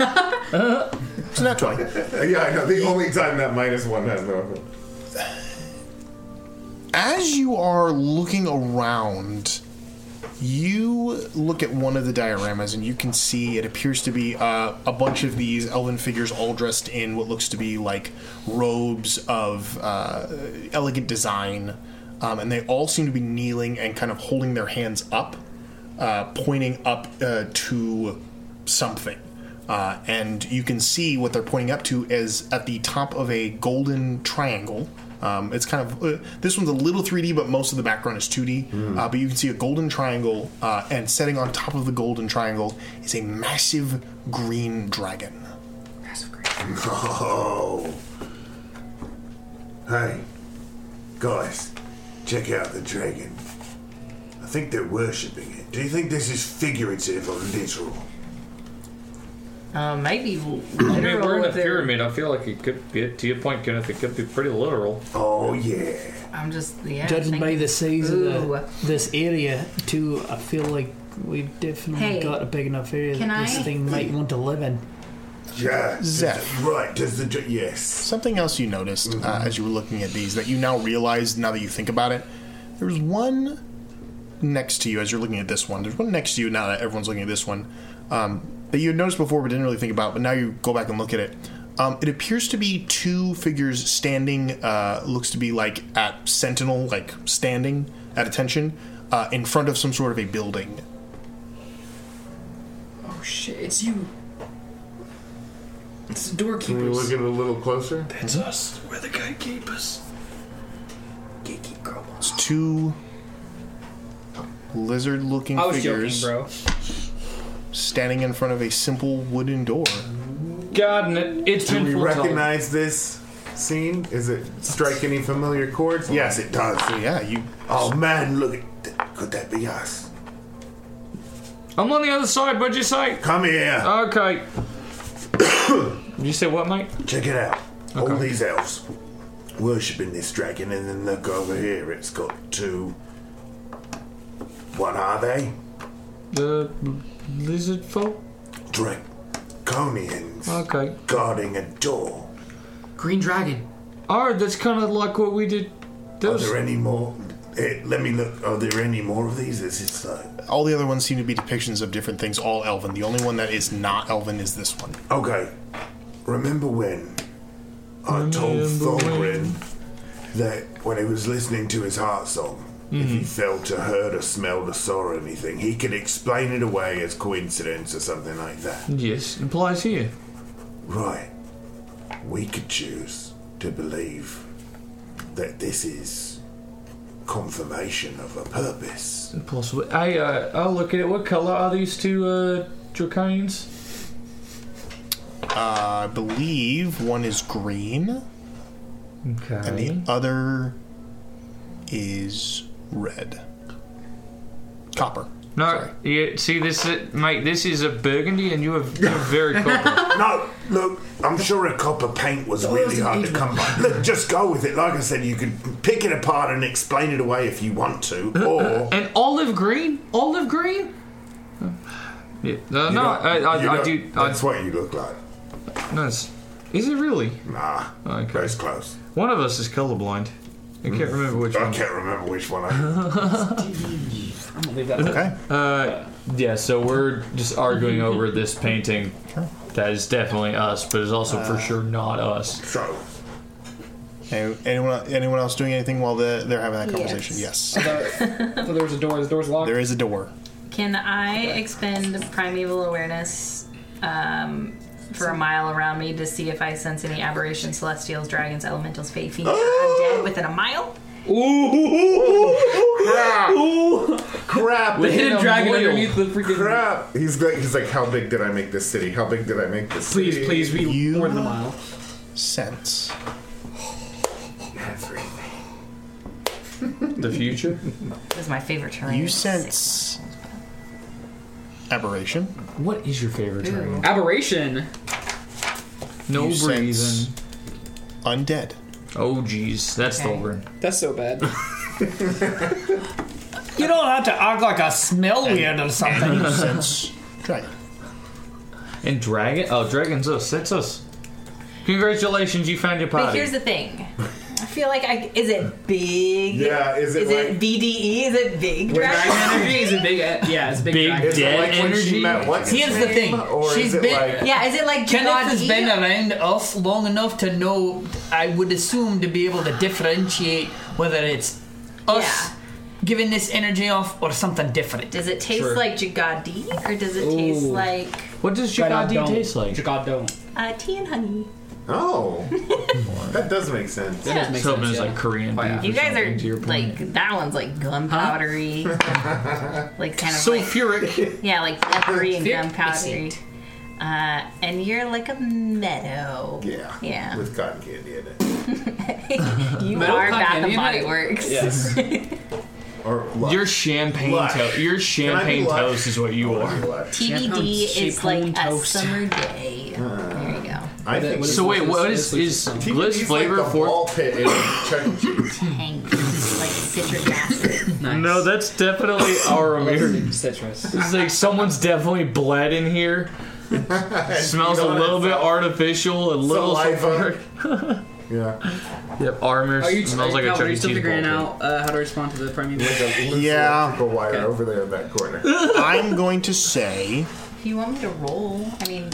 C: it's nat twenty.
L: yeah, I know. The only time that minus one has no effect.
C: as you are looking around, you look at one of the dioramas and you can see it appears to be uh, a bunch of these elven figures all dressed in what looks to be like robes of uh, elegant design. Um, and they all seem to be kneeling and kind of holding their hands up, uh, pointing up uh, to something. Uh, and you can see what they're pointing up to is at the top of a golden triangle. Um, it's kind of uh, this one's a little 3D, but most of the background is 2D. Uh, but you can see a golden triangle, uh, and setting on top of the golden triangle is a massive green dragon.
L: No. Hey, guys, check out the dragon. I think they're worshipping it. Do you think this is figurative or literal?
O: Uh,
E: Um,
O: maybe
B: I mean, we're
O: literal.
B: in a
O: if they're-
B: pyramid. I feel like it could be, to your point, Kenneth, it could be pretty literal.
L: Oh, yeah.
O: I'm just yeah.
G: Judging by
O: thinking-
G: the size
O: Ooh.
G: of the, this area, too, I feel like we've definitely
O: Hey,
G: got a big enough area
O: can
G: that this
O: I-
G: thing might want to live in.
L: Yeah. does
C: Zeph.
L: it- Right. Does the dra- yes. Mm-hmm.
C: Something else you noticed uh, as you were looking at these that you now realize now that you think about it, there's one next to you as you're looking at this one. There's one next to you now that everyone's looking at this one um, that you had noticed before but didn't really think about, but now you go back and look at it. Um, it appears to be two figures standing, uh, looks to be like at sentinel, like standing at attention uh, in front of some sort of a building.
D: Oh shit! It's you. It's the doorkeepers.
F: Can we look at it a little closer?
D: That's us. We're the gatekeepers.
C: It's two lizard looking
D: I was
C: figures
D: joking,
C: standing in front of a simple wooden door.
B: God, it, it's
F: Do
B: been
F: we
B: full time.
F: recognize this scene? Is it strike any familiar chords? Yes, it does.
C: yeah, you.
F: Oh man, look at. That. Could that be us?
B: I'm on the other side. What'd you say?
L: Come here.
B: Okay. you say what, mate?
L: Check it out. All these elves worshipping this dragon, and then look over here. It's got two. What are they?
B: The lizard folk?
L: Draconians.
B: Okay.
L: Guarding a door.
D: Green dragon.
B: Alright, Ah, that's kind of like what we did. Those.
L: Are there any more? Eh, let me look. Are there any more of these? Is it like.
C: All the other ones seem to be depictions of different things, all elven. The only one that is not elven is this one.
L: Okay. Remember when I told Thorgrin that when he was listening to his heart song, if
B: Mm-hmm.
L: he felt or heard or smelled or saw anything, he could explain it away as coincidence or something like that.
B: Yes, implies here.
L: Right. We could choose to believe that this is confirmation of a purpose.
B: Impossible. I, uh, I'll look at it. What color are these two, uh, draconians?
C: Uh, I believe one is green.
B: Okay.
C: And the other is red. Copper.
B: No, yeah, see, this, is, mate, this is a burgundy and you are you're very copper.
L: no, look, I'm sure a copper paint was really hard to come by. Look, just go with it. Like I said, you could pick it apart and explain it away if you want to, or.
B: And olive green? Olive green? Yeah. No, no,
L: You don't-
B: I, I,
L: you
B: I
L: don't-
B: do.
L: That's what you look like.
B: No, it's, is it really?
L: Nah.
B: Okay.
L: That's close. Mm.
B: One of us is colorblind. I can't remember which
L: I
B: one.
L: can't remember which one I.
D: I'm gonna leave that. alone.
B: Uh, yeah, so we're just arguing over this painting. That is definitely us, but it's also for sure not us.
L: Uh. So,
C: Any- Anyone, anyone else doing anything while the, they're having that conversation? Yes.
D: So there was a door. The door's locked.
C: There is a door.
O: Can I expend primeval awareness um, for a mile around me to see if I sense any aberrations, celestials, dragons, elementals, fae, fiends, or undead within a mile?
D: Ooh,
L: crap! Crap!
D: The hidden dragon underneath
L: the freaking crap. He's like, he's like, how big did I make this city? How big did I make this
D: Please,
L: city?
D: please, we
L: you
D: more than a mile.
C: Sense
L: everything.
B: The future?
O: This is my favorite terrain.
C: You sense aberration.
B: What is your favorite terrain?
D: Aberration.
B: No
C: You sense
B: breathing.
C: Undead.
B: Oh, jeez. That's the one.
D: That's so bad.
R: You don't have to act like I smell weird or something.
C: you sense dragon.
B: And dragon? Oh, dragon's us. That's us. Congratulations, you found your potty.
E: But here's the thing. I feel like I is it big?
B: Yeah, is it
E: Is it BDE? Is it big? Dragon
D: energy is a big. e- Yeah, it's a big.
B: Big
D: dragon.
B: dead energy?
G: Here's the thing. She's been. Kenneth has been around us long enough to know. I would assume to be able to differentiate whether it's us giving this energy off or something different.
E: Does it taste
G: Sure.
E: like jagadi or does it taste
G: Ooh.
E: like
B: What does
G: Jagad
B: Jagad
G: don't.
B: taste like?
D: Jagad don't.
E: uh, tea and honey?
F: Oh, that does make sense.
E: That does make
B: Something
E: sense,
B: is like
E: yeah.
B: Korean beef.
E: You
B: or
E: guys
B: something, to your
E: are
B: point.
E: like that one's like gunpowdery, like kind of
B: sulfuric.
E: yeah, like peppery and
D: Thick
E: gunpowdery. Uh, and you're like a meadow.
L: Yeah.
E: Yeah.
L: With cotton candy in it.
E: you
L: Meadow
E: are
L: cock
E: Bath
L: in
E: and
L: it?
E: Body Works.
B: Yes.
L: Or
B: Your champagne
L: Lush.
B: toast. Your champagne
L: lush?
B: toast is what you are.
E: TBD is like a summer day. there you go.
L: I think
B: so. Wait, what is is Gliss flavor
L: like the
B: for?
L: ball pit in Chuck E. Cheese.
B: No, that's definitely our Amir.
D: Citrus.
B: It's like someone's definitely bled in here. It smells a
D: You know what
B: little bit artificial, a little
D: Saliva.
B: sulfuric.
L: yeah.
B: Yep, our Amir
D: Are you
B: smells like a
D: Calvin,
B: Chuck
D: are you
B: E.
D: still
B: Cheese.
D: figuring
B: ball
D: out
B: pit.
D: uh, how to respond to the primeval?
C: Yeah.
L: The wire over there in that corner.
C: I'm going to say.
E: If you want me to roll, I mean,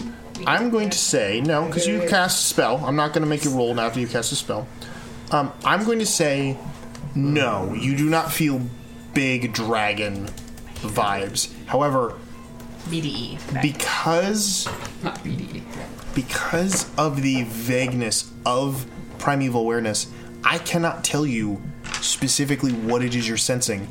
C: I'm going to say no because you
E: Okay.
C: cast a spell. I'm not going to make you roll now after you cast a spell. Um, I'm going to say no. You do not feel big dragon vibes. However,
O: E.
E: BDE.
C: because
D: not BDE.
C: Because of the vagueness of primeval awareness, I cannot tell you specifically what it is you're sensing.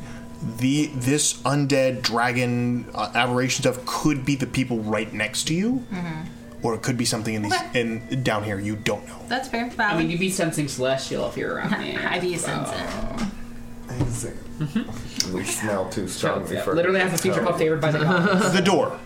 C: The this undead dragon uh, aberration stuff could be the people right next to you,
E: Mm-hmm.
C: or it could be something in these in down here. You don't know.
E: That's fair.
D: I mean, you'd be sensing celestial if you're around me.
E: I'd be sensing.
L: We smell too strongly for
D: Mm-hmm. Literally have a feature called favored by the gods.
C: the door.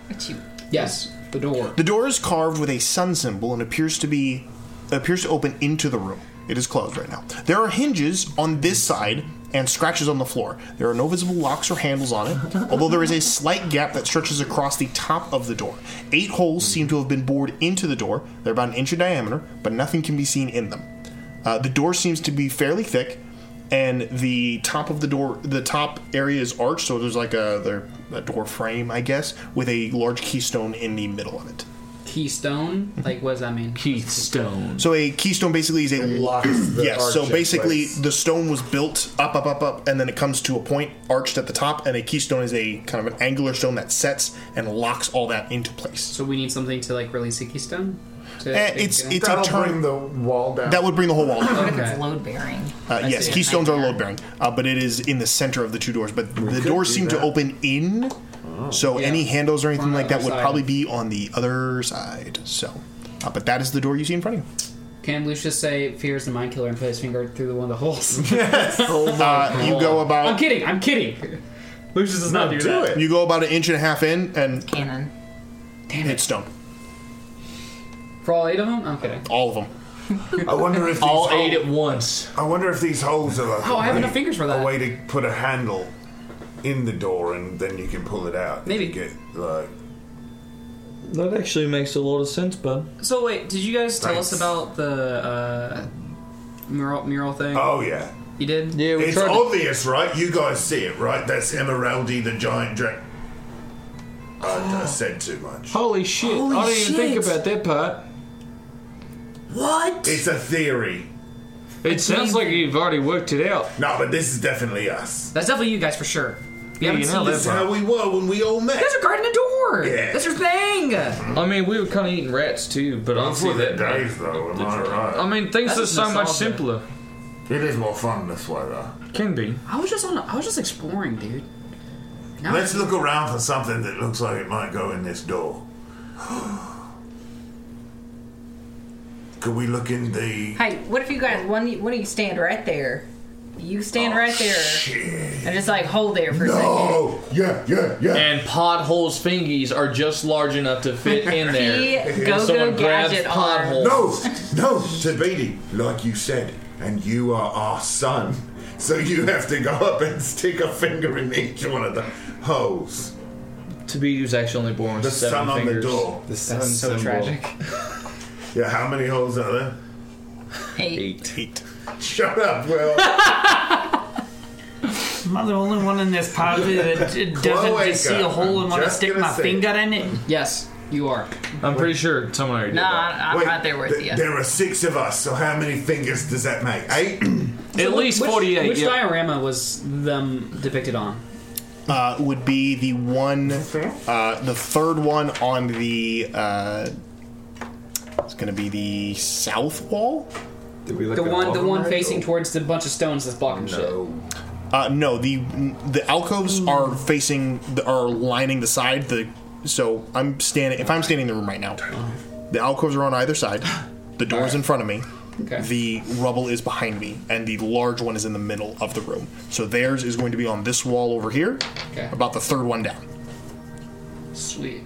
D: Yes, the door.
C: The door is carved with a sun symbol and appears to be appears to open into the room. It is closed right now. There are hinges on this side and scratches on the floor. There are no visible locks or handles on it, although there is a slight gap that stretches across the top of the door. Eight holes seem to have been bored into the door. They're about an inch in diameter, but nothing can be seen in them. Uh, the door seems to be fairly thick, and the top of the door, the top area is arched, so there's like a, there, a door frame, I guess, with a large keystone in the middle of it.
D: Keystone? Like, what does that mean?
B: Keystone.
C: So a keystone basically is a lock.
D: the
C: yes. So
D: arch in
C: basically,
D: place.
C: the stone was built up, up, up, up, and then it comes to a point arched at the top, and a keystone is a kind of an angular stone that sets and locks all that into place. So
D: we need something to like release a keystone. To
C: Eh, it's it's a turn.
L: the wall down.
C: That would bring the whole wall down.
D: Okay.
E: It's load bearing.
C: Uh, yes,
D: see.
C: keystones are load bearing, uh, but it is in the center of the two doors. But the
L: could
C: doors
L: do
C: seem to
L: that.
C: open in, so any handles or anything
D: On Oh. the
C: like that
D: other
C: would
D: side.
C: probably be on the other side. So, uh, but that is the door you see in front of you.
D: Can Lucius say fears the mind killer and put his finger through one of the holes?
C: Uh, you go about.
D: I'm kidding. I'm kidding. Lucius does not do, that.
C: You go about an inch and a half in and
E: cannon.
C: Damn hit stone.
D: For all eight of them? Um, I'm kidding.
C: All of them.
L: I wonder if
B: All
L: these
B: eight at once.
L: I wonder if these holes are like
D: Oh, I have
L: a
D: enough
L: way-
D: fingers for
L: A
D: that.
L: way to put a handle in the door and then you can pull it out. Maybe get like
B: That actually makes a lot of sense, bud.
D: So wait, did you guys tell us
L: Thanks.
D: about the uh, mural mural thing?
L: Oh yeah.
D: You did? Yeah,
L: it's obvious, right? You guys see it, right? That's Emeraldi the giant dragon. I, I said too much.
B: Holy shit!
L: Holy
B: I didn't even think
L: shit.
B: about that part.
L: What? It's a theory.
B: It sounds like you've already worked it out.
L: No, but this is definitely us.
D: That's definitely you guys for sure. We
B: Yeah,
D: haven't
B: you
D: seen
B: know
D: this
B: that
D: in-
B: part.
L: we were when we all
D: You
L: met.
D: guys are guarding the door.
L: Yeah.
D: That's your thing.
B: I mean, we were kind of eating rats too, but I don't
L: Those
B: see
L: were the
B: that.
L: days, though, am I right?
B: I mean, things
D: That's
B: are so much
D: nostalgia.
B: simpler.
L: It is more fun this way, though.
B: Can be.
D: I was just on. A, I was just exploring, dude. Now-
L: Let's look around for something that looks like it might go in this door. Could we look in the?
E: Hi, what if you guys one one of you stand right there? You stand right there and just like hold there for
L: Oh, yeah, yeah, yeah.
B: And Podhole's fingies are just large enough to fit in there.
E: He
B: And
E: go-go
B: someone grabs
E: gadget
B: Podhole.
L: No, no, Tabidi, like you said, and you are our son, so you have to go up and stick a finger in each one of the holes.
B: Tabidi was actually only born with
L: the
B: seven
L: sun
B: fingers.
L: on the door.
B: The sun That's so symbol. tragic.
L: yeah, how many holes are there?
E: Eight.
L: Eight. Shut up, Will.
G: I'm the only one in this party that d- doesn't
D: Cloaca.
G: just see a hole and want to
D: Just
G: stick
D: gonna
G: my
D: say-
G: finger in it.
D: Yes, you are.
B: I'm pretty sure someone already
D: did Nah, that. I- I'm right there with you.
L: There are six of us, so how many fingers does that make? Eight?
D: So which, Which diorama was them depicted on?
C: uh, would be the one, uh, the third one on the. Uh, it's going to be the south wall. Did we
D: the one, the one facing towards the bunch of stones that's blocking shit.
C: Uh, no, the the alcoves are facing the, are lining the side. The so I'm standing. If I'm standing in the room right now, the alcoves are on either side. The door's in front of me.
D: Okay.
C: The rubble is behind me, and the large one is in the middle of the room. So theirs is going to be on this wall over here, about the third one down.
D: Sweet.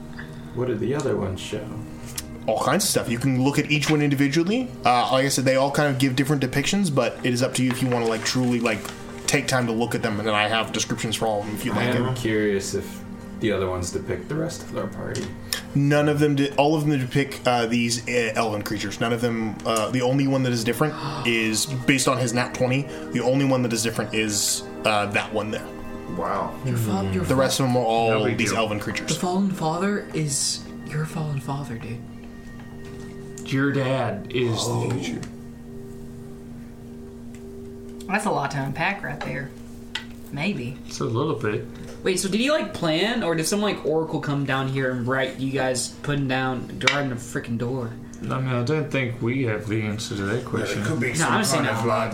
H: What did the other ones show?
C: All kinds of stuff. You can look at each one individually. Uh, like I said, they all kind of give different depictions, but it is up to you if you want to like truly like take time to look at them. And then I have descriptions for all of them if you
H: I
C: like.
H: am
C: it.
H: curious if the other ones depict the rest of our party.
C: None of them did. All of them depict uh, these uh, elven creatures. None of them. Uh, the only one that is different is based on his nat twenty. The only one that is different is uh, that one there.
L: Wow.
G: fa- your
C: the rest of them are all
G: No big
C: these
G: deal.
C: elven creatures.
G: fallen father is your fallen father, dude.
B: Your dad is the future.
E: That's a lot to unpack right there. Maybe.
B: It's a little bit.
D: Wait, so did you like plan, or did some like oracle come down here and write you guys putting down driving a freaking door?
B: I mean, I don't think we have the answer to that question.
L: It could be some kind of like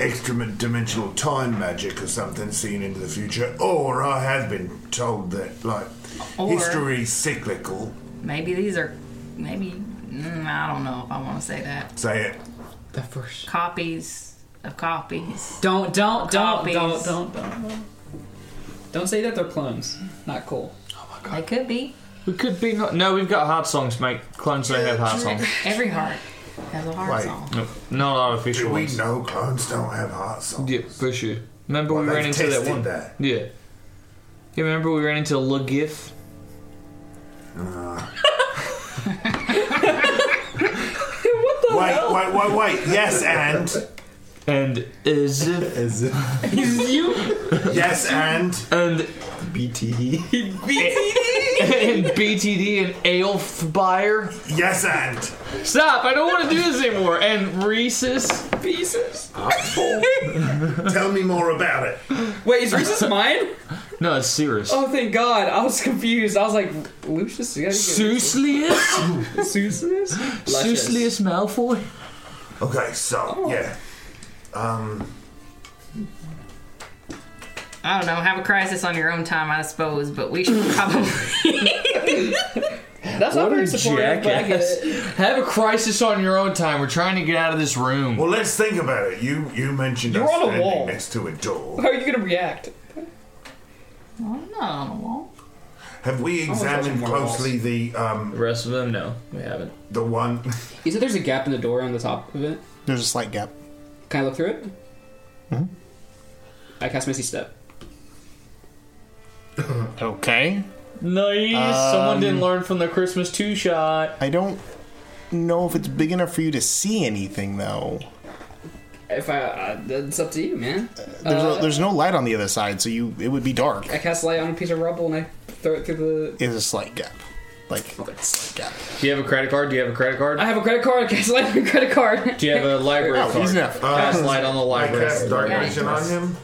L: extra dimensional time magic or something seen into the future. Or I have been told that like
E: Or-
L: history is cyclical.
E: Maybe these are maybe mm, I don't know if I want to say that.
L: Say it.
D: The first
E: copies of copies.
D: Don't don't don't
E: Copies.
D: don't don't don't. Don't say that they're clones. Not cool.
E: They could be.
B: We could be not. No, we've got hot songs, mate. Clones don't have hot songs.
E: Every heart has a heart
B: Wait.
E: song.
B: Nope. Not artificial
L: Do we
B: ones.
L: know clones don't have heart songs?
B: Yeah, for sure. Remember we
L: Well,
B: ran
L: they've
B: into that
L: tested
B: one.
L: that.
B: Yeah. You remember we ran into Lagif?
L: Uh. wait, wait, wait, wait. Yes, and
B: and as if as if
D: you
L: yes and
B: and
H: BTD
B: and BTD and Alf buyer.
L: Yes and
B: stop! I don't want to do this anymore. And Reese's pieces.
L: Tell me more about it.
D: Wait, is Reese's mine?
B: No, it's serious.
D: Oh, thank God! I was confused. I was like, Lucius, you gotta get
B: Suslius?
D: Suslius?
B: Suslius Malfoy.
L: Okay, so
F: Oh.
L: yeah. Um,
E: I don't know. Have a crisis on your own time, I suppose. But we should probably.
D: That's
B: what
D: not very
B: a
D: supportive, but I get
B: jackass. Have a crisis on your own time. We're trying to get out of this room.
L: Well, let's think about it. You you mentioned
B: You're
L: us
B: on a
L: standing
B: wall.
L: next to a door.
D: How are you gonna react?
E: I'm not on a wall.
L: Have we
D: I was watching
L: examined
D: more walls.
L: closely the um? The
B: rest of them? No, we haven't.
L: The one.
D: You said there's a gap in the door on the top of it.
C: There's a slight gap. Mm-hmm.
D: Can I look through it? I cast Misty Step.
C: Okay. Um,
B: Nice. Someone didn't learn from the Christmas two shot.
C: I don't know if it's big enough for you to see anything though.
D: If I, uh, that's up to you, man.
C: There's,
D: Uh,
C: no- there's no light on the other side, so you it would be dark.
D: I cast light on a piece of rubble and I throw it through
C: It's a slight gap, like slight gap.
B: Do you have a credit card? Do you have a credit card?
D: the. I have a credit card. I cast light on a credit card.
B: Do you have a library
D: Oh,
B: card?
D: he's not-
B: Cast
D: uh,
B: light on the library.
D: I cast dark vision on
L: him?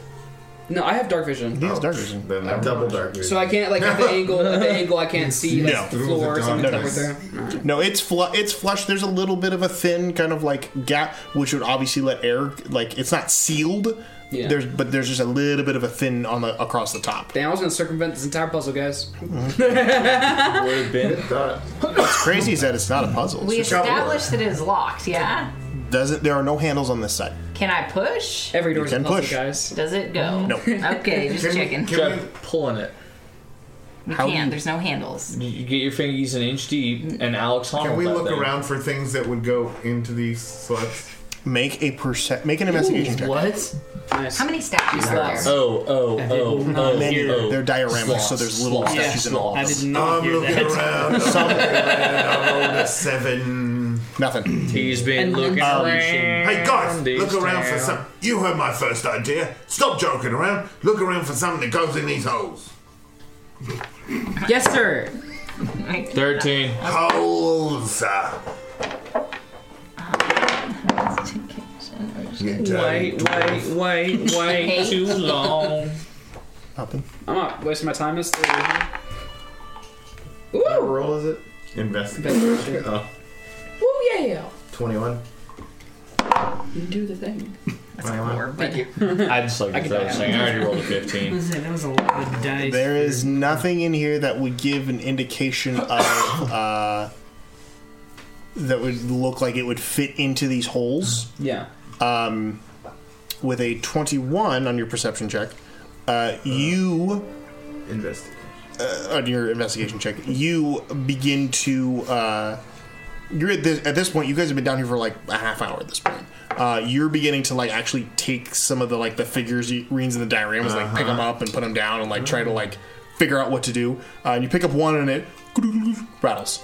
D: No, I have dark vision.
C: He has
H: Oh,
C: dark vision.
F: Then double dark
D: So I can't like at the angle at the angle I can't see like,
C: no.
D: the floor or something like that right there.
C: No, it's flu- it's flush. There's a little bit of a thin kind of like gap, which would obviously let air. Like it's not sealed.
D: Yeah.
C: There's but there's just a little bit of a thin on the across the top. Mm-hmm.
D: Damn, I was gonna circumvent this entire puzzle, guys.
C: What's crazy is that it's not a puzzle.
E: We
C: It's just-
E: established that it is locked, yeah?
C: doesn't there are no handles on this side.
E: Can I push?
D: Every
C: You can push.
E: Does it go?
C: No.
E: Okay, just
B: Can we-
E: checking.
B: can we- Pulling it.
E: We
B: How
E: can't,
B: do you-
E: there's no handles.
B: You- You get your fingies an inch deep, and Alex Honnold.
F: Can we
B: that
F: look
B: thing.
F: around for things that would go into these slots?
C: Make a percent. Make an
E: investigation
C: check.
B: What?
E: How many statues are there?
B: Oh, oh, oh, oh.
C: Many.
B: oh.
C: They're dioramas,
B: Sloth,
C: so there's little
B: sloth,
C: statues in all
B: sloth.
C: of them.
F: I'm looking around.
C: Some-
F: I'm looking around. I rolled a seven.
C: Nothing.
B: He's been
F: And
B: looking
F: um,
B: around.
F: Hey guys, look around for
B: town.
F: some. You heard my first idea. Stop joking around. Look around for something that goes in these holes.
D: Yes, sir.
B: Thirteen.
F: Holes.
D: Wait, wait, wait, wait. Too long.
C: Nothing.
D: I'm not wasting my time. It's the What
H: roll is it?
F: Investigation.
H: oh,
D: Woo yeah.
H: 21.
D: You do the thing.
H: Thank
D: you.
B: I just like to
C: I can
B: throw
C: die.
B: this thing. I already rolled a fifteen.
G: That was a lot of dice.
C: There is nothing in here that would give an indication of uh, that would look like it would fit into these holes.
D: Yeah.
C: Um, with a twenty-one on your perception check, uh, you investigation uh, on your investigation check. You begin to. Uh, you're at this, at this point. You guys have been down here for like a half hour at this point. Uh, you're beginning to like actually take some of the like the figures, you- readings in the dioramas, like pick them up and put them down, and like try to like figure out what to do. Uh, and you pick up one, and it rattles.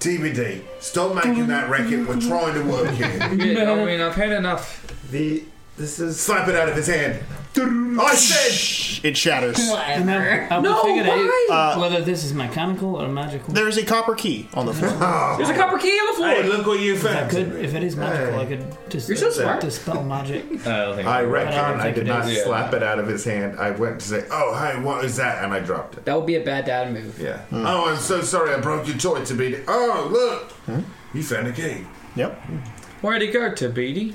L: TBD. Stop making that racket. We're trying to work here.
B: Yeah, I mean, I've had enough.
L: The this is slap it out of his hand. I said
C: It shatters.
G: And I, I
L: No,
G: will figure
L: why?
G: out
C: Uh,
G: whether this is mechanical or magical.
C: There is a copper key on the floor.
G: Oh.
D: There's a copper key on the floor.
G: Hey,
F: look what you
G: I could, if it is magical, I could dis-
D: You're so smart.
G: dispel magic.
F: I reckon
G: I Uh, don't
F: I,
G: think
F: did
G: it
F: not
G: is.
F: slap it out of his hand. I went to say, "Oh, hey, what is that?" and I dropped it.
D: That would be a bad dad move.
F: Yeah. Oh, I'm so sorry. I broke your toy, Tabidi. Oh, look, you found a key.
C: Yep.
B: Where'd he go, Tabidi?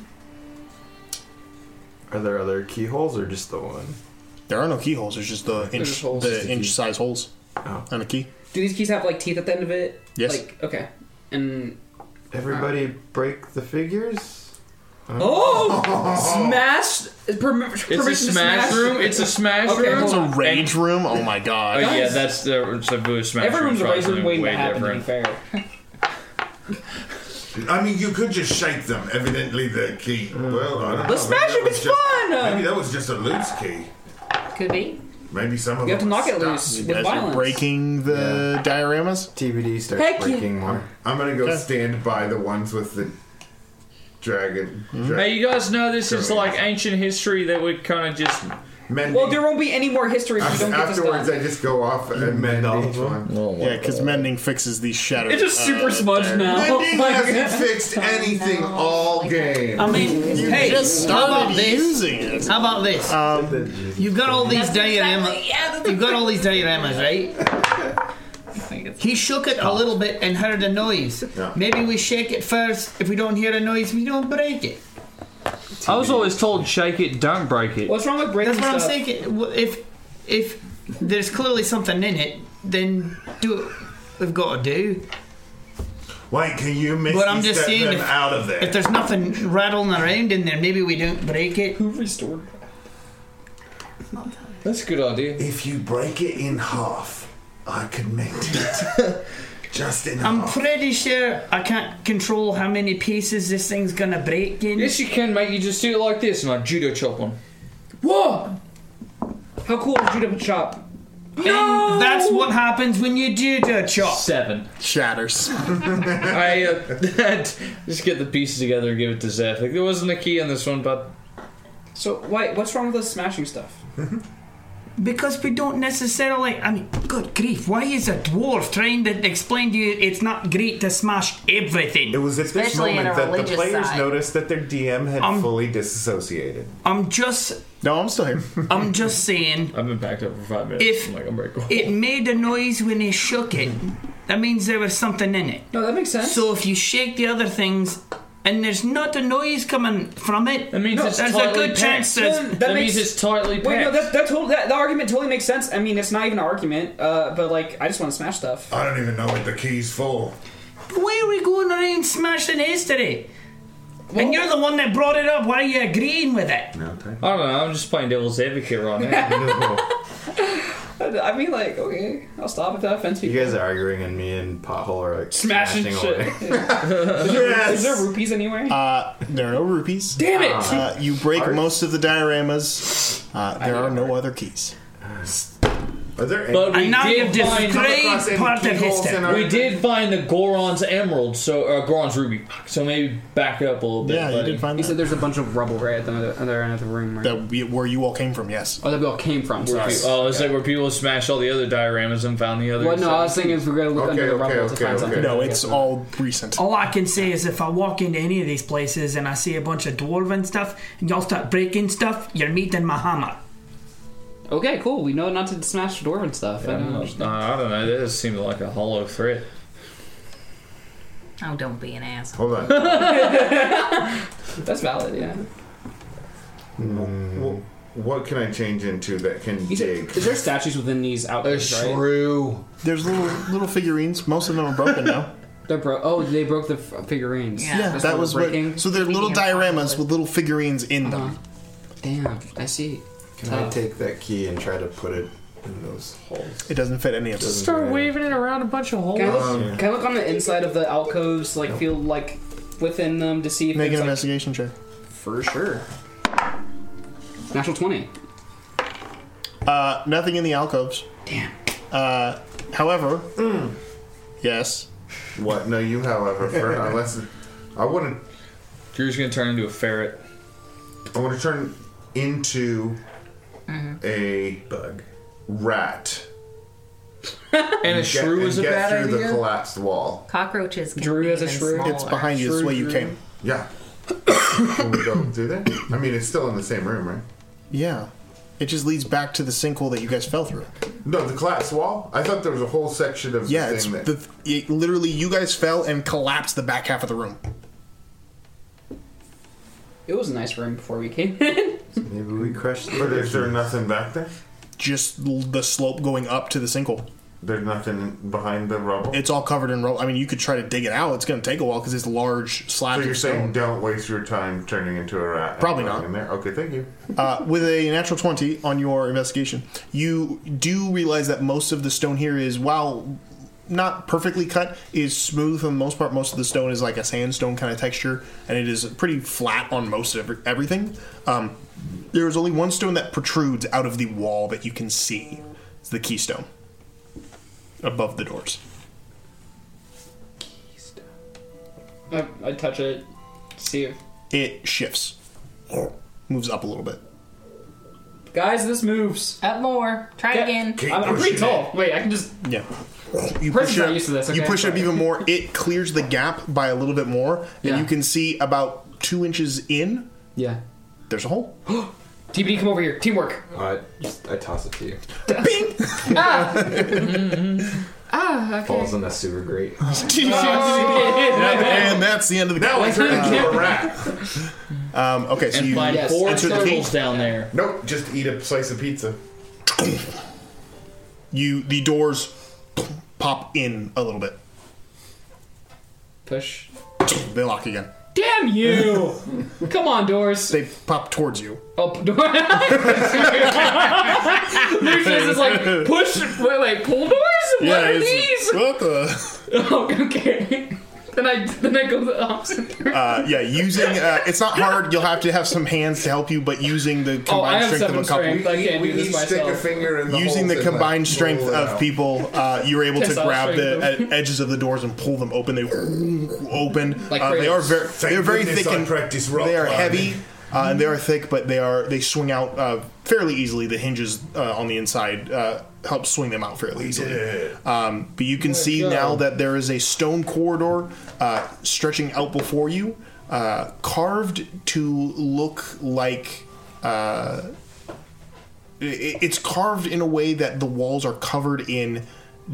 H: Are there other keyholes or just the one?
C: There are no keyholes. There's just the
D: There's
C: inch,
D: holes.
C: the inch size holes on a key.
D: Do these keys have like teeth at the end of it?
C: Yes.
D: Like okay, and
H: Everybody break the figures?
D: oh, smash perm- permission
B: It's a
D: to
B: smash room. It's a smash
D: Okay,
B: room.
D: hold on.
C: rage room. Oh my
B: Oh
C: god.
B: yeah, that's the it's a boo smash
D: Every room's a
B: room.
D: rage room waiting to happen. To be
B: different.
D: fair,
F: I mean, you could just shake them. Evidently, the key. Well, I don't
D: Let's
F: know. Maybe
D: smash
F: that
D: them,
F: was
D: it's
F: just-
D: fun!
F: Maybe that was just a loose key.
E: Could be.
F: Maybe some of
D: You have
F: them
D: to
F: are
D: knock it
F: stuck.
D: loose
C: You
D: with
C: guys are
D: violence.
C: breaking the dioramas.
H: TBD
D: starts Heck yeah. breaking
H: more.
F: I'm gonna go stand by the ones with the dragon.
C: Mm-hmm.
F: dra-
B: Hey, you guys know this is like ancient history that we kind of just.
D: well, there won't be any more history if you don't get this
F: Afterwards,
D: done.
F: I just go off and mend each one.
C: Yeah, because mending fixes these shadows.
D: It's just super smudged now. Oh
F: Mending
D: Like-
F: hasn't fixed anything all game.
R: I mean,
F: You
R: hey,
F: just
R: how
F: started
R: about this?
C: using it.
R: How about this?
D: Um,
R: you've got all these dioramas. you've got all these dioramas, right? He shook it a little bit and heard a noise. Maybe we shake it first. If we don't hear a noise, we don't break it.
B: I was always told shake it, don't break it.
D: What's wrong with breaking
R: That's what
D: stuff?
R: I'm thinking. Well, If if there's clearly something in it, then do it. We've got to do.
F: Wait, can you
L: misty
R: But I'm just
L: step
R: saying,
L: them
R: if,
L: out of there?
R: if there's nothing rattling around in there, maybe we don't break it. Who
D: restored?
B: That's a good idea.
L: If you break it in half, I could mend it. Just in
R: I'm
L: half.
R: pretty sure I can't control how many pieces this thing's gonna break in.
B: Yes, you can, mate. You just do it like this, and I judo chop one.
D: Whoa! How cool is Judah Chop?
R: And that's what happens when you do the chop.
B: Seven.
C: Shatters.
B: I uh, just get the pieces together and give it to Zeph. Like, there wasn't a key on this one, but
D: So why? What's wrong with us smashing stuff?
G: Because we don't necessarily. I mean, good grief! Why is a dwarf trying to explain to you it's not great to smash everything? It
F: was at this moment that the players noticed that their DM had fully disassociated.
G: I'm just.
C: No, I'm still here.
G: I'm just saying.
B: I've been packed up for five minutes.
G: If-
B: I'm like, I'm ready to go.
G: It made a noise when they shook it. That means there was something in it.
D: No, that makes sense.
G: So if you shake the other things and there's not a noise coming from it, that
D: No,
G: there's a good chance there's,
D: No, Wait, no, that, that, total, that, that argument totally makes sense. I mean, it's not even an argument, uh, but like, I just want to smash stuff.
L: I don't even know what the key's for.
G: Why are we going around smashing history? and you're the one that brought it up. Why are you agreeing with it?
B: I don't know. I'm just playing devil's advocate right now.
D: I mean, like, okay, I'll stop if that offends
H: You guys are arguing, and me and Pothole are like smashing, away.
D: Is there- Is there rupees anywhere?
C: Uh, there are no rupees.
D: Damn it!
C: Uh, you break
D: Art.
C: most of the dioramas. Uh, there are no other keys.
F: Are there
B: But we did find We did find the Goron's emerald, so uh, Goron's ruby. So maybe back up a little bit.
C: Yeah, you
B: buddy.
C: did find.
D: You said there's a bunch of rubble right at the other- other end of the room, right?
C: That we, where you all came from, yes.
D: Oh, that we all came from.
B: Where
D: Sorry.
B: pe- oh, it's like where people smashed all the other dioramas and found the other.
D: Well, no, I was thinking if we're gonna look
B: Okay,
D: under the
B: okay,
D: rubble to
B: okay,
D: find
B: okay.
D: something.
B: No, it's
C: all recent.
G: All I can say is if I walk into any of these places and I see a bunch of dwarven stuff and y'all start breaking stuff, you're meeting my hammer.
D: Okay, cool. We know not to smash dwarven stuff.
B: Yeah,
D: I
B: no,
D: know.
B: I don't know. That just seemed like a hollow threat.
O: Oh, don't be an asshole.
F: Hold on.
D: That's valid, yeah.
F: Wh- Hmm. What can I change into that can dig?
D: Is there statues within these outfits?
C: That's
D: right?
B: true.
C: There's little little figurines. Most of them are broken now.
D: They're bro. Oh, they broke the f- figurines.
C: Yeah, that was what. So they're little dioramas with little figurines in them.
D: Uh-huh. Damn, I see.
H: Can I take that key and try to put it in those holes?
C: It doesn't fit any of
H: Doesn't
C: us.
H: fit.
D: waving it around a bunch of holes. Can I look,
H: Um,
D: can I look on the inside of the alcoves, like feel like within them to see if
C: Make an
D: it's like,
C: investigation check.
D: for sure. Natural twenty.
C: Uh, nothing in the alcoves.
D: Damn. Hmm.
C: Uh, however, yes.
F: What? No, you, however, for, unless I want to.
B: Drew's gonna turn into a ferret.
F: I want to turn into
D: Mm-hmm.
F: a bug, rat,
B: And a
F: get-
B: shrew is a
F: get
B: bad
F: through
B: idea?
F: the collapsed wall.
O: Cockroaches can
D: Drew
O: be
D: has a
O: even
D: shrew.
O: smaller.
C: It's behind you. It's the way you came.
F: Yeah. Can we go through there? I mean, it's still in the same room, right?
C: Yeah. It just leads back to the sinkhole that you guys fell through.
F: No, the collapsed wall. I thought there was a whole section of
C: Yeah,
F: the
C: it's
F: thing that.
C: the, it, literally you guys fell and collapsed the back half of the room.
D: It was a nice room before we came in.
C: Maybe we crushed.
F: But is there nothing back there?
C: Just l- the slope going up to the sinkhole.
F: There's nothing behind the rubble.
C: It's all covered in rubble. I mean, you could try to dig it out. It's going to take a while because it's large slabs.
F: so you're
C: of stone.
F: saying don't waste your time turning into a rat? and
C: Probably
F: going
C: not.
F: In there. Okay, thank you.
C: Uh, with a natural 20 on your investigation, you do realize that most of the stone here is, while not perfectly cut, is smooth for the most part. Most of the stone is like a sandstone kind of texture, and it is pretty flat on most of every- everything. Um, there is only one stone that protrudes out of the wall that you can see. It's the keystone above the doors.
D: I, I touch it, see if
C: It shifts, moves up a little bit.
D: guys this moves
O: up more. Try
D: Get-
O: again.
C: Keep
D: I'm, I'm pretty
C: pushing
D: tall. Wait, I can just
C: Yeah.
D: Prison's
C: You push it
D: not
C: up,
D: used to this,
C: you
D: okay,
C: push it up
D: sorry.
C: even more. It clears the gap by a little bit more, and you can see about two inches in.
D: Yeah,
C: there's a hole.
D: TBD, come over here. Teamwork.
H: I, just, I toss it to you.
D: Ah, okay.
H: Falls in a sewer grate.
C: and that's the end of the
D: Now I turn into a
F: rat.
C: Um, okay, so
B: And
C: you
B: find
C: you
B: four
C: enter the
B: turtles
C: key.
B: down there.
F: Nope, just eat a slice of pizza.
C: You the doors pop in a little bit.
D: Push.
C: They lock again.
D: Damn you! Come on, doors.
C: They pop towards you.
D: Oh, door. There's just this like push, wait, wait, pull doors. What
C: Yeah,
D: are
C: it's-
D: these?
C: What the?
D: Oh, okay. Then I then I go the opposite.
C: Uh, yeah, using uh, it's not hard. You'll have to have some hands to help you, but using the combined
D: Oh, have
C: strength of
D: seven
C: a couple.
D: strength. I can't We do this each stick a myself.
F: finger in
C: using the combined strength of people, uh, you were able to
D: Yes, I'll
C: grab the
D: strength
C: ed- edges of the doors and pull them open. They open.
F: Like
C: Uh, they are
F: cradles.
C: very
F: Thank
C: they are very
F: goodness
C: thick
F: I
C: and
F: practice rock
C: they are
F: climbing.
C: heavy. Uh, and they are thick, but they are they swing out uh, fairly easily. The hinges uh, on the inside uh, help swing them out fairly easily. Um, but you can see now that there is a stone corridor uh, stretching out before you, uh, carved to look like. Uh, i- i- it's carved in a way that the walls are covered in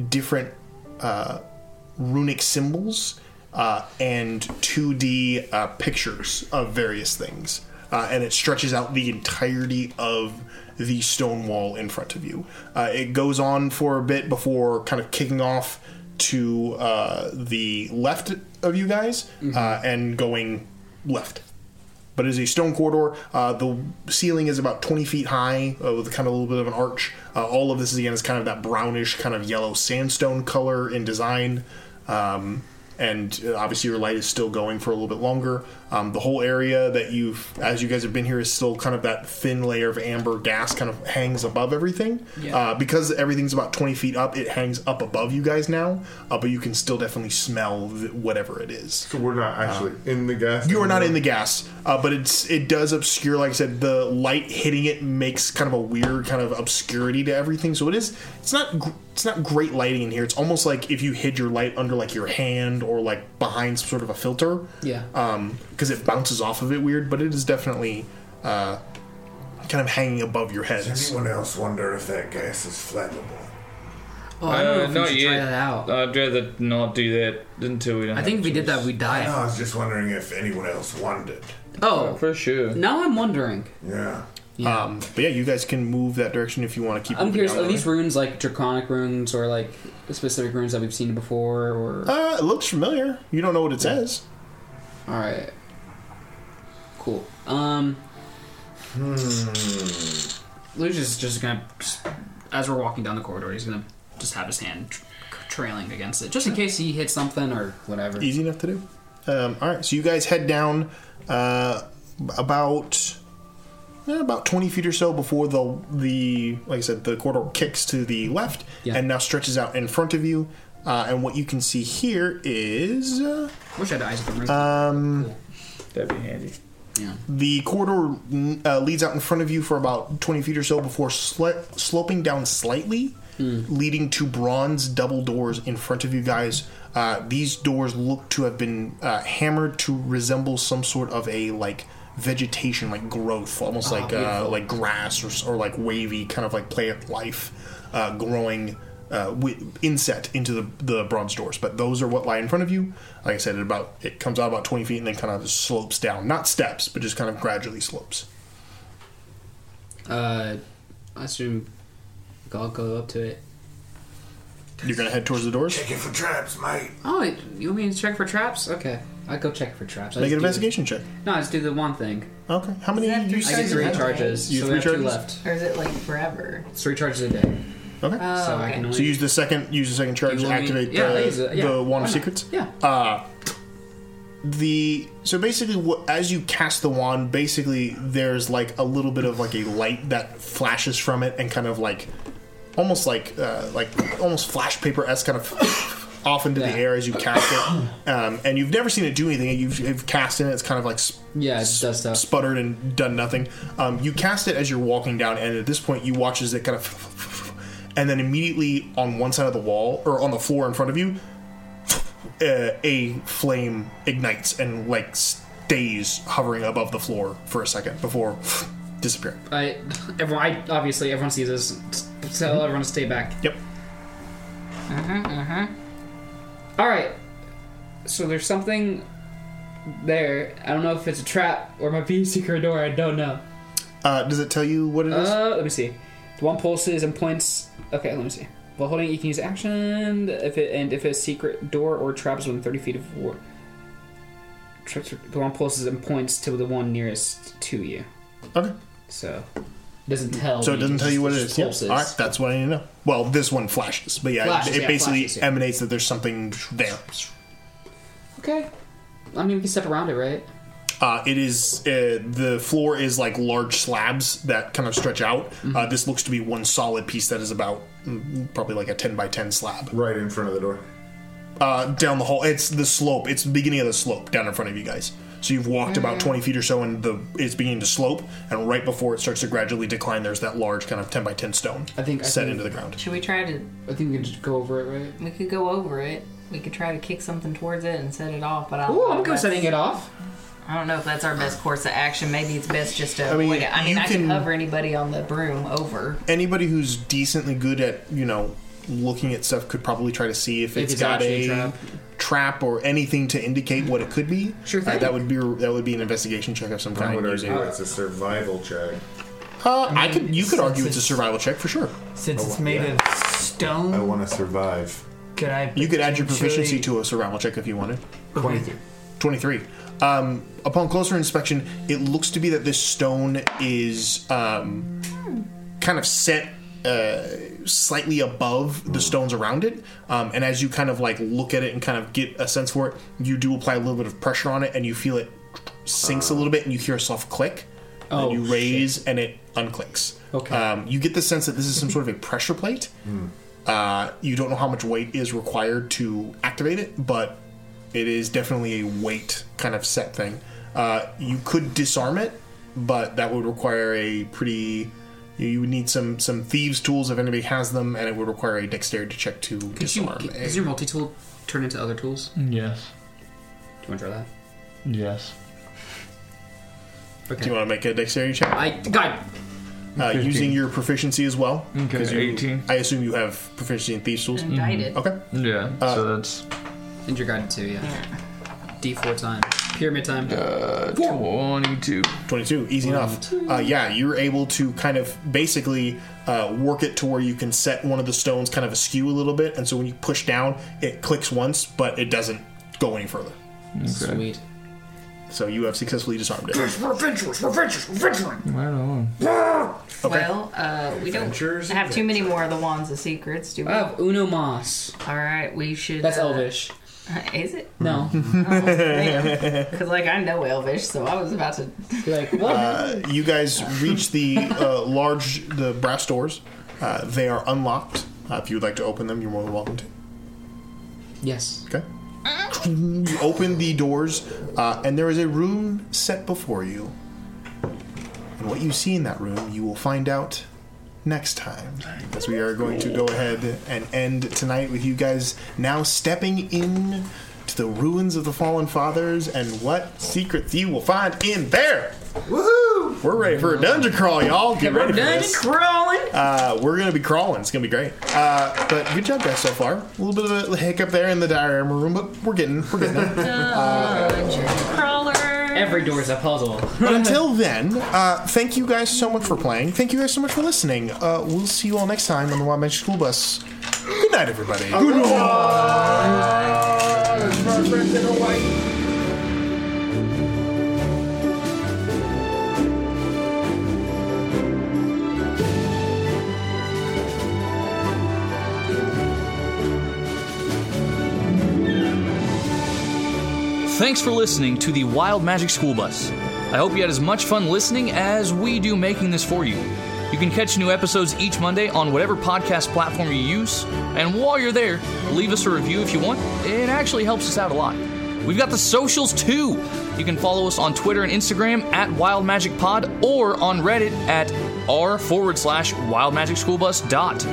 C: different uh, runic symbols uh, and 2D uh, pictures of various things. Uh, and it stretches out the entirety of the stone wall in front of you. Uh, it goes on for a bit before kind of kicking off to uh, the left of you guys uh, and going left but it is a stone corridor. Uh, the ceiling is about 20 feet high uh, with kind of a little bit of an arch. Uh, all of this, again, is kind of that brownish, kind of yellow sandstone color in design. Um, and uh, obviously, your light is still going for a little bit longer. Um, the whole area that you've, as you guys have been here, is still kind of that thin layer of amber gas kind of hangs above everything.
D: Yeah.
C: Uh, because everything's about 20 feet up, it hangs up above you guys now, uh, but you can still definitely smell th- whatever it is. Um, So
F: we're not actually in the gas.
C: You are not in the gas, uh, but it's it does obscure. Like I said, the light hitting it makes kind of a weird kind of obscurity to everything. So it is it's not gr- it's not great lighting in here. It's almost like if you hid your light under like your hand or like behind some sort of a filter
D: Yeah.
C: because it bounces off of it weird, but it is definitely uh, kind of hanging above your heads.
L: Does anyone else wonder if that gas is flammable?
D: Oh, I don't know if we
B: Uh, not
D: should
B: yet.
D: try that out.
B: I'd rather not do that until we don't. have a choice.
L: No, I was just wondering if anyone else wondered.
D: Oh,
B: for sure.
D: Now I'm wondering.
L: Yeah.
C: Um, but yeah, you guys can move that direction if you want to keep.
D: I'm
C: moving
D: curious.
C: down
D: Are
C: that way.
D: these runes like draconic runes or like specific runes that we've seen before? Or
C: Uh, it looks familiar. You don't know what it says.
D: all right, cool. Um,
C: Hmm.
D: Luge is just gonna, as we're walking down the corridor, he's gonna just have his hand tr- trailing against it, just in case he hits something or whatever.
C: Easy enough to do. Um, all right, so you guys head down uh, about eh, about twenty feet or so before the the like I said the corridor kicks to the left and now stretches out in front of you. Uh, and what you can see here is uh,
D: Wish I had eyes at the room.
C: um,
B: That'd be handy.
D: Yeah.
C: The corridor mm, uh, leads out in front of you for about 20 feet or so before sli- sloping down slightly, leading to bronze double doors in front of you guys. Uh, these doors look to have been uh, hammered to resemble some sort of a like vegetation, like growth, almost
D: Ah,
C: like uh,
D: beautiful.
C: like grass or, s- or like wavy kind of like plant life uh, growing. Uh, wi inset into the, the bronze doors, but those are what lie in front of you. Like I said, it about it comes out about twenty feet and then kind of slopes down, not steps, but just kind of gradually slopes.
D: Uh, I assume I'll go up to it.
C: You're gonna head towards the doors.
L: Check it for traps, mate.
D: Oh, it- you want me to check for traps? Okay, I go check for traps. I
C: Make an
D: just do-
C: investigation check.
D: No, I just do the one thing.
C: Okay, how many?
D: I
C: you
D: get three charges.
C: You
D: so
C: three
D: we have
C: charges?
D: two left.
E: Or is it like forever?
D: It's three charges a day.
C: Okay.
E: Oh,
D: so I can only.
C: So use the second use the second charge
D: You
C: to
D: want me-
C: activate
D: Yeah, I use
C: the,
D: it, yeah,
C: the wand of
D: why not?
C: secrets.
D: Yeah.
C: Uh, the so basically, what, as you cast the wand, basically there's like a little bit of like a light that flashes from it and kind of like almost like uh, like almost flash paper esque kind of off into the air as you cast it. Um, and you've never seen it do anything. You've, you've cast it. It's kind of like sp-
D: Yeah, it
C: does stuff. sputtered and done nothing. Um, you cast it as you're walking down, and at this point, you watch as it kind of and then immediately on one side of the wall or on the floor in front of you uh, a flame ignites and like stays hovering above the floor for a second before disappearing
D: I, everyone, I, obviously, everyone sees this. Tell everyone to stay back.
C: Mhm. Yep.
D: Uh-huh, uh-huh. All right. So there's something there. I don't know if it's a trap or my be secret door. I don't know.
C: uh, does it tell you what it is
D: Uh, let me see. The one pulses and points. Okay, let me see. While holding, it, you can use action if it and if a secret door or trap is within 30 feet of war. Trips- The one pulses and points to the one nearest to you.
C: Okay.
D: So it doesn't tell.
C: Mm. so it
D: me,
C: doesn't tell
D: just-
C: you what it
D: just
C: is. Yeah.
D: pulses.
C: All right, that's what I need to know. Well, this one flashes, but yeah,
D: Flashes,
C: it
D: yeah,
C: basically
D: flashes, yeah.
C: emanates that there's something there.
D: Okay. I mean, we can step around it, right?
C: Uh, it is uh, the floor is like large slabs that kind of stretch out.
D: Mm-hmm.
C: Uh, this looks to be one solid piece that is about mm, probably like a ten by ten slab.
F: Right in front of the door.
C: Uh, down the hall, it's the slope. It's the beginning of the slope down in front of you guys. So you've walked about
E: Mm.
D: Mm-hmm.
C: 20 feet or so, and the it's beginning to slope. And right before it starts to gradually decline, there's that large kind of 10 by 10 stone. I
D: think- I
C: set
D: think-
C: into the ground.
E: Should we try to?
D: I think we can just go over it, right?
E: We could go over it. We could try to kick something towards it and set it off. But I don't
D: Ooh,
E: know
D: I'm
E: if
D: good with
E: that's-
D: setting it off.
E: I don't know if that's our best course of action. Maybe it's best just to
C: I mean,
E: avoid it. I mean,
C: you
E: I can
C: can-
E: hover anybody on the broom over.
C: Anybody who's decently good at you know looking at stuff could probably try to see if
E: If
C: it's
E: it's
C: got
E: actually
C: a
E: a
C: trap.
E: trap.
C: or anything to indicate what it could be. Sure
D: thing.
C: that would be that would be an investigation check of some kind.
F: I would
C: using-
F: argue it's a survival check.
C: Uh, I, could. You could argue it's a survival check for sure.
G: Since it's made of stone,
F: I want to survive.
G: could I?
C: You could add your proficiency to a survival check if you wanted. 23. 23. Um, upon closer inspection, it looks to be that this stone is um, kind of set uh, slightly above the stones around it. Um, and as you kind of like look at it and kind of get a sense for it, you do apply a little bit of pressure on it and you feel it sinks a little bit and you hear a soft click.
D: Oh,
C: and you raise and it unclicks. Okay. Um, you get the sense that this is some sort of a pressure plate.
F: Hmm.
C: Uh, you don't know how much weight is required to activate it, but it is definitely a weight kind of set thing. Uh, you could disarm it, but that would require a pretty. You you would need some some thieves' tools if anybody has them, and it would require a dexterity check to
D: Could you,
C: disarm. a-
D: does your multi tool turn into other tools?
B: Yes.
D: Do you want to try that?
B: Yes.
C: Do you want to make a dexterity check?
D: I got
C: uh,
B: Fifteen.
C: using your proficiency as well.
B: Okay,
C: 'Cause you-
B: 18.
C: I assume you have proficiency in thieves' tools.
D: And guided.
C: Okay.
B: Yeah.
C: Uh,
B: so that's
D: And you're guided too, yeah. D4 time. Pyramid time.
B: Uh, 22.
C: 22, easy enough. Uh, yeah, you're able to kind of basically uh, work it to where you can set one of the stones kind of askew a little bit, and so when you push down, it clicks once, but it doesn't go any further.
D: Sweet.
C: So you have successfully disarmed it.
D: We're adventurers, we're adventurers, we're adventuring!
E: Well, uh, we don't
D: Adventures,
E: have too many more of the wands of secrets, do we?
D: I have Oh, Uno Moss.
E: All right, we should.
D: That's
E: uh,
D: Elvish.
E: Is it?
D: No.
E: Oh,
O: Oh,
E: Because like I know Elvish, so I was about to.
D: like
C: Uh, you guys reach the uh, large, the brass doors. Uh, they are unlocked. Uh, if you would like to open them, you're more than welcome to.
D: Yes.
C: Okay. You open the doors, uh, and there is a room set before you. And what you see in that room, you will find out next time. As we are going to go ahead and end tonight with you guys now stepping in to the ruins of the fallen fathers and what secrets you will find in there. Woohoo! We're ready for a dungeon crawl, y'all. Get ready for this.
D: crawling.
C: Uh, we're gonna be crawling. It's gonna be great. Uh, but good job, guys, so far. A little bit of a hiccup there in the diorama room, but we're getting we're getting there.
E: Crawler.
D: Every door's a puzzle.
C: but until then, uh, thank you guys so much for playing. Thank you guys so much for listening. Uh, we'll see you all next time on the Wild Magic School Bus. Good night, everybody. Good
J: Thanks for listening to the Wild Magic School Bus. I hope you had as much fun listening as we do making this for you. You can catch new episodes each Monday on whatever podcast platform you use, and while you're there, leave us a review if you want. It actually helps us out a lot. We've got the socials too. You can follow us on Twitter and Instagram at Wild Magic Pod or on Reddit at r forward slash Wild Magic School Bus dot.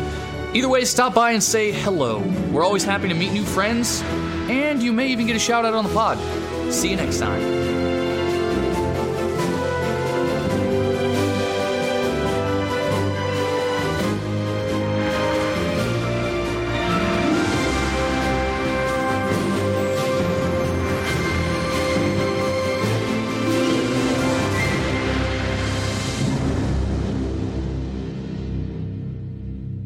J: Either way, stop by and say hello. We're always happy to meet new friends, and you may even get a shout out on the pod. See you next time.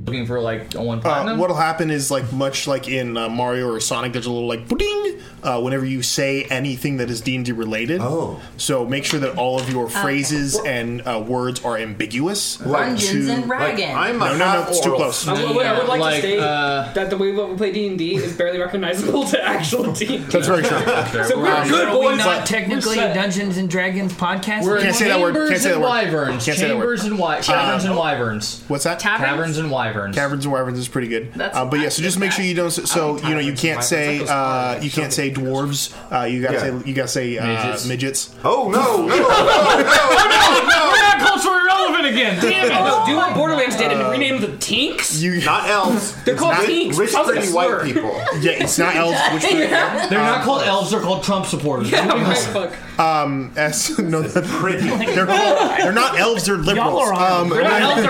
B: Looking for like a one
C: Uh,
B: platinum.
C: what'll happen is like much like in uh, Mario or Sonic, there's a little like ding uh, whenever you say anything that is D and D related. Oh, so make sure that all of your
E: Okay.
C: phrases and uh, words are ambiguous.
E: Dungeons and Dragons.
C: no, no, no, it's too close.
D: I, would- I would like, to state that the way we play D and D is barely recognizable to actual D and D.
C: That's very true.
D: So we're good,
G: Are we
D: boys.
G: not technically a
D: We're set.
G: Dungeons and Dragons podcast?
B: We're
G: anymore?
B: chambers and wyverns.
C: Can't say that word.
B: Chambers and wy-
C: Uh,
B: caverns and wyverns.
C: What's that?
B: Caverns and wyverns.
C: taverns and wyverns is pretty good.
L: That's
C: Uh, but yeah, so just make sure you don't. s- So you know you can't say uh, you can't say dwarves. Uh, you gotta
L: Yeah.
C: say you gotta say uh, midgets.
L: Midgets. Oh no! No!
B: We're not culturally relevant again.
D: Damn it!
C: Oh
D: do what
C: my
D: Borderlands did and
C: God.
D: rename the Tinks.
C: You
D: not elves. They're called Tinks. Sounds like a slur.
C: Yeah, it's not elves. Which
D: Yeah.
B: They're not called elves. They're called Trump supporters.
C: Yeah, right,
D: fuck.
C: Um, as no, they're, they're, they're not elves. They're liberals. Um,
D: They're not elves,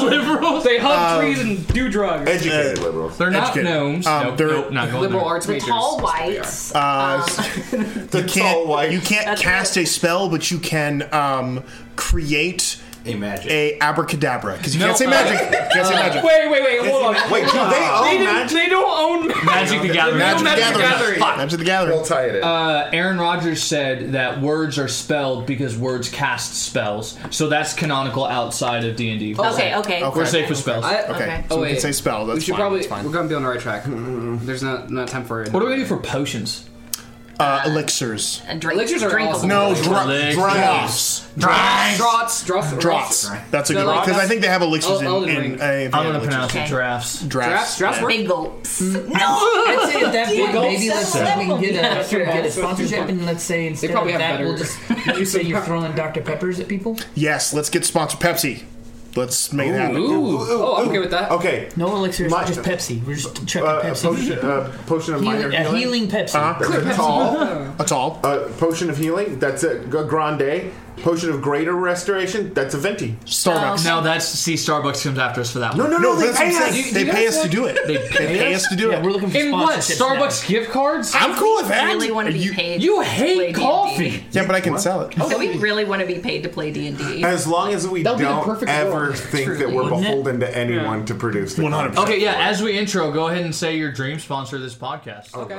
D: they're liberals.
B: liberals.
D: They hug
C: Um,
D: trees and do drugs.
C: Educated
L: liberals.
B: They're not gnomes.
C: Um,
B: Nope,
C: they're
B: nope, not going
D: Liberal
B: there.
D: arts
E: The
D: majors.
E: tall whites. Um,
C: Uh, you can't you can't cast a spell, but you can um, create a magic, a abracadabra. Because you
B: No,
C: can't say
B: uh,
C: magic. You can't say
B: uh,
C: magic.
B: wait, wait, wait, hold on. Wait, do they own
D: they didn't-
B: magic?
D: They don't own magic.
B: Magic the Gathering.
D: Magic,
B: Magic
D: the
B: the
D: Gathering.
B: Gathering.
C: Magic the Gathering.
L: We'll tie it in.
B: Uh, Aaron Rodgers said that words are spelled because words cast spells, so that's canonical outside of D and D.
O: Okay, okay.
B: We're safe with spells.
D: I-
C: so
D: oh,
C: we can
D: wait.
C: say spell,
D: we
C: that's
D: should
C: fine,
D: probably.
C: that's fine.
D: We're gonna be on the right track. Mm, There's not not time for it.
B: What do we do for potions?
C: Uh, elixirs.
D: drink- Elixirs are drinkable. awesome.
C: No, dro-
D: Elixirs.
C: drops.
D: Drops. Drops. Drops.
C: Drops.
D: Drops.
C: That's a good one. Because I think they have elixirs in.
D: Elden
C: in,
D: Ring.
C: uh, they have
B: I'm gonna
C: elixirs.
B: pronounce it drafts.
C: Drafts. yeah.
O: Big gulps.
G: I'd say at that
O: Big
G: point,
O: gulps.
G: maybe let's say we can get a,
O: Yeah,
G: if we can get
O: that's what
G: a
O: we
G: sponsorship,
O: want.
G: and let's say instead
D: probably
G: of
D: have
G: that,
D: better-
G: we'll just you say you're throwing Dr. Peppers at people.
C: Yes, let's get sponsored Pepsi. Let's make it happen.
D: Oh, I'm okay with that.
C: Okay.
G: No elixirs, just Pepsi. We're just checking Pepsi.
F: potion- uh, potion of minor
G: a
F: healing?
G: healing Pepsi.
F: Uh, a tall.
C: A tall.
F: Uh, potion of healing. That's a g- grande. Potion of greater restoration. That's a venti.
C: Starbucks.
B: No, that's see, Starbucks comes after us for that.
F: No,
B: one.
F: no, no, No, they that's what pay I'm us. saying.
B: You-
F: They
B: you
F: pay
B: guys
F: us to
B: want-
F: do it.
B: They pay, us
C: to do it.
G: we're looking for
B: In what?
G: sponsorships
B: Starbucks gift cards?
C: I'm cool with
O: I really want to be paid.
B: You
O: to play
B: hate
O: D&D.
B: coffee.
C: Yeah, but I can sell it.
O: So we really want to be paid to play D and D.
F: As long as we
O: That would be the
F: don't
O: perfect
F: ever
O: world.
F: think
O: Truly,
F: that we're
O: wouldn't it?
F: beholden to anyone to produce the 100
B: Okay, yeah. As we intro, go ahead and say your dream sponsor of this podcast.
F: Okay.